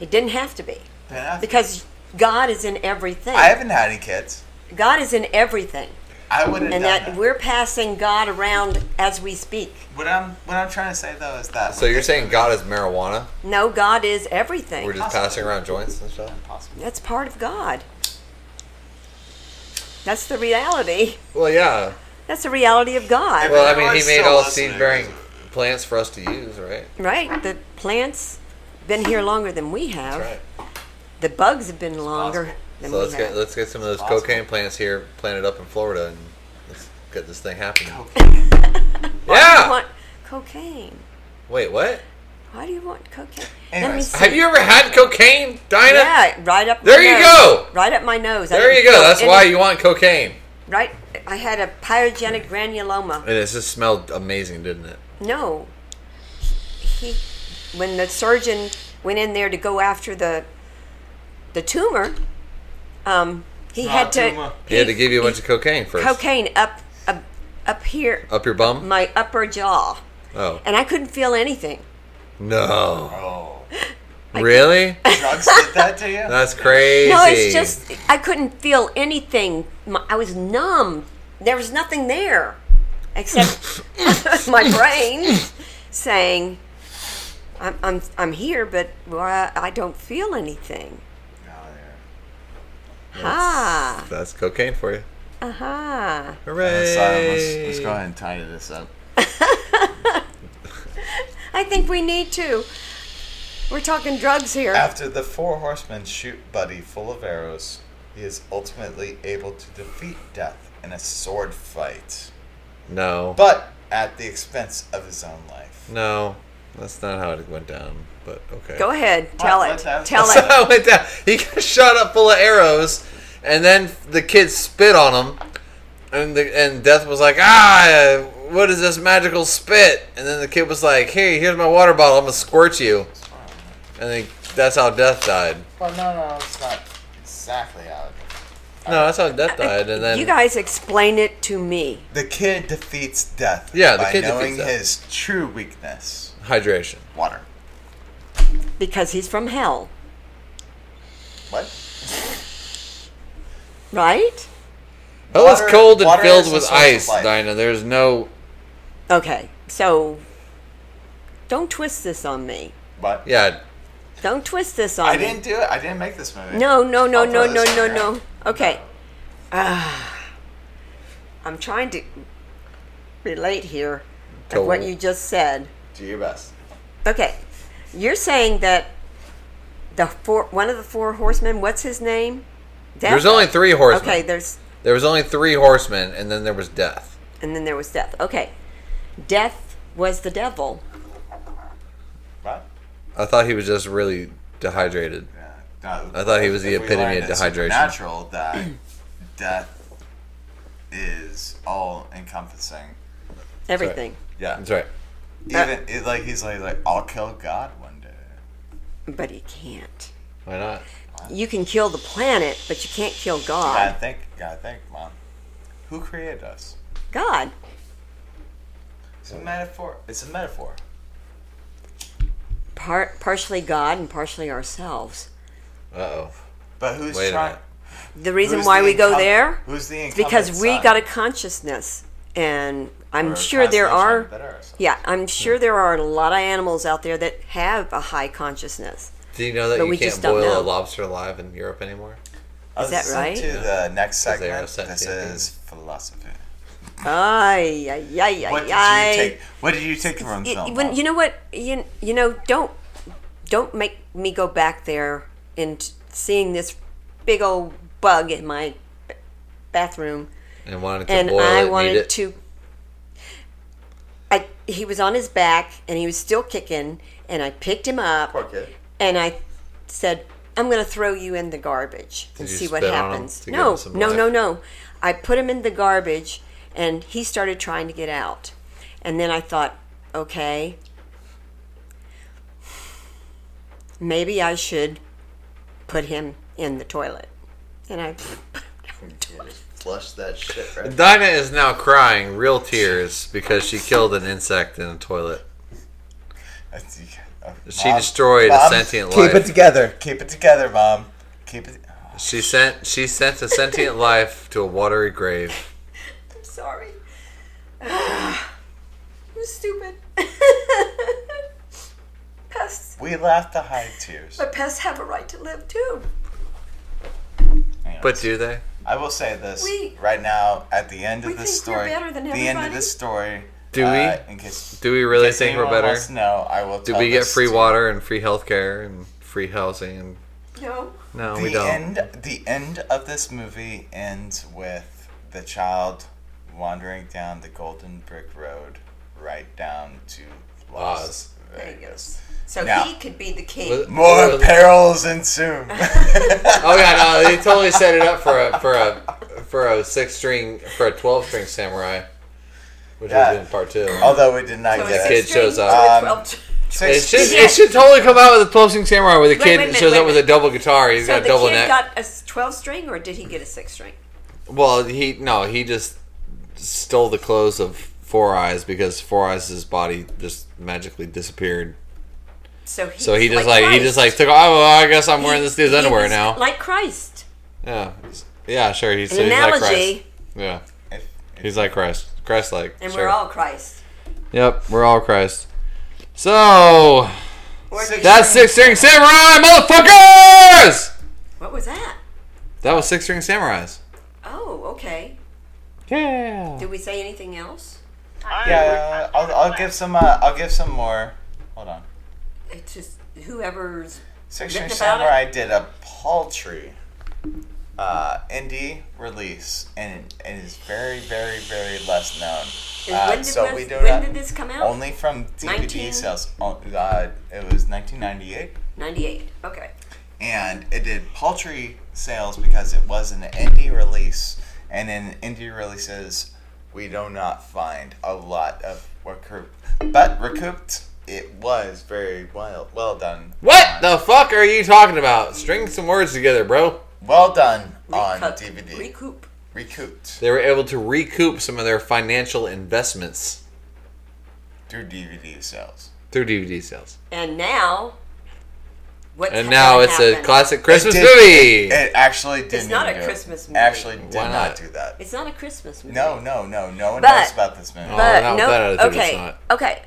Speaker 1: it didn't have to be
Speaker 2: And I-
Speaker 1: because God is in everything.
Speaker 2: I haven't had any kids.
Speaker 1: God is in everything,
Speaker 2: I wouldn't.
Speaker 1: and
Speaker 2: done
Speaker 1: that we're passing God around as we speak.
Speaker 2: What I'm what I'm trying to say though is that
Speaker 3: So you're saying God is marijuana?
Speaker 1: No, God is everything.
Speaker 3: We're just
Speaker 2: Possibly.
Speaker 3: passing around joints and stuff.
Speaker 2: impossible.
Speaker 1: That's part of God. That's the reality.
Speaker 3: Well, yeah.
Speaker 1: That's the reality of God,
Speaker 3: Well, I mean, he
Speaker 2: Everyone's
Speaker 3: made
Speaker 2: still
Speaker 3: all
Speaker 2: listening.
Speaker 3: seed-bearing plants for us to use, right?
Speaker 1: right? The plants been here longer than we have.
Speaker 3: Right.
Speaker 1: The bugs have been longer
Speaker 2: possible.
Speaker 1: than
Speaker 3: So
Speaker 1: we
Speaker 3: let's
Speaker 1: have.
Speaker 3: get let's get some of those
Speaker 2: Possible.
Speaker 3: cocaine plants here planted up in Florida and let's get this thing happening.
Speaker 2: Okay.
Speaker 1: Why do you
Speaker 3: Yeah.
Speaker 1: want cocaine?
Speaker 3: Wait, what?
Speaker 1: Why do you want cocaine?
Speaker 2: Anyways.
Speaker 1: Let me
Speaker 3: Have
Speaker 1: see.
Speaker 3: you ever had cocaine, Dinah?
Speaker 1: yeah, right up.
Speaker 3: There
Speaker 1: my
Speaker 3: you
Speaker 1: nose.
Speaker 3: go.
Speaker 1: Right up my nose. I
Speaker 3: There
Speaker 1: didn't
Speaker 3: you go.
Speaker 1: feel
Speaker 3: That's
Speaker 1: any-
Speaker 3: why you want cocaine.
Speaker 1: Right. I had a pyogenic granuloma.
Speaker 3: And it just smelled amazing, didn't it?
Speaker 1: No. He, when the surgeon went in there to go after the, the tumor, um, he
Speaker 2: Not
Speaker 1: had to.
Speaker 2: tumor.
Speaker 3: He had to give you a bunch of cocaine first.
Speaker 1: cocaine up, up, up here,
Speaker 3: Up your bum?
Speaker 1: my upper jaw,
Speaker 3: oh.
Speaker 1: and I couldn't feel anything.
Speaker 3: No.
Speaker 2: Oh,
Speaker 3: Really?
Speaker 2: drugs did that to you?
Speaker 3: That's crazy.
Speaker 1: No, it's just I couldn't feel anything. My, I was numb. There was nothing there except my brain saying, "I'm I'm I'm here, but why I don't feel anything."
Speaker 2: Oh, yeah.
Speaker 1: Ah,
Speaker 3: That's cocaine for you.
Speaker 1: aha.
Speaker 3: Hooray.
Speaker 2: So, uh, let's, let's go ahead and tidy this up.
Speaker 1: I think we need to. We're talking drugs here.
Speaker 2: After the four horsemen shoot Buddy full of arrows, he is ultimately able to defeat death in a sword fight,
Speaker 3: No.
Speaker 2: but at the expense of his own life.
Speaker 3: no. That's not how it went down, but okay.
Speaker 1: Go ahead, tell
Speaker 2: Well,
Speaker 1: it,
Speaker 2: let's have-
Speaker 1: tell
Speaker 3: So
Speaker 1: it.
Speaker 3: I went down. He got shot up full of arrows, and then the kid spit on him, and the, and Death was like, "Ah, what is this magical spit?" And then the kid was like, "Hey, here's my water bottle. I'm gonna squirt you." And then that's how Death died.
Speaker 2: Well, no, no, it's not exactly how it
Speaker 3: No, that's how Death died. And then
Speaker 1: you guys explain it to me.
Speaker 2: The kid defeats death
Speaker 3: Yeah, the
Speaker 2: by
Speaker 3: kid defeats
Speaker 2: knowing
Speaker 3: death.
Speaker 2: his true weakness
Speaker 3: hydration.
Speaker 2: water.
Speaker 1: because he's from hell,
Speaker 2: What?
Speaker 1: right?
Speaker 3: Hell is
Speaker 2: Water-
Speaker 3: cold and
Speaker 2: water
Speaker 3: filled
Speaker 2: is the
Speaker 3: with
Speaker 2: source of
Speaker 3: ice,
Speaker 2: life.
Speaker 3: Dinah. There's no.
Speaker 1: Okay, so don't twist this on me.
Speaker 2: What?
Speaker 3: Yeah.
Speaker 1: Don't twist this on
Speaker 2: I
Speaker 1: me.
Speaker 2: didn't do it. I didn't make this movie.
Speaker 1: No, no, no,
Speaker 2: I'll
Speaker 1: no,
Speaker 2: throw
Speaker 1: no,
Speaker 2: this
Speaker 1: no,
Speaker 2: in there.
Speaker 1: no. Okay. Ah, I'm trying to relate here to what
Speaker 3: To-
Speaker 1: you just said.
Speaker 2: Do your best.
Speaker 1: Okay, you're saying that the four, one of the four horsemen. What's his name? Death?
Speaker 3: There's only three horsemen.
Speaker 1: Okay, there's
Speaker 3: There was only three horsemen, and then there was Death.
Speaker 1: and then there was death. Okay, death was the devil.
Speaker 2: What?
Speaker 3: I thought he was just really dehydrated.
Speaker 2: Yeah. No,
Speaker 3: I thought he was the
Speaker 2: if we
Speaker 3: epitome
Speaker 2: learned in
Speaker 3: of dehydration.
Speaker 2: Supernatural that death is all encompassing.
Speaker 1: Everything.
Speaker 2: Yeah.
Speaker 3: That's right.
Speaker 2: Even it, like he's like, like I'll kill God one day.
Speaker 1: But he can't.
Speaker 3: Why not?
Speaker 1: You can kill the planet, but you can't kill
Speaker 2: Gotta
Speaker 1: God.
Speaker 2: think, gotta think, mom. Who created us?
Speaker 1: God.
Speaker 2: It's a metaphor. It's a metaphor.
Speaker 1: Par- partially God and partially ourselves.
Speaker 3: Uh oh.
Speaker 2: But who's
Speaker 3: Wait a
Speaker 2: trying?
Speaker 3: minute.
Speaker 1: The reason
Speaker 2: who's
Speaker 1: why
Speaker 2: the
Speaker 1: we go
Speaker 2: incum-
Speaker 1: there
Speaker 2: Who's the
Speaker 1: is because
Speaker 2: incumbent
Speaker 1: we
Speaker 2: side?
Speaker 1: got a consciousness, and I'm
Speaker 2: Or
Speaker 1: sure there
Speaker 2: constantly trying
Speaker 1: are.
Speaker 2: to better ourselves.
Speaker 1: Yeah, I'm sure there are a lot of animals out there that have a high consciousness.
Speaker 3: Do you know that
Speaker 1: But
Speaker 3: you
Speaker 1: we
Speaker 3: can't
Speaker 1: just don't
Speaker 3: boil
Speaker 1: know.
Speaker 3: a lobster alive in Europe anymore?
Speaker 2: Is
Speaker 1: that right?
Speaker 2: To the next
Speaker 3: Because they are
Speaker 2: segment. This
Speaker 3: sentient beings.
Speaker 2: is philosophy.
Speaker 1: Ay, ay, ay,
Speaker 2: What
Speaker 1: ay,
Speaker 2: did you
Speaker 1: ay.
Speaker 2: take? What did you take from
Speaker 1: Y-
Speaker 2: film?
Speaker 1: when, you know what you, you know don't don't make me go back there and seeing this big old bug in my b- bathroom
Speaker 3: And wanted to
Speaker 1: and
Speaker 3: boil
Speaker 1: i
Speaker 3: it, and eat
Speaker 1: wanted
Speaker 3: it.
Speaker 1: to I, he was on his back and he was still kicking and i picked him up
Speaker 2: Poor kid.
Speaker 1: and i said i'm going to throw you in the garbage and
Speaker 3: you
Speaker 1: see what
Speaker 3: spit on him
Speaker 1: happens
Speaker 3: to give
Speaker 1: no
Speaker 3: him some
Speaker 1: no no
Speaker 3: life?
Speaker 1: no i put him in the garbage and he started trying to get out and then i thought okay maybe I should put him in the toilet. And I put him in the toilet.
Speaker 5: Flush that shit right.
Speaker 3: Dinah is now crying real tears because she killed an insect in a toilet. She destroyed a sentient
Speaker 2: Keep
Speaker 3: life.
Speaker 2: it together. Keep it together, mom. Keep it.
Speaker 3: She sent she sent a sentient life to a watery grave.
Speaker 1: I'm sorry. I'm stupid. pests,
Speaker 2: We laugh to hide tears.
Speaker 1: but pests have a right to live too.
Speaker 2: Hang on.
Speaker 3: But do they?
Speaker 2: I will say this
Speaker 1: We-
Speaker 2: right now. At the end
Speaker 1: We
Speaker 2: of this
Speaker 1: think we're
Speaker 2: story,
Speaker 1: better than
Speaker 2: the end of
Speaker 1: everybody?
Speaker 2: this story.
Speaker 3: Do
Speaker 2: uh,
Speaker 3: we?
Speaker 2: In case,
Speaker 3: Do we really
Speaker 2: in case
Speaker 3: think we're
Speaker 2: anyone
Speaker 3: better?
Speaker 2: Wants to know, I will.
Speaker 3: Do
Speaker 2: tell
Speaker 3: we get
Speaker 2: this
Speaker 3: free
Speaker 2: to-
Speaker 3: water and free healthcare and free housing and
Speaker 1: No.
Speaker 3: no,
Speaker 2: The
Speaker 3: we don't.
Speaker 2: end. The end of this movie ends with the child wandering down the Golden Brick Road, right down to Las
Speaker 3: Oz.
Speaker 1: There he
Speaker 2: Vegas.
Speaker 1: goes. So
Speaker 2: Now-
Speaker 1: he could be the king.
Speaker 3: Was-
Speaker 2: More
Speaker 3: was-
Speaker 2: perils ensued.
Speaker 3: Oh yeah, no, they totally set it up for a for a for a six string for a twelve string samurai, which
Speaker 2: Yeah.
Speaker 3: was in part two.
Speaker 2: Although we did not
Speaker 1: So
Speaker 2: get
Speaker 1: it's
Speaker 3: kid
Speaker 2: it.
Speaker 1: a string
Speaker 3: shows
Speaker 1: to
Speaker 2: up.
Speaker 1: a
Speaker 2: Um,
Speaker 1: 12
Speaker 3: It
Speaker 2: Six-
Speaker 3: should it should totally come out with a twelve string samurai where the
Speaker 1: Wait,
Speaker 3: kid
Speaker 1: wait a minute,
Speaker 3: shows
Speaker 1: wait
Speaker 3: up
Speaker 1: a
Speaker 3: with a
Speaker 1: minute.
Speaker 3: double guitar. He's
Speaker 1: so
Speaker 3: got
Speaker 1: the
Speaker 3: a double
Speaker 1: kid
Speaker 3: neck.
Speaker 1: got a 12 string or did he get a 6 string?
Speaker 3: Well, he no, he just stole the clothes of Four Eyes because Four Eyes' body just magically disappeared.
Speaker 1: So he,
Speaker 3: So he
Speaker 1: was
Speaker 3: just like, he
Speaker 1: Christ.
Speaker 3: just like took. Oh, well, I guess I'm wearing this dude's
Speaker 1: He
Speaker 3: underwear
Speaker 1: was
Speaker 3: now.
Speaker 1: Like Christ.
Speaker 3: yeah, yeah, sure. He's,
Speaker 1: An
Speaker 3: so he's like
Speaker 1: analogy.
Speaker 3: Christ. Yeah,
Speaker 2: If-
Speaker 3: he's like Christ. Christ like.
Speaker 1: and we're all Christ.
Speaker 3: Yep, we're all Christ. So
Speaker 1: Or did
Speaker 3: that's
Speaker 1: you-
Speaker 3: six string samurai, motherfuckers.
Speaker 1: What was that?
Speaker 3: That was six string samurais.
Speaker 1: Oh, okay.
Speaker 3: Yeah.
Speaker 1: Did we say anything else?
Speaker 2: yeah, I'll, I'll give some. Uh, I'll give some more. Hold on.
Speaker 1: It's just whoever's.
Speaker 2: Six
Speaker 1: Written
Speaker 2: String
Speaker 1: about it?
Speaker 2: Samurai did a paltry uh, indie release, and it is very, very, very less known.
Speaker 1: And
Speaker 2: Uh,
Speaker 1: when did,
Speaker 2: so
Speaker 1: this,
Speaker 2: we do
Speaker 1: when
Speaker 2: not
Speaker 1: did this come out?
Speaker 2: only from DVD
Speaker 1: 19?
Speaker 2: sales. Oh, Uh, it was 1998,
Speaker 1: 98. Okay.
Speaker 2: and it did paltry sales because it was an indie release, and in indie releases, we do not find a lot of recoup, but recouped. It was very well well done.
Speaker 3: What the fuck are you talking about? String some words together, bro.
Speaker 2: Well done on
Speaker 1: Recoup-
Speaker 2: DVD.
Speaker 1: Recoup.
Speaker 2: recouped
Speaker 3: They were able to recoup some of their financial investments
Speaker 2: through DVD sales.
Speaker 3: through DVD sales.
Speaker 1: And now. What's
Speaker 3: And now
Speaker 1: gonna
Speaker 3: it's a
Speaker 1: happen?
Speaker 3: classic Christmas
Speaker 2: It did-
Speaker 3: movie.
Speaker 2: It actually didn't.
Speaker 1: not
Speaker 2: even
Speaker 1: a
Speaker 2: do it.
Speaker 1: Christmas movie.
Speaker 2: Actually, did
Speaker 3: Why
Speaker 2: not?
Speaker 3: not?
Speaker 2: do that.
Speaker 1: It's not a Christmas movie.
Speaker 2: No, no, no. No one
Speaker 1: But-
Speaker 2: knows about this movie.
Speaker 3: Oh,
Speaker 1: But
Speaker 3: that-
Speaker 1: no.
Speaker 3: that attitude is
Speaker 1: okay.
Speaker 3: not-
Speaker 1: Okay.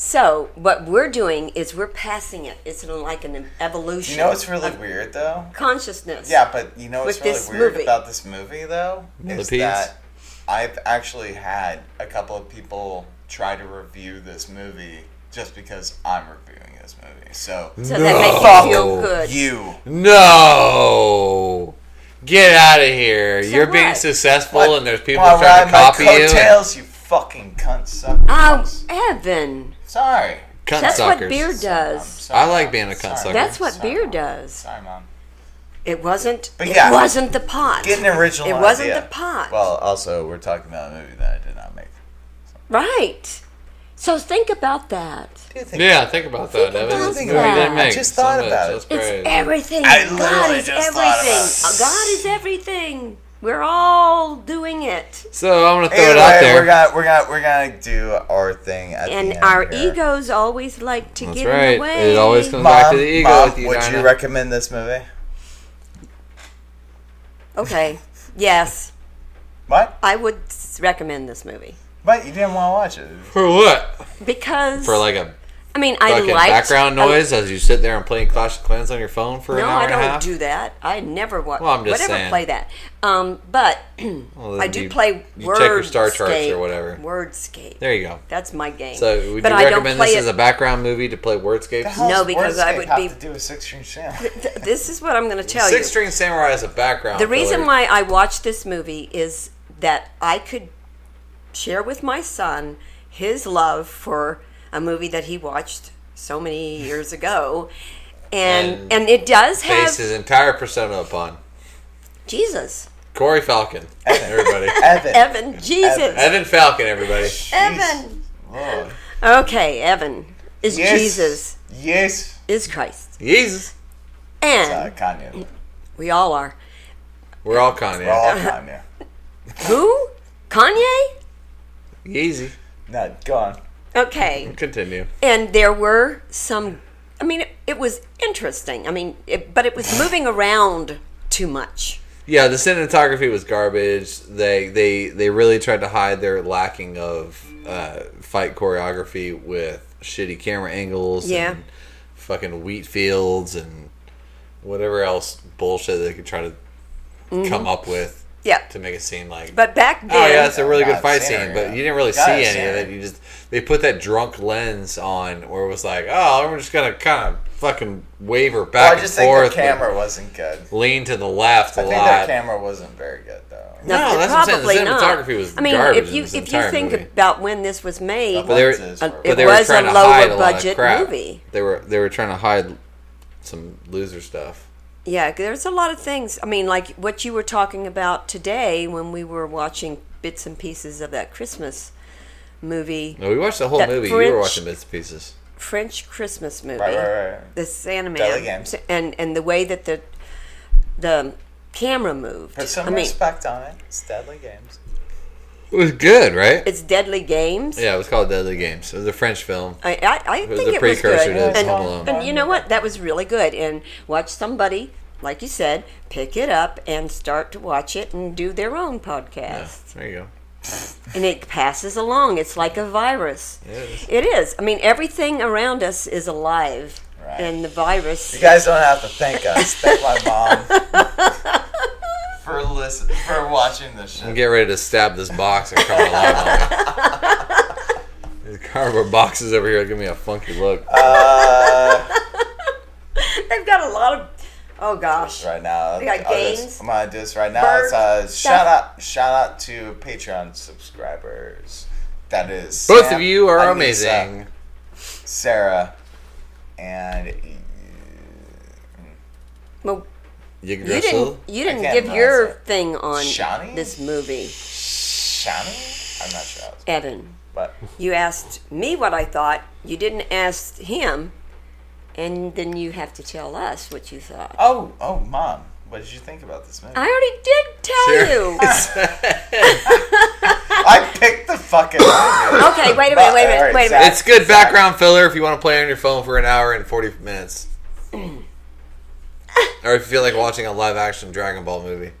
Speaker 1: So what we're doing is we're passing it. It's like an evolution.
Speaker 2: you know what's really
Speaker 1: of
Speaker 2: weird though?
Speaker 1: Consciousness.
Speaker 2: Yeah, but you know what's
Speaker 1: With
Speaker 2: really
Speaker 1: this
Speaker 2: weird
Speaker 1: movie.
Speaker 2: about this movie though is
Speaker 3: Millipedes?
Speaker 2: that I've actually had a couple of people try to review this movie just because I'm reviewing this movie. So
Speaker 1: So that makes
Speaker 3: No.
Speaker 1: you feel good.
Speaker 2: you
Speaker 3: No. Get out of here.
Speaker 1: So
Speaker 3: You're being
Speaker 1: what?
Speaker 3: successful
Speaker 2: What?
Speaker 3: and there's people
Speaker 2: Wanna
Speaker 3: trying
Speaker 2: ride
Speaker 3: to
Speaker 2: my
Speaker 3: copy you. and
Speaker 2: coattails, you fucking cunt sucker.
Speaker 1: Oh, Evan.
Speaker 2: Sorry.
Speaker 3: Cunt
Speaker 1: That's what
Speaker 3: suckers.
Speaker 1: beer
Speaker 2: I'm
Speaker 1: does.
Speaker 2: sorry,
Speaker 3: I like
Speaker 2: Mom.
Speaker 3: being a cunt
Speaker 2: Sorry,
Speaker 3: sucker.
Speaker 1: That's what
Speaker 2: Sorry,
Speaker 1: beer
Speaker 2: Mom.
Speaker 1: does.
Speaker 2: Sorry, mom.
Speaker 1: It wasn't.
Speaker 2: But yeah.
Speaker 1: It wasn't the pot.
Speaker 2: Get an original.
Speaker 1: It wasn't
Speaker 2: idea.
Speaker 1: the pot.
Speaker 2: Well, also we're talking about a movie that I did not make.
Speaker 1: right. So think about that.
Speaker 2: Do you think?
Speaker 3: Yeah, think about that,
Speaker 1: Think about
Speaker 3: Evan. It's a
Speaker 1: that.
Speaker 3: movie they
Speaker 1: I
Speaker 3: make
Speaker 2: just
Speaker 3: so
Speaker 2: thought
Speaker 3: much.
Speaker 2: about it.
Speaker 3: That's
Speaker 1: It's
Speaker 3: crazy.
Speaker 1: everything.
Speaker 2: I
Speaker 1: God
Speaker 2: literally
Speaker 1: is
Speaker 2: just thought
Speaker 1: everything. Uh,
Speaker 2: about it.
Speaker 1: God is everything. We're all doing it,
Speaker 3: so I'm gonna throw
Speaker 2: Either
Speaker 3: it out
Speaker 2: way,
Speaker 3: there.
Speaker 2: we're gonna we're gonna we're gonna do our thing at the
Speaker 1: and
Speaker 2: end
Speaker 1: our
Speaker 2: here.
Speaker 1: egos always like to
Speaker 3: That's
Speaker 1: get in
Speaker 3: right.
Speaker 1: the way.
Speaker 3: It always comes
Speaker 2: Mom,
Speaker 3: back to the ego
Speaker 2: Mom,
Speaker 3: with you,
Speaker 2: would you
Speaker 3: Dinah.
Speaker 2: recommend this movie?
Speaker 1: Okay. Yes,
Speaker 2: What?
Speaker 1: I would s- recommend this movie
Speaker 2: What? You didn't want to watch it.
Speaker 3: For what?
Speaker 1: because
Speaker 3: For like a
Speaker 1: I mean I
Speaker 3: fucking
Speaker 1: like
Speaker 3: background noise as you sit there and play Clash of Clans on your phone for an
Speaker 1: no,
Speaker 3: hour
Speaker 1: I
Speaker 3: and a
Speaker 1: don't
Speaker 3: half?
Speaker 1: do that. I never watch.
Speaker 3: Well, I'm just
Speaker 1: whatever
Speaker 3: saying.
Speaker 1: play that. Um, but
Speaker 3: Well, then
Speaker 1: I do
Speaker 3: you-
Speaker 1: play
Speaker 3: you
Speaker 1: Wordscape.
Speaker 3: check your star charts or whatever.
Speaker 1: Wordscape.
Speaker 3: There you go.
Speaker 1: That's my game.
Speaker 3: So would
Speaker 1: but
Speaker 3: you
Speaker 1: I don't
Speaker 3: recommend
Speaker 1: play
Speaker 3: this
Speaker 1: it.
Speaker 3: as a background movie to play
Speaker 2: The
Speaker 3: Wordscape?
Speaker 2: hell
Speaker 1: No,
Speaker 2: does
Speaker 1: because I
Speaker 2: Wordscape
Speaker 1: would
Speaker 2: have
Speaker 1: be-
Speaker 2: to do a six string channel.
Speaker 1: Th- this is what I'm going to tell you.
Speaker 3: Six String Samurai as a background.
Speaker 1: The reason
Speaker 3: filler.
Speaker 1: why I watched this movie is that I could share with my son his love for a movie that he watched so many years ago. And and,
Speaker 3: And
Speaker 1: it does have
Speaker 3: based his entire persona upon
Speaker 1: Jesus.
Speaker 3: Corey Falcon. Everybody,
Speaker 2: Evan.
Speaker 1: Evan, Jesus.
Speaker 3: Evan Falcon. Everybody.
Speaker 1: Evan.
Speaker 2: Lord.
Speaker 1: Okay, Evan is
Speaker 2: Yes.
Speaker 1: Jesus,
Speaker 2: Yes.
Speaker 1: is Christ.
Speaker 3: Jesus.
Speaker 1: And
Speaker 2: Uh, Kanye.
Speaker 1: we all are.
Speaker 3: We're all Kanye.
Speaker 2: We're all Kanye.
Speaker 1: Who? Kanye?
Speaker 3: Yeezy.
Speaker 2: No, go on.
Speaker 1: Okay.
Speaker 3: Continue.
Speaker 1: and there were some i mean it, it was interesting i mean it, but it was moving around too much
Speaker 3: Yeah, the cinematography was garbage. They they they really tried to hide their lacking of uh, fight choreography with shitty camera angles.
Speaker 1: Yeah.
Speaker 3: And fucking wheat fields and whatever else bullshit they could try to come up with
Speaker 1: yeah
Speaker 3: to make it seem like.
Speaker 1: Mm-hmm. but back
Speaker 3: oh yeah,
Speaker 1: then
Speaker 3: that's a really
Speaker 2: Got
Speaker 3: good fight
Speaker 2: scenery,
Speaker 3: scene, but
Speaker 2: yeah.
Speaker 3: you didn't really
Speaker 2: Got
Speaker 3: see any of it.
Speaker 2: scenery.
Speaker 3: You just they put that drunk lens on where it was like, oh, we're just gonna kind of fucking waver back
Speaker 2: Well, Oh, I just
Speaker 3: and
Speaker 2: think
Speaker 3: forth.
Speaker 2: the
Speaker 3: but
Speaker 2: camera wasn't good.
Speaker 3: Lean to the left a
Speaker 2: I think
Speaker 3: lot.
Speaker 2: their camera wasn't very good though.
Speaker 3: No, that's what I'm saying. The cinematography was
Speaker 1: I mean,
Speaker 3: garbage
Speaker 1: if
Speaker 3: in
Speaker 1: you
Speaker 3: this
Speaker 1: if you
Speaker 3: entire
Speaker 1: think
Speaker 3: movie.
Speaker 1: about when this was made,
Speaker 2: But
Speaker 3: they were-
Speaker 2: lenses
Speaker 1: uh,
Speaker 2: were-
Speaker 1: it
Speaker 3: but they were
Speaker 1: was
Speaker 3: trying
Speaker 1: a
Speaker 3: to
Speaker 1: lower
Speaker 3: hide a lot
Speaker 1: budget
Speaker 3: of crap.
Speaker 1: movie.
Speaker 3: They were they were trying to hide some loser stuff.
Speaker 1: yeah, there's a lot of things. I mean, like what you were talking about today when we were watching bits and pieces of that Christmas movie,
Speaker 3: No, we watched the whole
Speaker 1: That
Speaker 3: movie. You were
Speaker 1: French-
Speaker 3: watching bits and pieces.
Speaker 1: French Christmas movie.
Speaker 2: Right, right, right.
Speaker 1: the Santa
Speaker 2: Deli
Speaker 1: Man
Speaker 2: games.
Speaker 1: and and the way that the the camera moved.
Speaker 2: Put some
Speaker 1: I mean,
Speaker 2: respect on it. It's Deadly Games.
Speaker 3: It was good, right?
Speaker 1: it's Deadly Games.
Speaker 3: yeah, it was called Deadly Games. It was a French film.
Speaker 1: I, I, I
Speaker 3: It was
Speaker 1: think
Speaker 3: a
Speaker 1: it was
Speaker 3: precursor
Speaker 1: good.
Speaker 3: to
Speaker 1: and,
Speaker 3: Home Alone.
Speaker 1: and you know what? That was really good. And watch somebody, like you said, pick it up and start to watch it and do their own
Speaker 3: Yeah,
Speaker 1: podcast.
Speaker 3: there you go.
Speaker 1: And it passes along. It's like a virus.
Speaker 3: It is.
Speaker 1: It is. I mean, everything around us is alive.
Speaker 2: Right.
Speaker 1: And the virus.
Speaker 2: You guys don't have to thank us. Thank my mom for listening, for watching this
Speaker 3: I'm
Speaker 2: shit.
Speaker 3: getting ready to stab this box and carve a line on it. These cardboard boxes over here give me a funky look.
Speaker 2: Uh,
Speaker 1: They've got a lot of. Oh, gosh.
Speaker 2: right now,
Speaker 1: We got
Speaker 2: I'll just-
Speaker 1: games.
Speaker 2: I'm gonna do this right now.
Speaker 1: Birds.
Speaker 2: It's a
Speaker 1: Stuff.
Speaker 2: shout out, shout out to Patreon subscribers. That is
Speaker 3: Both
Speaker 2: Sam,
Speaker 3: of you are
Speaker 2: Anissa,
Speaker 3: amazing.
Speaker 2: Sarah, and
Speaker 1: Well, You
Speaker 3: You
Speaker 1: didn't.
Speaker 3: Grissel.
Speaker 1: You didn't
Speaker 2: can't
Speaker 1: give
Speaker 2: pronounce
Speaker 1: your
Speaker 2: it.
Speaker 1: thing on
Speaker 2: Shani?
Speaker 1: this movie,
Speaker 2: Shani. I'm not sure, how it's-
Speaker 1: Evan.
Speaker 2: but
Speaker 1: You asked me what I thought. You didn't ask him, and then you have to tell us what you thought.
Speaker 2: oh, oh, mom, what did you think about this movie?
Speaker 1: I already did tell you.
Speaker 2: I picked the fucking movie.
Speaker 1: Okay, wait a minute. Wait a minute.
Speaker 2: Alright,
Speaker 1: Wait a
Speaker 2: Zach.
Speaker 1: minute.
Speaker 3: It's good background filler if you want to play on your phone for an hour and 40 minutes. or if you feel like watching a live action Dragon Ball movie.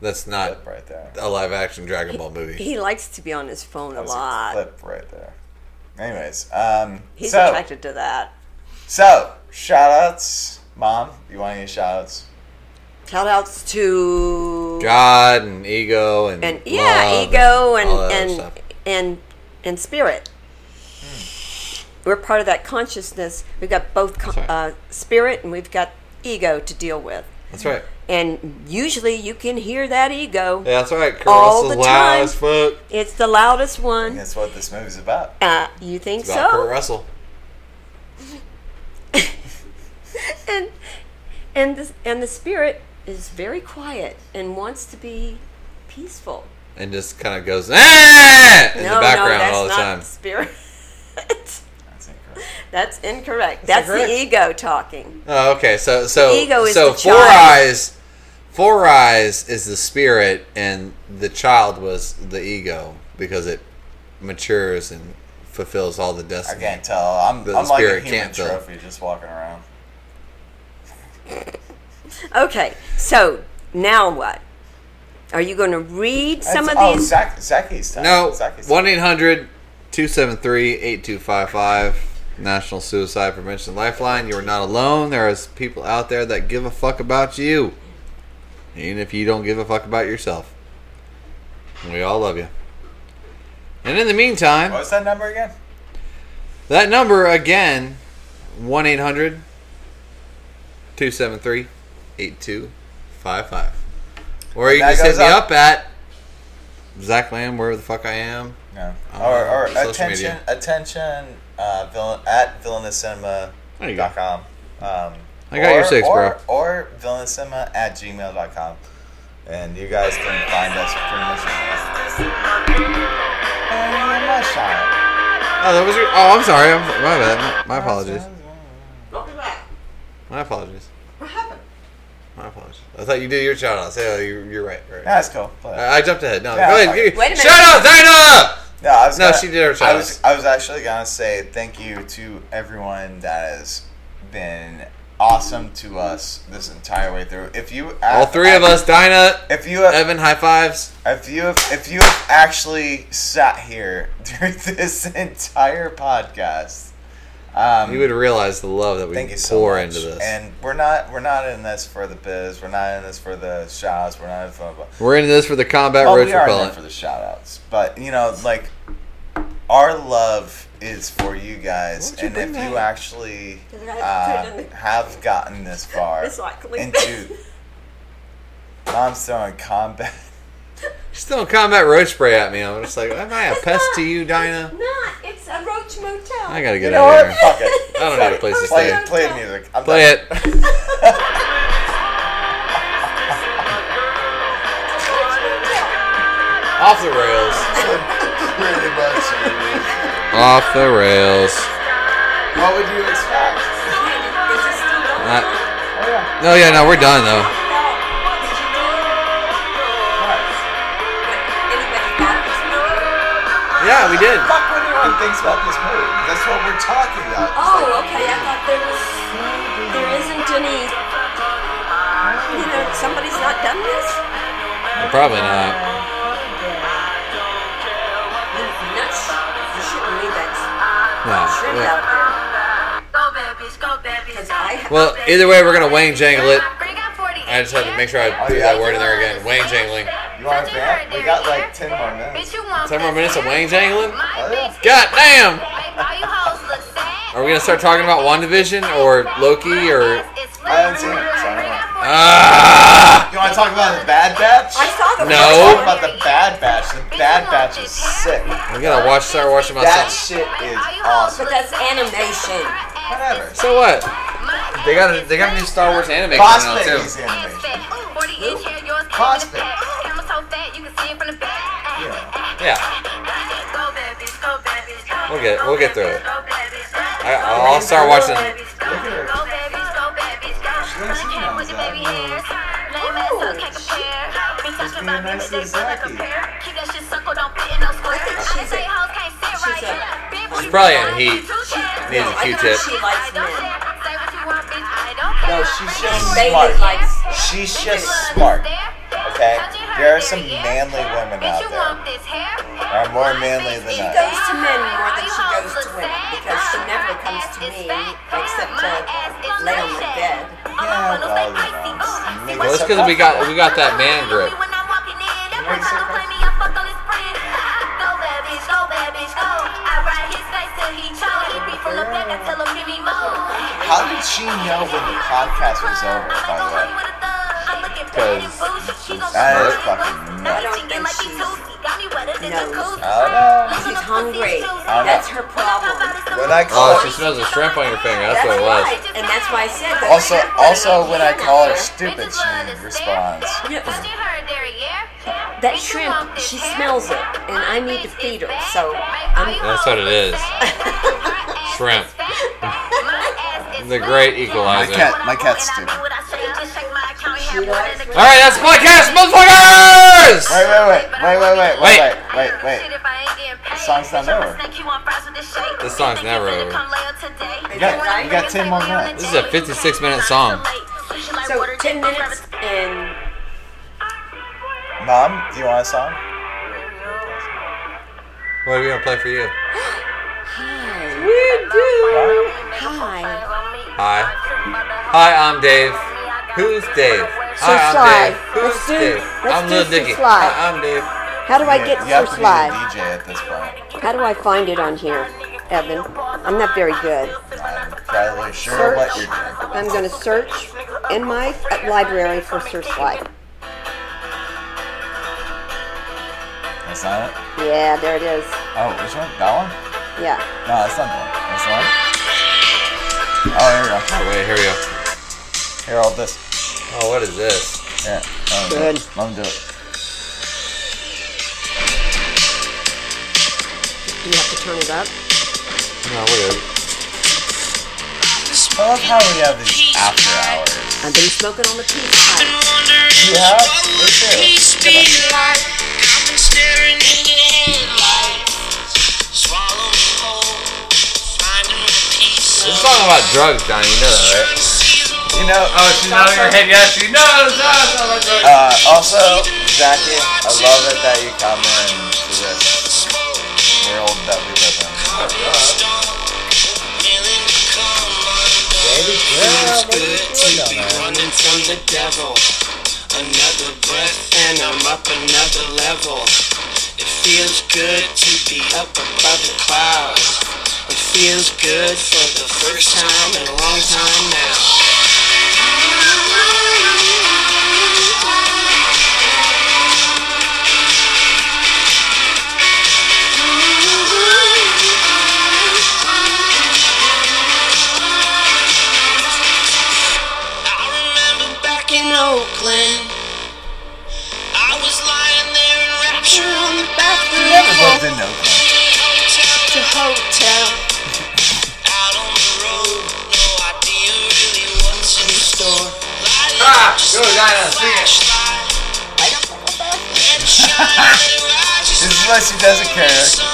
Speaker 3: That's not
Speaker 2: Flip right there.
Speaker 3: a live action Dragon Ball movie.
Speaker 1: He likes to be on his phone a
Speaker 2: That was
Speaker 1: lot.
Speaker 2: Flip right there. Anyways, um,
Speaker 1: He's
Speaker 2: so
Speaker 1: attracted to that.
Speaker 2: so shout outs, mom. You want any shout outs?
Speaker 1: Shout outs to
Speaker 3: God and ego and.
Speaker 1: and yeah,
Speaker 3: love
Speaker 1: ego and
Speaker 3: all that other
Speaker 1: and
Speaker 3: stuff.
Speaker 1: and and spirit. We're part of that consciousness. We've got both con-
Speaker 3: Hmm. That's right.
Speaker 1: uh, spirit and we've got ego to deal with.
Speaker 3: That's right.
Speaker 1: And usually you can hear that ego.
Speaker 3: Yeah, that's right.
Speaker 1: All
Speaker 3: Carissa
Speaker 1: the
Speaker 3: loud
Speaker 1: time.
Speaker 3: as fuck.
Speaker 1: It's the loudest one.
Speaker 2: That's what this movie's about.
Speaker 1: Uh, you think
Speaker 3: About Kurt
Speaker 1: so?
Speaker 3: Russell.
Speaker 1: And and the, and the spirit is very quiet and wants to be peaceful.
Speaker 3: And just kind of goes, ah! In
Speaker 1: no,
Speaker 3: the
Speaker 1: no,
Speaker 3: background
Speaker 1: that's
Speaker 3: all the
Speaker 1: not
Speaker 3: time.
Speaker 1: spirit.
Speaker 2: That's incorrect.
Speaker 1: that's incorrect.
Speaker 3: That's
Speaker 1: That's,
Speaker 3: incorrect.
Speaker 1: the ego talking.
Speaker 3: Oh, okay. So so
Speaker 1: ego is
Speaker 3: so
Speaker 1: the
Speaker 3: four
Speaker 1: child.
Speaker 3: eyes, four eyes is the spirit, and the child was the ego because it matures and fulfills all the
Speaker 2: I
Speaker 3: destiny.
Speaker 2: can't tell. I'm,
Speaker 3: The
Speaker 2: I'm like a
Speaker 3: spirit
Speaker 2: human
Speaker 3: can't, though.
Speaker 2: trophy just walking around.
Speaker 1: Okay, so now what? Are you going to read some
Speaker 2: That's-
Speaker 1: of these?
Speaker 2: Oh, Zach, Zachy's time.
Speaker 3: No.
Speaker 2: Zachy's time.
Speaker 3: 1 800 273 8255. National Suicide Prevention Lifeline. You are not alone. There is people out there that give a fuck about you. Even if you don't give a fuck about yourself. We all love you. And in the
Speaker 2: What
Speaker 3: meantime,
Speaker 2: was that number again?
Speaker 3: that number again 1 800 273 8255. Or you
Speaker 2: That
Speaker 3: can just hit
Speaker 2: goes
Speaker 3: me
Speaker 2: up.
Speaker 3: up at Zach Lamb, wherever the fuck I am.
Speaker 2: No.
Speaker 3: Uh,
Speaker 2: or or
Speaker 3: social
Speaker 2: attention,
Speaker 3: media.
Speaker 2: attention, uh, villain, at villainouscinema.com.
Speaker 3: There you go.
Speaker 2: Um,
Speaker 3: I got
Speaker 2: or,
Speaker 3: your six,
Speaker 2: or,
Speaker 3: bro.
Speaker 2: Or villainouscinema at gmail.com. And you guys can find us pretty much anywhere. And my shot.
Speaker 3: Oh, that was your. Oh, I'm sorry. I'm, my bad. My apologies.
Speaker 4: Don't be back.
Speaker 3: My apologies.
Speaker 4: What happened?
Speaker 3: My apologies. I thought you did your shout outs. Yeah, you're, you're right. right.
Speaker 2: Yeah, that's cool. But,
Speaker 3: I, I jumped ahead. No,
Speaker 2: Yeah,
Speaker 3: go
Speaker 2: I'm
Speaker 3: ahead.
Speaker 2: sorry.
Speaker 3: Give-
Speaker 1: Wait a minute.
Speaker 3: Shout out, Dinah!
Speaker 2: No, I was
Speaker 3: No,
Speaker 2: gonna-
Speaker 3: she did her
Speaker 2: I
Speaker 3: shout-outs.
Speaker 2: was, I was actually gonna say thank you to everyone that has been awesome to us this entire way through. If you
Speaker 3: All three of us, Dinah,
Speaker 2: if you have,
Speaker 3: Evan, high fives.
Speaker 2: if you have, if you have actually sat here during this entire podcast, um,
Speaker 3: You would realize the love that we
Speaker 2: thank you so
Speaker 3: pour
Speaker 2: much.
Speaker 3: into this.
Speaker 2: And we're not we're not in this for the biz. We're not in this for the shoutouts. We're not in for the
Speaker 3: We're into this for the combat
Speaker 2: well,
Speaker 3: roach
Speaker 2: Oh, we are in there
Speaker 3: repellent.
Speaker 2: for the shout outs. But, you know, like, our love is for you guys.
Speaker 1: Why don't you
Speaker 2: and if
Speaker 1: bring
Speaker 2: you
Speaker 1: that?
Speaker 2: actually
Speaker 1: Because I had to put
Speaker 2: uh,
Speaker 1: it in the-
Speaker 2: have gotten this far
Speaker 1: Recycling.
Speaker 2: into Mom's throwing combat.
Speaker 3: She's throwing combat roach spray at me. I'm just like, am I a
Speaker 1: It's
Speaker 3: pest
Speaker 1: not.
Speaker 3: to you,
Speaker 1: It's
Speaker 3: Dinah?
Speaker 1: not. It's a roach motel.
Speaker 3: I gotta
Speaker 2: You
Speaker 3: get
Speaker 2: know
Speaker 3: out of
Speaker 2: what?
Speaker 3: here.
Speaker 2: Fuck it.
Speaker 3: I don't have a place to
Speaker 2: Play,
Speaker 3: stay.
Speaker 2: it, play music. I'm
Speaker 3: Play
Speaker 2: done.
Speaker 3: it. Off the rails.
Speaker 2: Pretty much it.
Speaker 3: Off the rails.
Speaker 2: What would you expect?
Speaker 1: Not.
Speaker 2: Oh, yeah.
Speaker 3: No, yeah, no, we're done though. Yeah, we did.
Speaker 2: Fuck what everyone thinks about this movie. That's what we're talking about.
Speaker 1: Oh, okay. I thought there was. There isn't any. You know, somebody's not done this.
Speaker 3: Probably not.
Speaker 1: You nuts. You shouldn't leave that shrimp
Speaker 3: No.
Speaker 1: out there.
Speaker 6: Go babies, go babies.
Speaker 1: 'Cause I.
Speaker 3: Well, either way, we're gonna wang jangle it.
Speaker 6: I
Speaker 3: I just had to make sure
Speaker 2: Oh,
Speaker 3: I threw that word in there again. Wang jangling.
Speaker 2: You want a band? We got like 10 more minutes.
Speaker 6: Bitch, you want
Speaker 3: 10 more minutes of wang jangling?
Speaker 6: My
Speaker 2: Oh, yeah.
Speaker 6: bitch
Speaker 3: God damn!
Speaker 6: make all you hoes look sad.
Speaker 3: Are we gonna start talking about WandaVision or Loki or.
Speaker 6: It's
Speaker 2: I haven't seen it, so I don't know.
Speaker 3: Ah!
Speaker 2: You want to talk about the Bad Batch?
Speaker 1: I saw the.
Speaker 3: No.
Speaker 2: Talk
Speaker 1: first one.
Speaker 2: about the Bad Batch. The Bad Batch is sick.
Speaker 3: We gotta watch, start watching
Speaker 2: That
Speaker 3: myself.
Speaker 2: shit is awesome.
Speaker 1: But that's animation.
Speaker 2: Whatever.
Speaker 3: So what? They got a, they got a new Star Wars anime
Speaker 2: Boss
Speaker 3: coming out
Speaker 2: Baby's
Speaker 3: too.
Speaker 2: animation.
Speaker 6: Prospect.
Speaker 2: Prospect.
Speaker 6: Camera so fat, you can see it from the back.
Speaker 2: Yeah.
Speaker 3: Yeah,
Speaker 6: Go babies, go babies.
Speaker 3: We'll get- we'll get through it.
Speaker 6: Go babies, go babies.
Speaker 3: I, I'll start watching.
Speaker 6: She's
Speaker 3: probably in heat. Needs a
Speaker 1: I think
Speaker 3: Q-tip.
Speaker 1: She likes men.
Speaker 2: No, she's just
Speaker 1: Baby
Speaker 2: smart.
Speaker 1: likes.
Speaker 2: She's just smart. Okay? There are some manly women out there that are more manly than
Speaker 1: She
Speaker 2: us.
Speaker 1: goes to men more than she goes to women because she never comes to me except to lay on my bed.
Speaker 2: Yeah, well, you know. make
Speaker 3: Well,
Speaker 2: us
Speaker 3: it's because we got we got that man grip.
Speaker 2: How did she know when the podcast was over, by the way? That is fucking
Speaker 1: I
Speaker 2: nuts.
Speaker 1: don't think she's knows.
Speaker 2: I
Speaker 1: She's hungry. That's her problem.
Speaker 2: don't know. When I call
Speaker 3: Oh, she smells a shrimp on your finger. That's what
Speaker 1: That's
Speaker 3: it was.
Speaker 1: right, and that's why I said that.
Speaker 2: also, also when I call her stupid, she responds.
Speaker 1: Yeah, That shrimp, she smells it, and I need to feed her. So I'm
Speaker 3: That's what it is. Shrimp. The great
Speaker 2: My
Speaker 3: equalizer.
Speaker 2: cat, my cat's stupid.
Speaker 1: likes-
Speaker 3: All right, that's podcast, motherfuckers.
Speaker 2: Wait, wait, wait, wait, wait, wait,
Speaker 3: Wait.
Speaker 2: wait, wait, wait, wait.
Speaker 6: The
Speaker 2: song's not over.
Speaker 6: The
Speaker 3: This song's never over.
Speaker 6: You
Speaker 1: got- you got
Speaker 2: 10 more minutes.
Speaker 3: This is a 56 minute song.
Speaker 1: so ten minutes and
Speaker 2: Mom, do you want a song?
Speaker 3: What are we gonna play for you?
Speaker 2: What?
Speaker 6: Hi.
Speaker 3: Hi. Hi, I'm Dave. Who's Dave? Hi,
Speaker 7: Sly.
Speaker 3: I'm Dave. Who's
Speaker 7: Let's do-
Speaker 3: Dave?
Speaker 7: let's
Speaker 3: I'm
Speaker 7: do
Speaker 3: Lil
Speaker 7: Sir
Speaker 3: Dicky.
Speaker 7: Sly.
Speaker 3: Hi, I'm Dave.
Speaker 7: How do I get
Speaker 2: you have
Speaker 7: Sir
Speaker 2: to be
Speaker 7: Sly?
Speaker 2: the DJ at this point.
Speaker 7: How do I find it on here, Evan? I'm not very good.
Speaker 2: I'm probably sure
Speaker 7: Search.
Speaker 2: what you're doing.
Speaker 7: I'm going to search in my uh, library for Sir Sly.
Speaker 2: That's not it?
Speaker 7: Yeah, there it is.
Speaker 2: Oh, which one? That one?
Speaker 7: Yeah.
Speaker 2: No, that's not the one. That's the one? Oh, here
Speaker 3: Oh, wait, here we
Speaker 2: we
Speaker 3: go.
Speaker 2: go. Here, hold this.
Speaker 3: Oh, what is this?
Speaker 2: Here. let me do it. Let me do it.
Speaker 7: Do you have to turn it up?
Speaker 3: No, we're good.
Speaker 2: I love how we have these after hours.
Speaker 7: I've been smoking on the peace pipe.
Speaker 2: You have? Me too. Give it.
Speaker 3: This song about drugs, Donnie. You know that, right?
Speaker 2: You know,
Speaker 3: Oh, she's nodding her head. Yes, she knows. Ah, it's not about drugs.
Speaker 2: Uh, also, Jackie, I love it that you come in to this world that we live in.
Speaker 8: running from the devil. Another breath and I'm up another level. It feels good to be up above the clouds. It feels good for the first time in a long time now. I remember back in Oakland. I was lying there in rapture on the back
Speaker 2: Love
Speaker 8: level.
Speaker 2: to know that.
Speaker 8: Hotel to hotel. Out on the road, no idea really what's in store. Light
Speaker 3: Ah,
Speaker 8: up just
Speaker 3: good,
Speaker 8: like
Speaker 3: Diana,
Speaker 8: a
Speaker 3: sing it.
Speaker 8: flashlight. Let it shine, let it rise,
Speaker 2: This is why she doesn't care.
Speaker 8: Sun,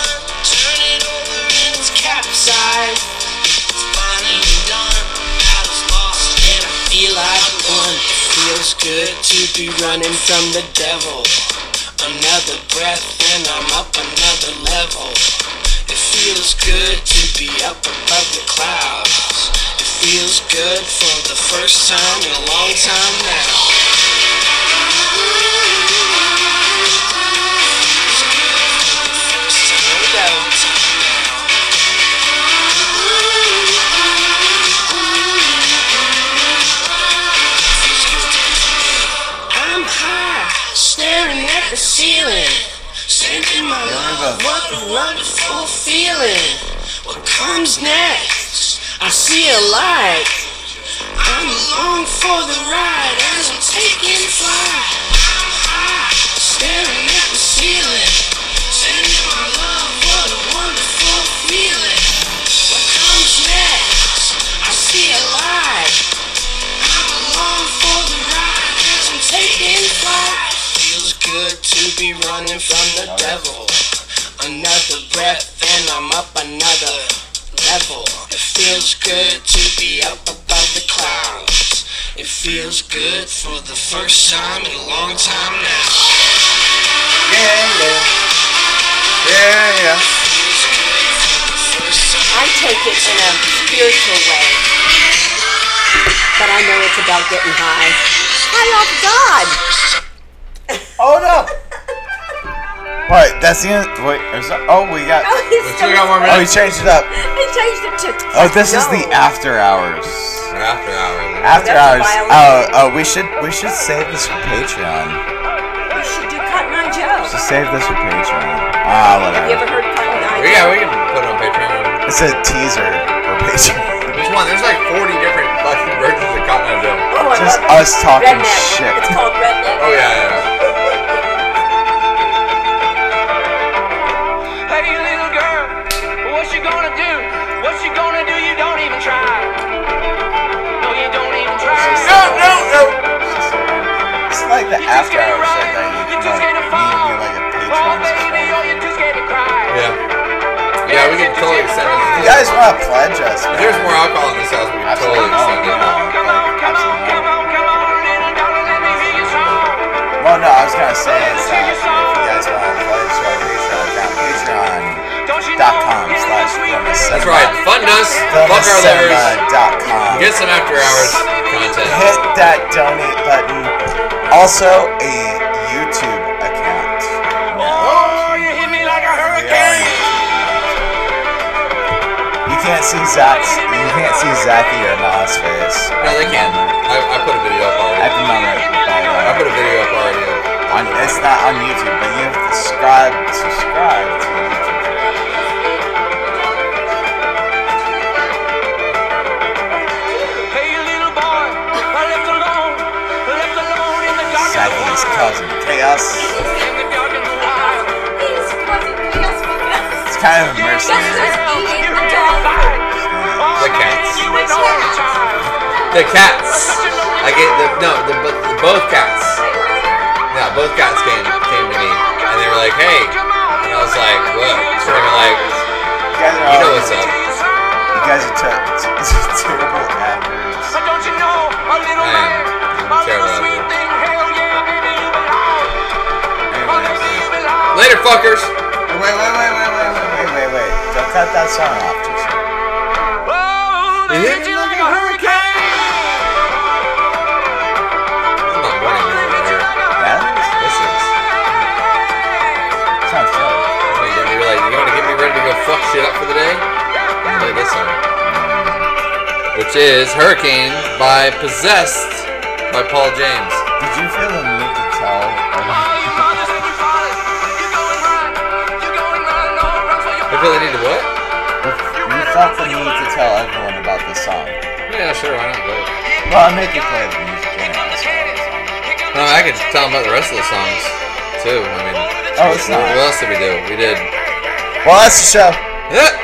Speaker 8: turn it over and it's capsized. It's finally done. I was lost and I feel I've won. It feels good to be running from the devil. Another breath and I'm up another level. It feels good to be up above the clouds. It feels good for the first time in a long time now. I'm high, staring at the ceiling, sending my love. What a wonderful feeling. What comes next? I see a light. I'm along for the ride as I'm taking flight. I'm high, staring at the ceiling, sending my love. What a wonderful feeling. What comes next? I see a light. I'm along for the ride as I'm taking flight. Feels good to be running from the devil. Another breath and I'm up another level. It feels good to be up above the clouds. It feels good for the first time in a long time now.
Speaker 2: Yeah, yeah. Yeah, yeah.
Speaker 8: Feels good for the first time.
Speaker 7: I take it in a spiritual way. But I know it's about getting high. I love God.
Speaker 2: Oh no! What? That's the end. Wait, there's a- oh we got.
Speaker 1: Oh, he's
Speaker 3: We got one
Speaker 1: still,
Speaker 3: more
Speaker 2: Oh,
Speaker 3: minute.
Speaker 2: we changed it up.
Speaker 1: he changed it to.
Speaker 2: Oh, this is
Speaker 1: No.
Speaker 2: the after hours.
Speaker 3: After hours.
Speaker 2: After
Speaker 1: That's
Speaker 2: hours.
Speaker 1: a
Speaker 2: Oh,
Speaker 1: violation.
Speaker 2: oh, we should we should save this for Patreon.
Speaker 1: You should do Cotton Eye Joe.
Speaker 2: Just save this for Patreon. Ah,
Speaker 1: Have you ever
Speaker 2: whatever.
Speaker 1: heard Cotton Eye Joe?
Speaker 3: Yeah, we can put it on Patreon.
Speaker 2: It's a teaser for Patreon.
Speaker 3: Which one? There's like 40 different fucking versions of Cotton Eye Joe.
Speaker 1: Oh, I
Speaker 2: Just
Speaker 1: love it.
Speaker 2: us talking
Speaker 1: Redneck.
Speaker 2: shit.
Speaker 1: It's called Redneck.
Speaker 3: Oh, yeah, yeah,
Speaker 9: Hey, you little girl, what you gonna do? What you gonna do? You don't even try. No, you don't even try.
Speaker 2: It's like the
Speaker 9: You just
Speaker 2: after
Speaker 9: can't
Speaker 2: hours shit that
Speaker 9: ride.
Speaker 2: you
Speaker 9: You
Speaker 2: like,
Speaker 9: just
Speaker 2: need
Speaker 9: can't
Speaker 2: to
Speaker 9: fall.
Speaker 2: be like a
Speaker 9: Oh,
Speaker 2: Patreon.
Speaker 9: baby,
Speaker 2: supporter.
Speaker 9: oh, you just can't cry.
Speaker 3: yeah. Yeah. Yeah, we can totally extend
Speaker 2: You
Speaker 3: it.
Speaker 2: guys want to pledge us?
Speaker 3: If
Speaker 2: man.
Speaker 3: there's more alcohol in this house, we can totally
Speaker 2: Absolutely.
Speaker 3: extend
Speaker 9: Come
Speaker 3: it.
Speaker 9: on, come on, come on, come on, come on, little darling, let me hear your song.
Speaker 2: Well, no, I was gonna say is that if you guys want to play the show, please uh, down Patreon. Dot com slash Wilmus.
Speaker 3: That's right. Fund us. Fuck our livers.
Speaker 2: FilmCinema.com.
Speaker 3: Get some after hours content.
Speaker 2: Hit that donate button. Also, a YouTube account.
Speaker 9: Oh, you hit me like a hurricane.
Speaker 2: You can't see Zach's. You can't see Zachy or Nas face.
Speaker 3: No, they can. I, I put a video up
Speaker 2: At
Speaker 3: already.
Speaker 2: the moment,
Speaker 3: I
Speaker 2: but,
Speaker 3: put a video up already. of-
Speaker 2: uh, on, it's not on YouTube, but you have to subscribe. Subscribe to YouTube.
Speaker 9: Hey, you little boy, I left alone, left alone in the dark and the
Speaker 2: Zachy's
Speaker 9: wild.
Speaker 2: causing chaos.
Speaker 9: In the dark and the wild.
Speaker 2: It's kind of a mercenary.
Speaker 9: You're a bad boy.
Speaker 3: The cats.
Speaker 9: You an only child.
Speaker 3: The cats. I get the no. The, bo- the both cats. Yeah, both cats came came to me, and they were like, "Hey," and I was like, "What?" So they were like,
Speaker 2: You guys are,
Speaker 3: "You know
Speaker 2: all-
Speaker 3: what's up?"
Speaker 2: You guys are ter- ter- terrible actors.
Speaker 9: But don't you know, a
Speaker 3: Man,
Speaker 9: little man,
Speaker 3: I'm
Speaker 9: a little
Speaker 3: terrible.
Speaker 9: sweet thing, hell yeah, baby, you belong. Oh,
Speaker 2: Anyways.
Speaker 9: baby, you belong.
Speaker 3: Later, fuckers.
Speaker 2: Wait, wait, wait, wait, wait, wait, wait, wait, wait. Don't cut that song off, Jason.
Speaker 9: Oh, they hit you like a hurricane.
Speaker 3: This is my morning meal right here.
Speaker 2: That?
Speaker 3: This is.
Speaker 2: Sounds terrible.
Speaker 3: Wait, then you're like, you want to get me ready to go fuck shit up for the day? Play this song, which is "Hurricane" by Possessed by Paul James.
Speaker 2: Did you feel the need to tell?
Speaker 9: All you mothers and you fathers, you're going right, you're going right, no run for your
Speaker 3: I feel I need to what?
Speaker 2: You felt the need to tell everyone about this song.
Speaker 3: Yeah, sure. Why not? Go ahead.
Speaker 2: Well, I'll make you play the music anyway.
Speaker 3: No, I could tell them about the rest of the songs too. I mean,
Speaker 2: Oh, it's
Speaker 3: what
Speaker 2: not.
Speaker 3: else did we do? We did.
Speaker 2: Well, that's the show.
Speaker 3: Yeah.